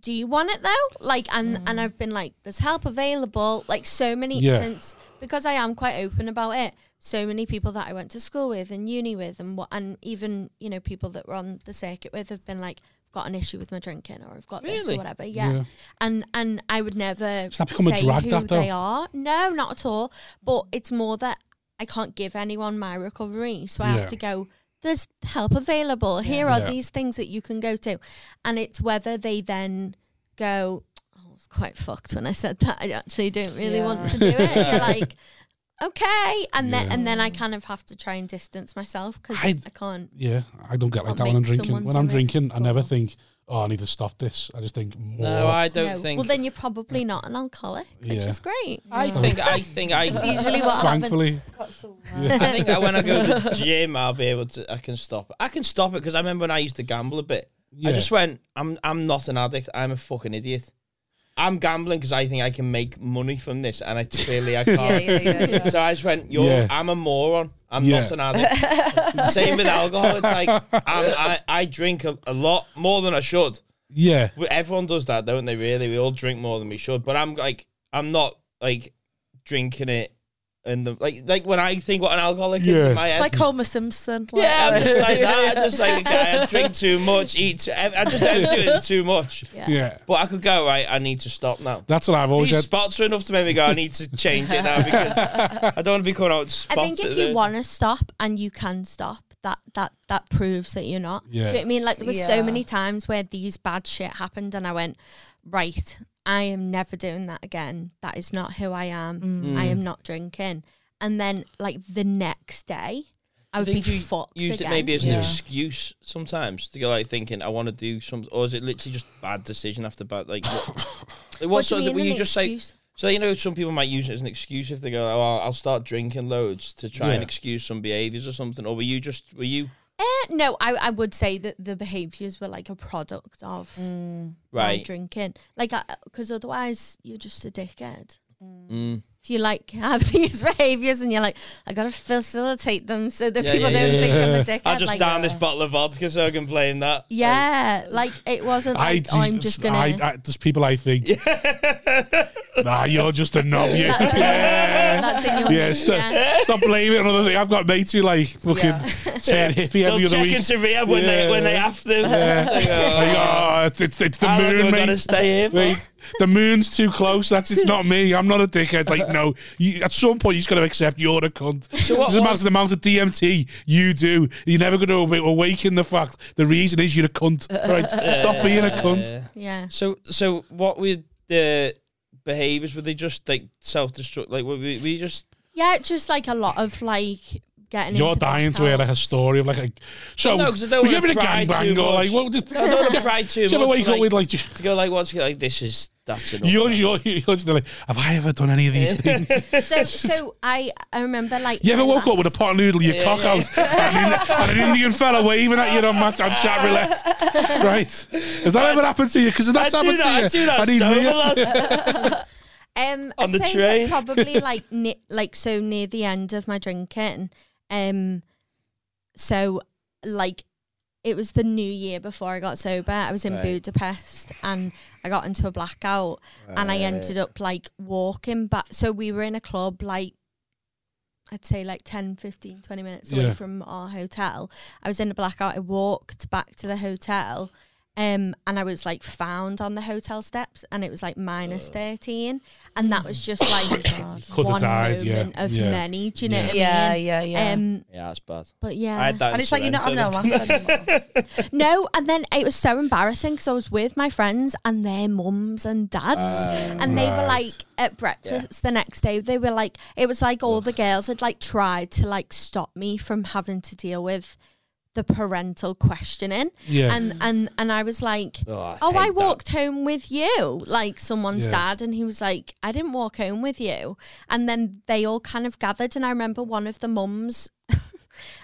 S4: do you want it though like and and i've been like there's help available like so many
S1: Mm. Yeah.
S4: since because i am quite open about it so many people that i went to school with and uni with and what and even you know people that were on the circuit with have been like I've got an issue with my drinking or i've got this
S2: Really?
S4: or whatever yeah.
S1: Yeah.
S4: and and i would never
S1: Does that become a
S4: say
S1: drag,
S4: who
S1: that, though?
S4: they are no not at all but it's more that i can't give anyone my recovery so i
S1: Yeah.
S4: have to go there's help available. Here are
S1: Yeah.
S4: these things that you can go to. And it's whether they then go, oh, I was quite fucked when I said that. I actually don't really
S5: Yeah.
S4: want to do it.
S1: <laughs>
S4: You're like, okay. And then
S1: Yeah.
S4: and then I kind of have to try and distance myself because I,
S1: I-
S4: can't.
S1: Yeah, I don't get like
S4: What
S1: that when I'm
S4: makes
S1: drinking.
S4: someone
S1: When
S4: do
S1: I'm
S4: it?
S1: drinking, I
S4: Go
S1: never
S4: on.
S1: think, "Oh, I need to stop this." I just think more.
S2: no, I don't
S4: No.
S2: think. Uh,
S4: Well, then you're probably not an alcoholic, which
S1: Yeah.
S4: is great.
S2: I think I think I.
S4: It's usually what happens.
S1: Thankfully,
S4: <laughs>
S1: <laughs>
S2: I think I, when I go to the gym, I'll be able to. I can stop. it. I can stop it because I remember when I used to gamble a bit.
S1: yeah,
S2: I just went. I'm. I'm not an addict. I'm a fucking idiot. I'm gambling because I think I can make money from this, and I clearly I can't. <laughs> So I just went. You're.
S1: Yeah.
S2: I'm a moron. I'm
S1: Yeah.
S2: not an addict. Same with alcohol. It's like I'm, I. I drink a, a lot more than I should.
S1: yeah,
S2: We- Everyone does that, don't they? Really, we all drink more than we should. But I'm like, I'm not like drinking it, and the like. Like when I think what an alcoholic is
S1: Yeah.
S2: in my head,
S5: It's like Homer Simpson. Like,
S2: yeah, I'm just
S5: <laughs>
S2: like that. I'm just like
S4: <laughs>
S2: I drink too much, eat. Too, I I just overdo it too much.
S1: yeah.
S2: But I could go right. I need to stop now.
S1: That's what I've always
S2: These
S1: said.
S2: spots are enough to make me go. I need to change it now
S1: <laughs>
S2: because I don't want to be coming out with
S4: I
S2: spots.
S4: think
S2: at
S4: if
S2: the-
S4: you want to stop and you can stop, that that that proves that you're not. Do you know
S1: Yeah.
S4: what I mean? Like there was so
S5: Yeah.
S4: many times where these bad shit happened, and I went, right, I am never doing that again. That is not who I am. I am not drinking. And then like the next day, I would
S2: think
S4: be
S2: you
S4: fucked.
S2: used
S4: again.
S2: it maybe as an
S5: Yeah.
S2: excuse sometimes to go like thinking I want to do some, or is it literally just bad decision after bad?
S1: <laughs>
S2: Like what? like, what,
S4: What do
S2: sort
S4: you
S2: of were
S4: mean
S2: you
S4: an
S2: just like
S4: excuse?
S2: so you know some people might use it as an excuse if they go oh I'll, I'll start drinking loads to try
S1: Yeah.
S2: and excuse some behaviors or something, or were you just were you
S4: Uh, no, I, I would say that the behaviours were like a product of my
S2: right?
S4: drinking. Like, because otherwise you're just a dickhead.
S2: Mm.
S4: If you like have <laughs> these behaviours and you're like, I gotta facilitate them so that
S2: Yeah,
S4: people
S2: yeah,
S4: don't
S2: yeah,
S4: think I'm a dickhead.
S2: I'll just
S4: like, uh,
S2: down this bottle of vodka so I can blame
S1: <laughs>
S2: that.
S4: Yeah, like it wasn't. Like, oh, I'm just gonna.
S1: I, I, there's people I think. nah, you're just a knob. You.
S4: that's,
S1: yeah.
S4: that's in your
S1: Yeah, stop,
S4: yeah.
S1: stop blaming another thing. I've got mates who like fucking <laughs> turn hippie
S6: They'll
S1: every other
S6: check
S1: week.
S6: into rehab when they when they
S1: Yeah.
S6: have to.
S2: <laughs>
S1: Yeah. Like, oh, it's, it's, it's the
S2: How long
S1: moon,
S2: am I
S1: mate. <laughs>
S2: gonna stay here? For?
S1: Mate, the moon's too close. That's it's not me. I'm not a dickhead. Like no, you, at some point you just got to accept you're a cunt.
S2: So what
S1: Doesn't
S2: was-
S1: matter the amount of DMT you do. You're never going to awaken the fact the reason is you're a
S4: <laughs>
S1: cunt. Right? Stop being a cunt.
S2: Yeah.
S4: yeah.
S2: So, so what were the behaviors? Were they just like self destruct? Like, were we, were
S1: <laughs>
S2: you just
S4: Yeah, just like a lot of like getting.
S1: You're
S4: into
S1: dying to hear like a story of like a. So
S2: No, 'cause I don't
S1: was you ever
S2: wanna
S1: in a
S2: pry
S1: gangbang
S2: too
S1: or like
S2: much.
S1: what? Did, did
S2: I don't want to pry too
S1: you ever
S2: much.
S1: wake
S2: but,
S1: up with
S2: like,
S1: like?
S2: to go like what's like this is that's enough.
S1: You're,
S2: now.
S1: you're, you're just like, have I ever done any of
S2: <laughs>
S1: these things? <laughs>
S4: house. So, so I, I remember like.
S1: You ever
S4: my
S1: woke up
S4: last-
S1: with a pot of noodle, your
S2: Yeah,
S1: cock
S2: yeah.
S1: out, and, an- and an Indian fella waving at you on, match, on chat
S2: <laughs>
S1: roulette? Right. Has that ever happened to you? Because that's
S2: I do
S1: happened
S2: that. I
S1: to you.
S2: do that
S1: need
S2: sober,
S1: me-
S2: lad.
S4: Um,
S2: On
S4: I'd
S2: the
S4: say
S2: train. <laughs>
S4: probably like ne- like so near the end of my drinking. Um, so like it was the new year before I got sober. I was in
S2: Right.
S4: Budapest and I got into a blackout and I ended up like walking back. So we were in a club like. I'd say like 10, 15, 20 minutes away
S1: Yeah.
S4: from our hotel. I was in a blackout. I walked back to the hotel um, and I was like found on the hotel steps, and it was like minus thirteen, and that was just
S1: <coughs>
S4: like
S1: Could have
S4: one
S1: died, yeah,
S4: moment of
S1: yeah.
S4: many. Do you know
S1: Yeah.
S4: what I
S5: Yeah,
S4: mean?
S5: yeah, yeah.
S4: Um,
S2: <laughs> yeah, that's bad.
S4: but
S2: I
S4: yeah,
S2: had that.
S5: and
S2: in
S5: it's like you're not having a
S2: Sorrento.
S5: laugh anymore.
S4: no, and then it was so embarrassing because I was with my friends and their mums and dads,
S5: Uh,
S4: and they were
S1: Right.
S4: like at breakfast the next day. They were like, it was like all the girls had like tried to like stop me from having to deal with the parental questioning,
S1: Yeah.
S4: and and and I was like,
S2: Oh, I,
S4: oh,
S2: hate
S4: I
S2: that.
S4: walked home with you, like someone's
S1: Yeah.
S4: dad. And he was like, I didn't walk home with you. And then they all kind of gathered. And I remember one of the mums, <laughs>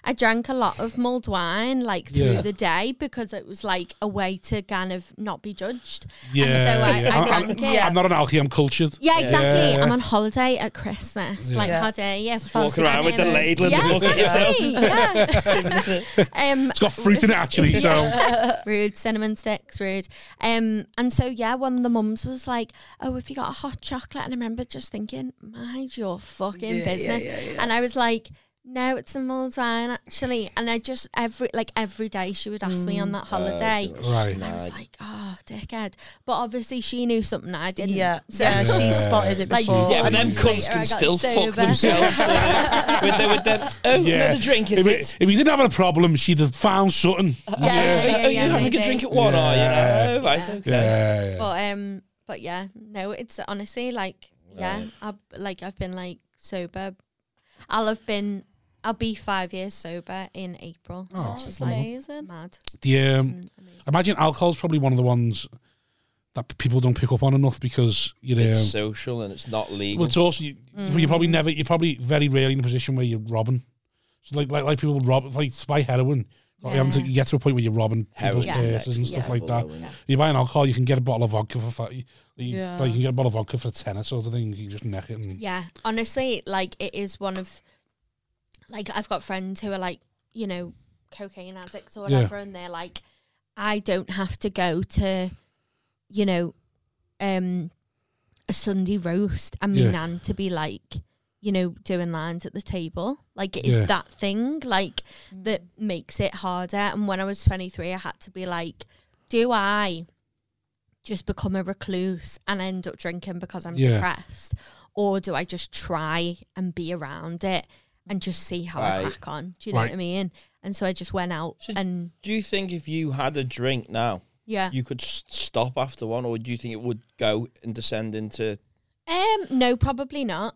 S4: I drank a lot of mulled wine like through
S1: Yeah.
S4: the day because it was like a way to kind of not be judged.
S1: Yeah.
S4: I-
S1: yeah.
S4: I
S1: I'm-
S4: drank
S1: I'm,
S4: it.
S1: I'm not an alky, I'm cultured.
S4: Yeah, exactly.
S1: Yeah.
S4: I'm on holiday at Christmas. Like,
S5: Yeah.
S4: how dare you?
S2: Walking around with the ladle in the
S4: yeah,
S2: bucket
S4: exactly. Yeah. <laughs>
S2: <laughs>
S4: um,
S1: It's got fruit in it, actually. So,
S4: rude cinnamon sticks rude um and so yeah one of the mums was like oh have you got a hot chocolate and i remember just thinking mind your fucking
S5: Yeah, yeah,
S4: business
S5: yeah, yeah.
S4: and i was like no it's a mulled wine actually and i just every like every day she would ask
S5: Mm.
S4: me on that holiday
S1: right.
S4: and i Oh, was like oh dickhead but obviously she knew something i didn't
S5: <laughs> yeah,
S4: <laughs> so uh,
S5: yeah,
S1: Yeah.
S5: she spotted it
S4: Like,
S5: before.
S2: Yeah, but
S4: And
S2: them
S4: then
S2: cunts
S4: later
S2: can
S4: I got
S2: still
S4: sober.
S2: fuck themselves with
S4: <laughs>
S2: it. with the, with the, oh,
S1: Yeah.
S2: another drink
S1: If,
S2: is
S1: we-
S2: it?
S1: if he didn't have a problem, she'd have found something.
S4: yeah,
S2: oh,
S4: yeah,
S5: <laughs>
S4: yeah,
S2: you
S4: yeah,
S2: having
S4: maybe.
S2: a drink at one? Are
S1: Yeah.
S2: you? Oh, right,
S4: Yeah.
S2: okay.
S1: Yeah. yeah.
S4: but um but yeah no it's honestly like yeah i've like i've been like sober i'll have been i'll be five years sober in april
S1: Oh,
S4: which
S1: that's
S4: is like
S5: amazing.
S4: mad
S1: The, um,
S4: Mm, amazing.
S1: imagine alcohol's probably one of the ones that people don't pick up on enough because, you know.
S2: It's social and it's not legal.
S1: Well, it's also you,
S4: Mm.
S1: you're probably never, you're probably very rarely in a position where you're robbing. So like, like, like people rob, like to buy heroin. Like you, have to,
S4: Yeah.
S1: you get to a point where you're robbing
S2: Heroin
S1: people's
S4: Yeah.
S1: purses and
S2: Yeah.
S1: stuff like that.
S2: Although, yeah.
S1: You buy an alcohol, you can get a bottle of vodka for five. You, you-
S5: Yeah.
S1: like, you can get a bottle of vodka for a tenner sort of thing. You can just neck it. And,
S4: yeah honestly like it is one of like i've got friends who are like you know cocaine addicts or
S1: Yeah.
S4: whatever and they're like i don't have to go to you know um a sunday roast and my
S1: Yeah.
S4: nan to be like you know doing lines at the table like it is
S1: Yeah.
S4: that thing like that makes it harder and when i was 23 i had to be like do i just become a recluse and end up drinking because i'm
S1: Yeah.
S4: depressed or do I just try and be around it and just see how I
S2: Right.
S4: crack on? Do you know
S1: Right.
S4: what I mean? And so I just went out
S2: So-
S4: and
S2: Do you think if you had a drink now,
S4: yeah.
S2: you could s- stop after one, or do you think it would go and descend into
S4: Um, no, probably not.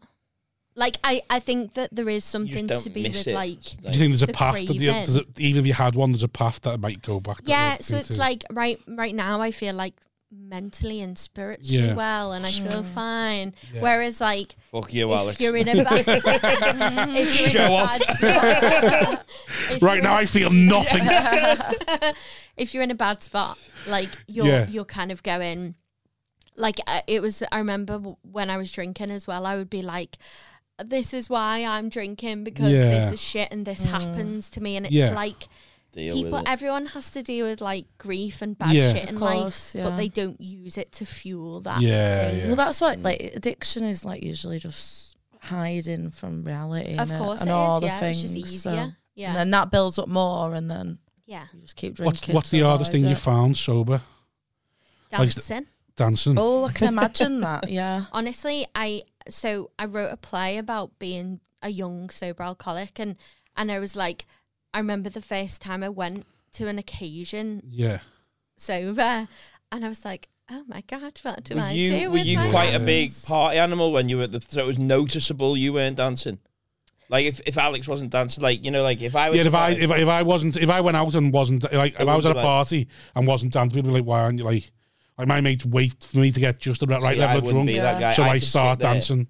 S4: Like I, I think that there is
S2: You just
S4: something
S2: don't
S4: to be
S2: miss
S4: with
S2: it.
S4: like
S2: It's
S1: Do you think there's a
S4: The
S1: path that the,
S4: craving.
S1: there's a, even if you had one, there's a path that it might go back? to
S4: yeah.
S1: the
S4: So
S1: thing
S4: it's
S1: too?
S4: like right right now I feel like mentally and spiritually
S1: Yeah.
S4: well and I feel
S2: Mm.
S4: fine.
S1: Yeah.
S4: Whereas like
S2: Fuck you,
S4: if
S2: Alex.
S4: you're in
S1: <laughs>
S4: a bad, if you're
S1: Show
S4: in a
S1: off.
S4: bad spot, <laughs> if you're
S1: right
S4: in
S1: now,
S4: a-
S1: I feel nothing.
S4: <laughs> if you're in a bad spot, like you're
S1: Yeah.
S4: you're kind of going. Like uh, it was, I remember w- when I was drinking as well. I would be like, "This is why I'm drinking because
S1: Yeah.
S4: this is shit and
S5: Mm.
S4: this happens to me." And it's
S1: Yeah.
S4: like
S2: Deal
S4: people,
S2: with it.
S4: everyone has to deal with like grief and bad
S1: Yeah.
S4: shit in
S5: Of course,
S4: life,
S5: yeah.
S4: but they don't use it to fuel that.
S1: yeah, yeah.
S5: Well, that's what like addiction is like usually just hiding from reality.
S4: Of
S5: innit?
S4: course,
S5: and
S4: it
S5: all
S4: is.
S5: the
S4: Yeah,
S5: things.
S4: it's just
S5: so-
S4: easier. Yeah,
S5: And then that builds up more, and then
S4: yeah,
S5: you just keep drinking.
S1: what's what's the
S5: to
S1: hardest
S5: avoid
S1: thing you
S5: it.
S1: found sober? Like,
S4: dancing.
S1: Dancing.
S5: Oh, I can imagine that. Yeah.
S4: honestly i so i wrote a play about being a young sober alcoholic and and i was like i remember the first time i went to an occasion
S1: Yeah.
S4: sober and i was like oh my god what do
S2: Were
S4: i
S2: you,
S4: do
S2: were
S4: with
S2: you
S4: my
S2: quite a
S4: hands?"
S2: big party animal when you were at the so it was noticeable you weren't dancing. Like if, if Alex wasn't dancing, like you know, like if I was
S1: Yeah, if I
S2: like,
S1: if, I- if I wasn't if I went out and wasn't like if I was
S2: wouldn't
S1: at a
S2: be like-
S1: party and wasn't dancing, people would be like, "Why aren't you like?" Like my mates wait for me to get just the right
S2: See, I
S1: level of
S2: wouldn't
S1: drunk,
S2: be that guy.
S1: so I,
S2: could sit
S1: start
S2: there.
S1: dancing.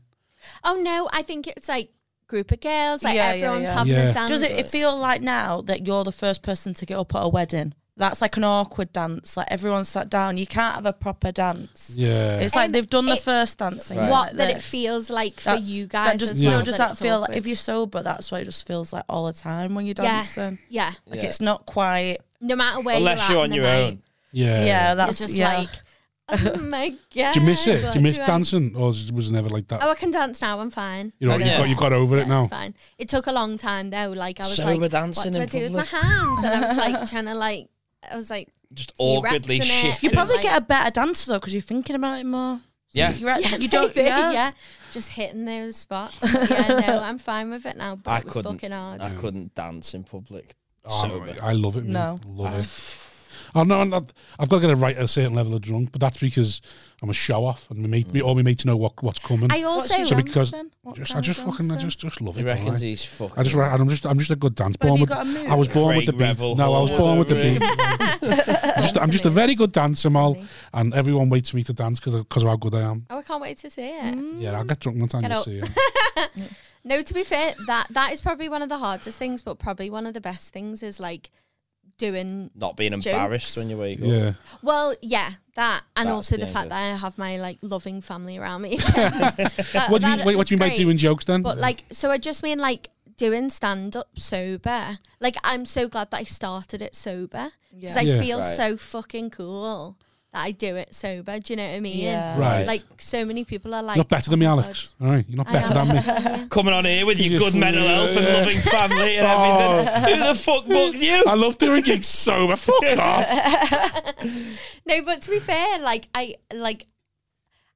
S4: oh no i think it's like group of girls like
S5: Yeah, yeah,
S4: everyone's
S5: yeah.
S4: having
S1: Yeah.
S4: a dance
S5: <laughs> Does it, it feel like now that you're the first person to get up at a wedding? That's like an awkward dance. Like everyone's sat down. You can't have a proper dance.
S1: Yeah,
S5: It's like
S4: Um,
S5: they've done the
S4: it-
S5: first dancing.
S2: Right.
S4: what
S5: like
S4: that it
S5: this.
S4: feels like for
S5: That-
S4: you
S5: That
S4: guys
S5: just
S4: as
S1: Yeah.
S4: well,
S5: no, just
S4: but
S5: that
S4: it's
S5: feel.
S4: awkward.
S5: if you're sober, that's what it just feels like all the time when you're
S4: Yeah.
S5: dancing.
S4: yeah
S5: Like
S2: Yeah.
S5: it's not quite.
S4: no matter where
S2: Unless
S4: you're,
S2: you're
S4: at
S2: on
S4: in the
S2: your
S4: night,
S2: own.
S1: yeah.
S5: Yeah,
S4: you're
S5: that's
S4: just
S5: yeah.
S4: like oh my god
S1: Do you miss it?
S4: what
S1: Do you miss
S4: Oh, I
S1: dancing, or was it was it never like that?
S4: Oh, I can dance now. I'm fine.
S1: you know,
S2: Okay.
S1: you got you got over
S4: Yeah,
S1: it now.
S4: It's fine. It took a long time though. Like I was
S2: Sober
S4: like,
S2: dancing
S4: what do I
S2: in
S4: do with my
S2: public.
S4: hands? And I
S2: <laughs>
S4: was like trying to like, I was like,
S2: Just
S4: T-Rex in
S2: awkwardly
S4: it.
S5: You
S2: shifting.
S5: probably
S4: Like-
S5: get a better dancer though because you're thinking about it more.
S2: yeah,
S4: <laughs>
S5: You're actually, you
S4: don't,
S5: don't. Yeah.
S4: just hitting those spots. yeah,
S2: <laughs>
S4: no, I'm fine with it now. But
S2: I
S4: it was
S2: couldn't.
S4: fucking hard.
S2: I couldn't dance in public.
S1: Oh,
S2: sober.
S1: I love it. Man.
S5: No.
S1: love it. Oh no, I'm not, I've got to get it right at a certain level of drunk, but that's because I'm a show off, and my mate,
S2: Mm.
S1: me, all my mates know what what's coming.
S4: I
S5: What's
S4: also,
S5: your
S1: So
S5: dance
S1: because-
S5: then? What
S1: just, I
S5: kind of
S1: just fucking, I
S5: dancer?
S1: just just love
S2: He
S1: it. don't
S2: reckons
S1: I?
S2: he's fucking.
S1: I just, re- I'm just, I'm just a good dance.
S5: But
S1: Born
S5: have you
S1: with,
S5: got a move?
S1: I was born with the
S2: Craig
S1: beat.
S2: Revel,
S1: no, I was born with the
S2: whatever
S1: beat.
S2: it
S1: I'm just, I'm just a very good dancer, Mal, and everyone waits for me to dance because of how good I am.
S4: oh, I can't wait to see it.
S1: Yeah, I'll get drunk one time.
S4: Mm. Get
S1: You'll
S4: out.
S1: see.
S2: <laughs>
S1: yeah.
S4: No, to be fair, that that is probably one of the hardest things, but probably one of the best things is like doing
S2: not being
S4: Jokes.
S2: embarrassed when you wake up.
S1: Yeah,
S4: well yeah that and
S2: That's
S4: also the
S2: the
S4: fact
S2: idea.
S4: that i have my like loving family
S1: <laughs>
S4: around me <laughs>
S1: what do you, what, what do you make doing jokes then?
S4: But like, so I just mean like doing stand up sober. Like, I'm so glad that I started it sober because I
S1: Yeah.
S4: feel
S2: Right.
S4: so fucking cool that I do it sober. Do you know what I mean?
S5: Yeah.
S1: right,
S4: Like, so many people are like,
S1: you're better than me,
S4: "Oh my
S1: Alex. All right, you're not
S4: God,
S1: better
S4: I
S1: than
S4: am
S1: me.
S4: <laughs> better than you."
S2: Coming on here with
S1: You
S2: your
S1: just-
S2: good mental health and
S1: Yeah.
S2: loving family and
S1: Oh.
S2: everything. Who
S1: <laughs>
S2: the fuck booked you?
S1: I love doing gigs sober.
S4: <laughs>
S1: Fuck off.
S4: No, but to be fair, like I like.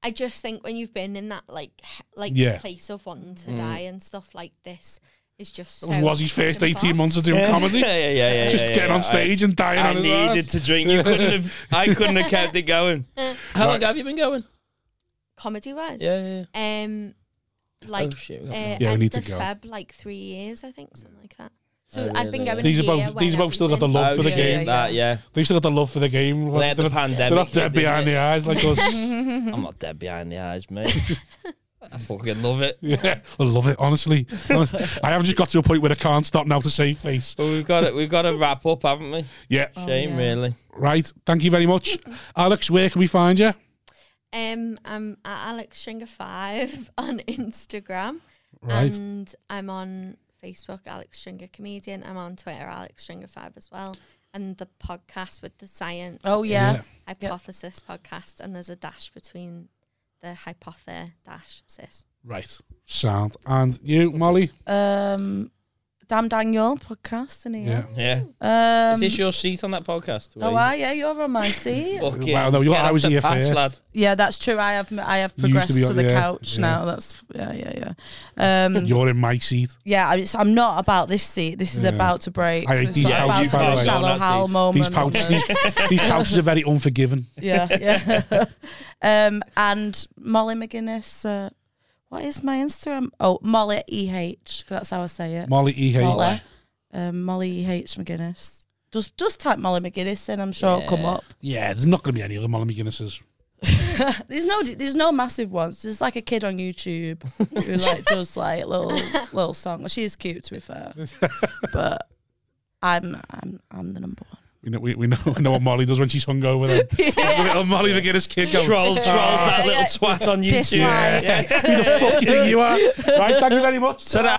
S4: I just think when you've been in that like he- like
S1: Yeah.
S4: place of wanting
S2: Mm.
S4: to die and stuff like this is just
S1: That was
S4: so
S1: Wazzy's first 18
S4: impossible.
S1: months of doing
S4: <laughs>
S1: comedy.
S2: yeah, yeah, yeah, yeah.
S1: Just
S2: yeah,
S1: getting
S2: yeah.
S1: on stage and dying
S2: I, I
S1: on his
S2: needed to drink. You
S1: <laughs>
S2: couldn't have. I couldn't have kept it going. How long
S1: Right.
S2: have you been going?
S4: comedy wise.
S2: Yeah, yeah.
S4: Um, like
S2: oh shit.
S4: uh,
S1: Yeah, we
S4: end
S1: need to
S4: of
S1: go.
S4: Feb, like three years, I think, something like that. So
S2: Oh,
S4: I've been
S2: really?
S4: going.
S1: These are
S4: here
S1: both-
S4: when
S1: these both still got the
S4: everything-
S1: love
S2: oh,
S1: for the
S2: shit,
S1: game.
S2: That, yeah.
S1: They've still got the love for the game.
S2: Well, they had the
S1: They're not-
S2: pandemic.
S1: they're not
S2: hit,
S1: dead
S2: didn't
S1: behind
S2: they?
S1: the eyes like us.
S4: <laughs>
S2: I'm not dead behind the eyes,
S1: <laughs>
S2: mate. I fucking love it.
S1: Yeah, I love it. Honestly, I have just got to a point where I can't stop now to save face.
S2: But we've got it. We've got to wrap up, haven't we?
S1: Yeah,
S2: Shame,
S5: Oh, yeah.
S2: really.
S1: right. Thank you very much, Alex. Where can we find you?
S4: Um, I'm at Alex Stringer Five <laughs> on Instagram,
S1: Right.
S6: Um,
S4: and I'm on Facebook, Alex Stringer Comedian. I'm on Twitter, Alex Stringer Five as well, and the podcast with the science.
S5: Oh
S4: is
S5: yeah.
S1: Yeah.
S4: Hypothesis podcast, and there's a dash between the hypothe dash sis.
S1: Right. Sound and you, Molly.
S5: Um, Damn Daniel podcast in here.
S2: Yeah.
S5: Um,
S2: Is this your seat on that podcast?
S5: oh, I, yeah, you're
S1: <laughs>
S5: on my seat.
S2: Fuck
S1: Wow, no, you
S2: Get
S1: are- I
S2: off
S1: was
S2: the
S1: here
S2: patch,
S1: first.
S2: lad.
S5: yeah, that's true. I have I have
S1: You used
S5: progressed
S1: to
S5: to,
S1: be on-
S5: the
S1: yeah,
S5: couch
S1: yeah.
S5: now. That's yeah, yeah, yeah. Um,
S1: <laughs> You're in my seat.
S5: yeah, I just, I'm not about this seat. This is
S1: Yeah.
S5: about to break.
S1: I hate
S5: It's
S1: these
S5: not
S1: couches, by the
S5: about
S1: way.
S5: a shallow
S2: These
S5: howl moment.
S1: These pouches, these, these pouches are very unforgiving. <laughs>
S5: <laughs> yeah, yeah. um, and Molly McGuinness. Uh, What is my Instagram? Oh, Molly E H. That's how I say it.
S1: Molly E. H.
S5: Molly. Um, Molly E H McGuinness. Just just type Molly McGuinness in. I'm sure it'll come
S2: Yeah.
S5: up.
S1: Yeah, there's not going to be any other Molly McGuinnesses.
S5: There's no there's no massive ones. There's like a kid on YouTube
S1: <laughs>
S5: who like does like little little song. She is cute to
S1: <laughs>
S5: be fair, but I'm I'm I'm the number one.
S1: We know, we, we know, we know what Molly does when she's hungover. Then
S6: <laughs>
S1: There's the little Molly McGuinness kid going,
S6: Troll, trolls that
S1: <laughs>
S5: Yeah.
S6: little twat on YouTube.
S5: Dislike.
S1: "Who the fuck do you think you are?" Right, thank you very much.
S6: Ta-da.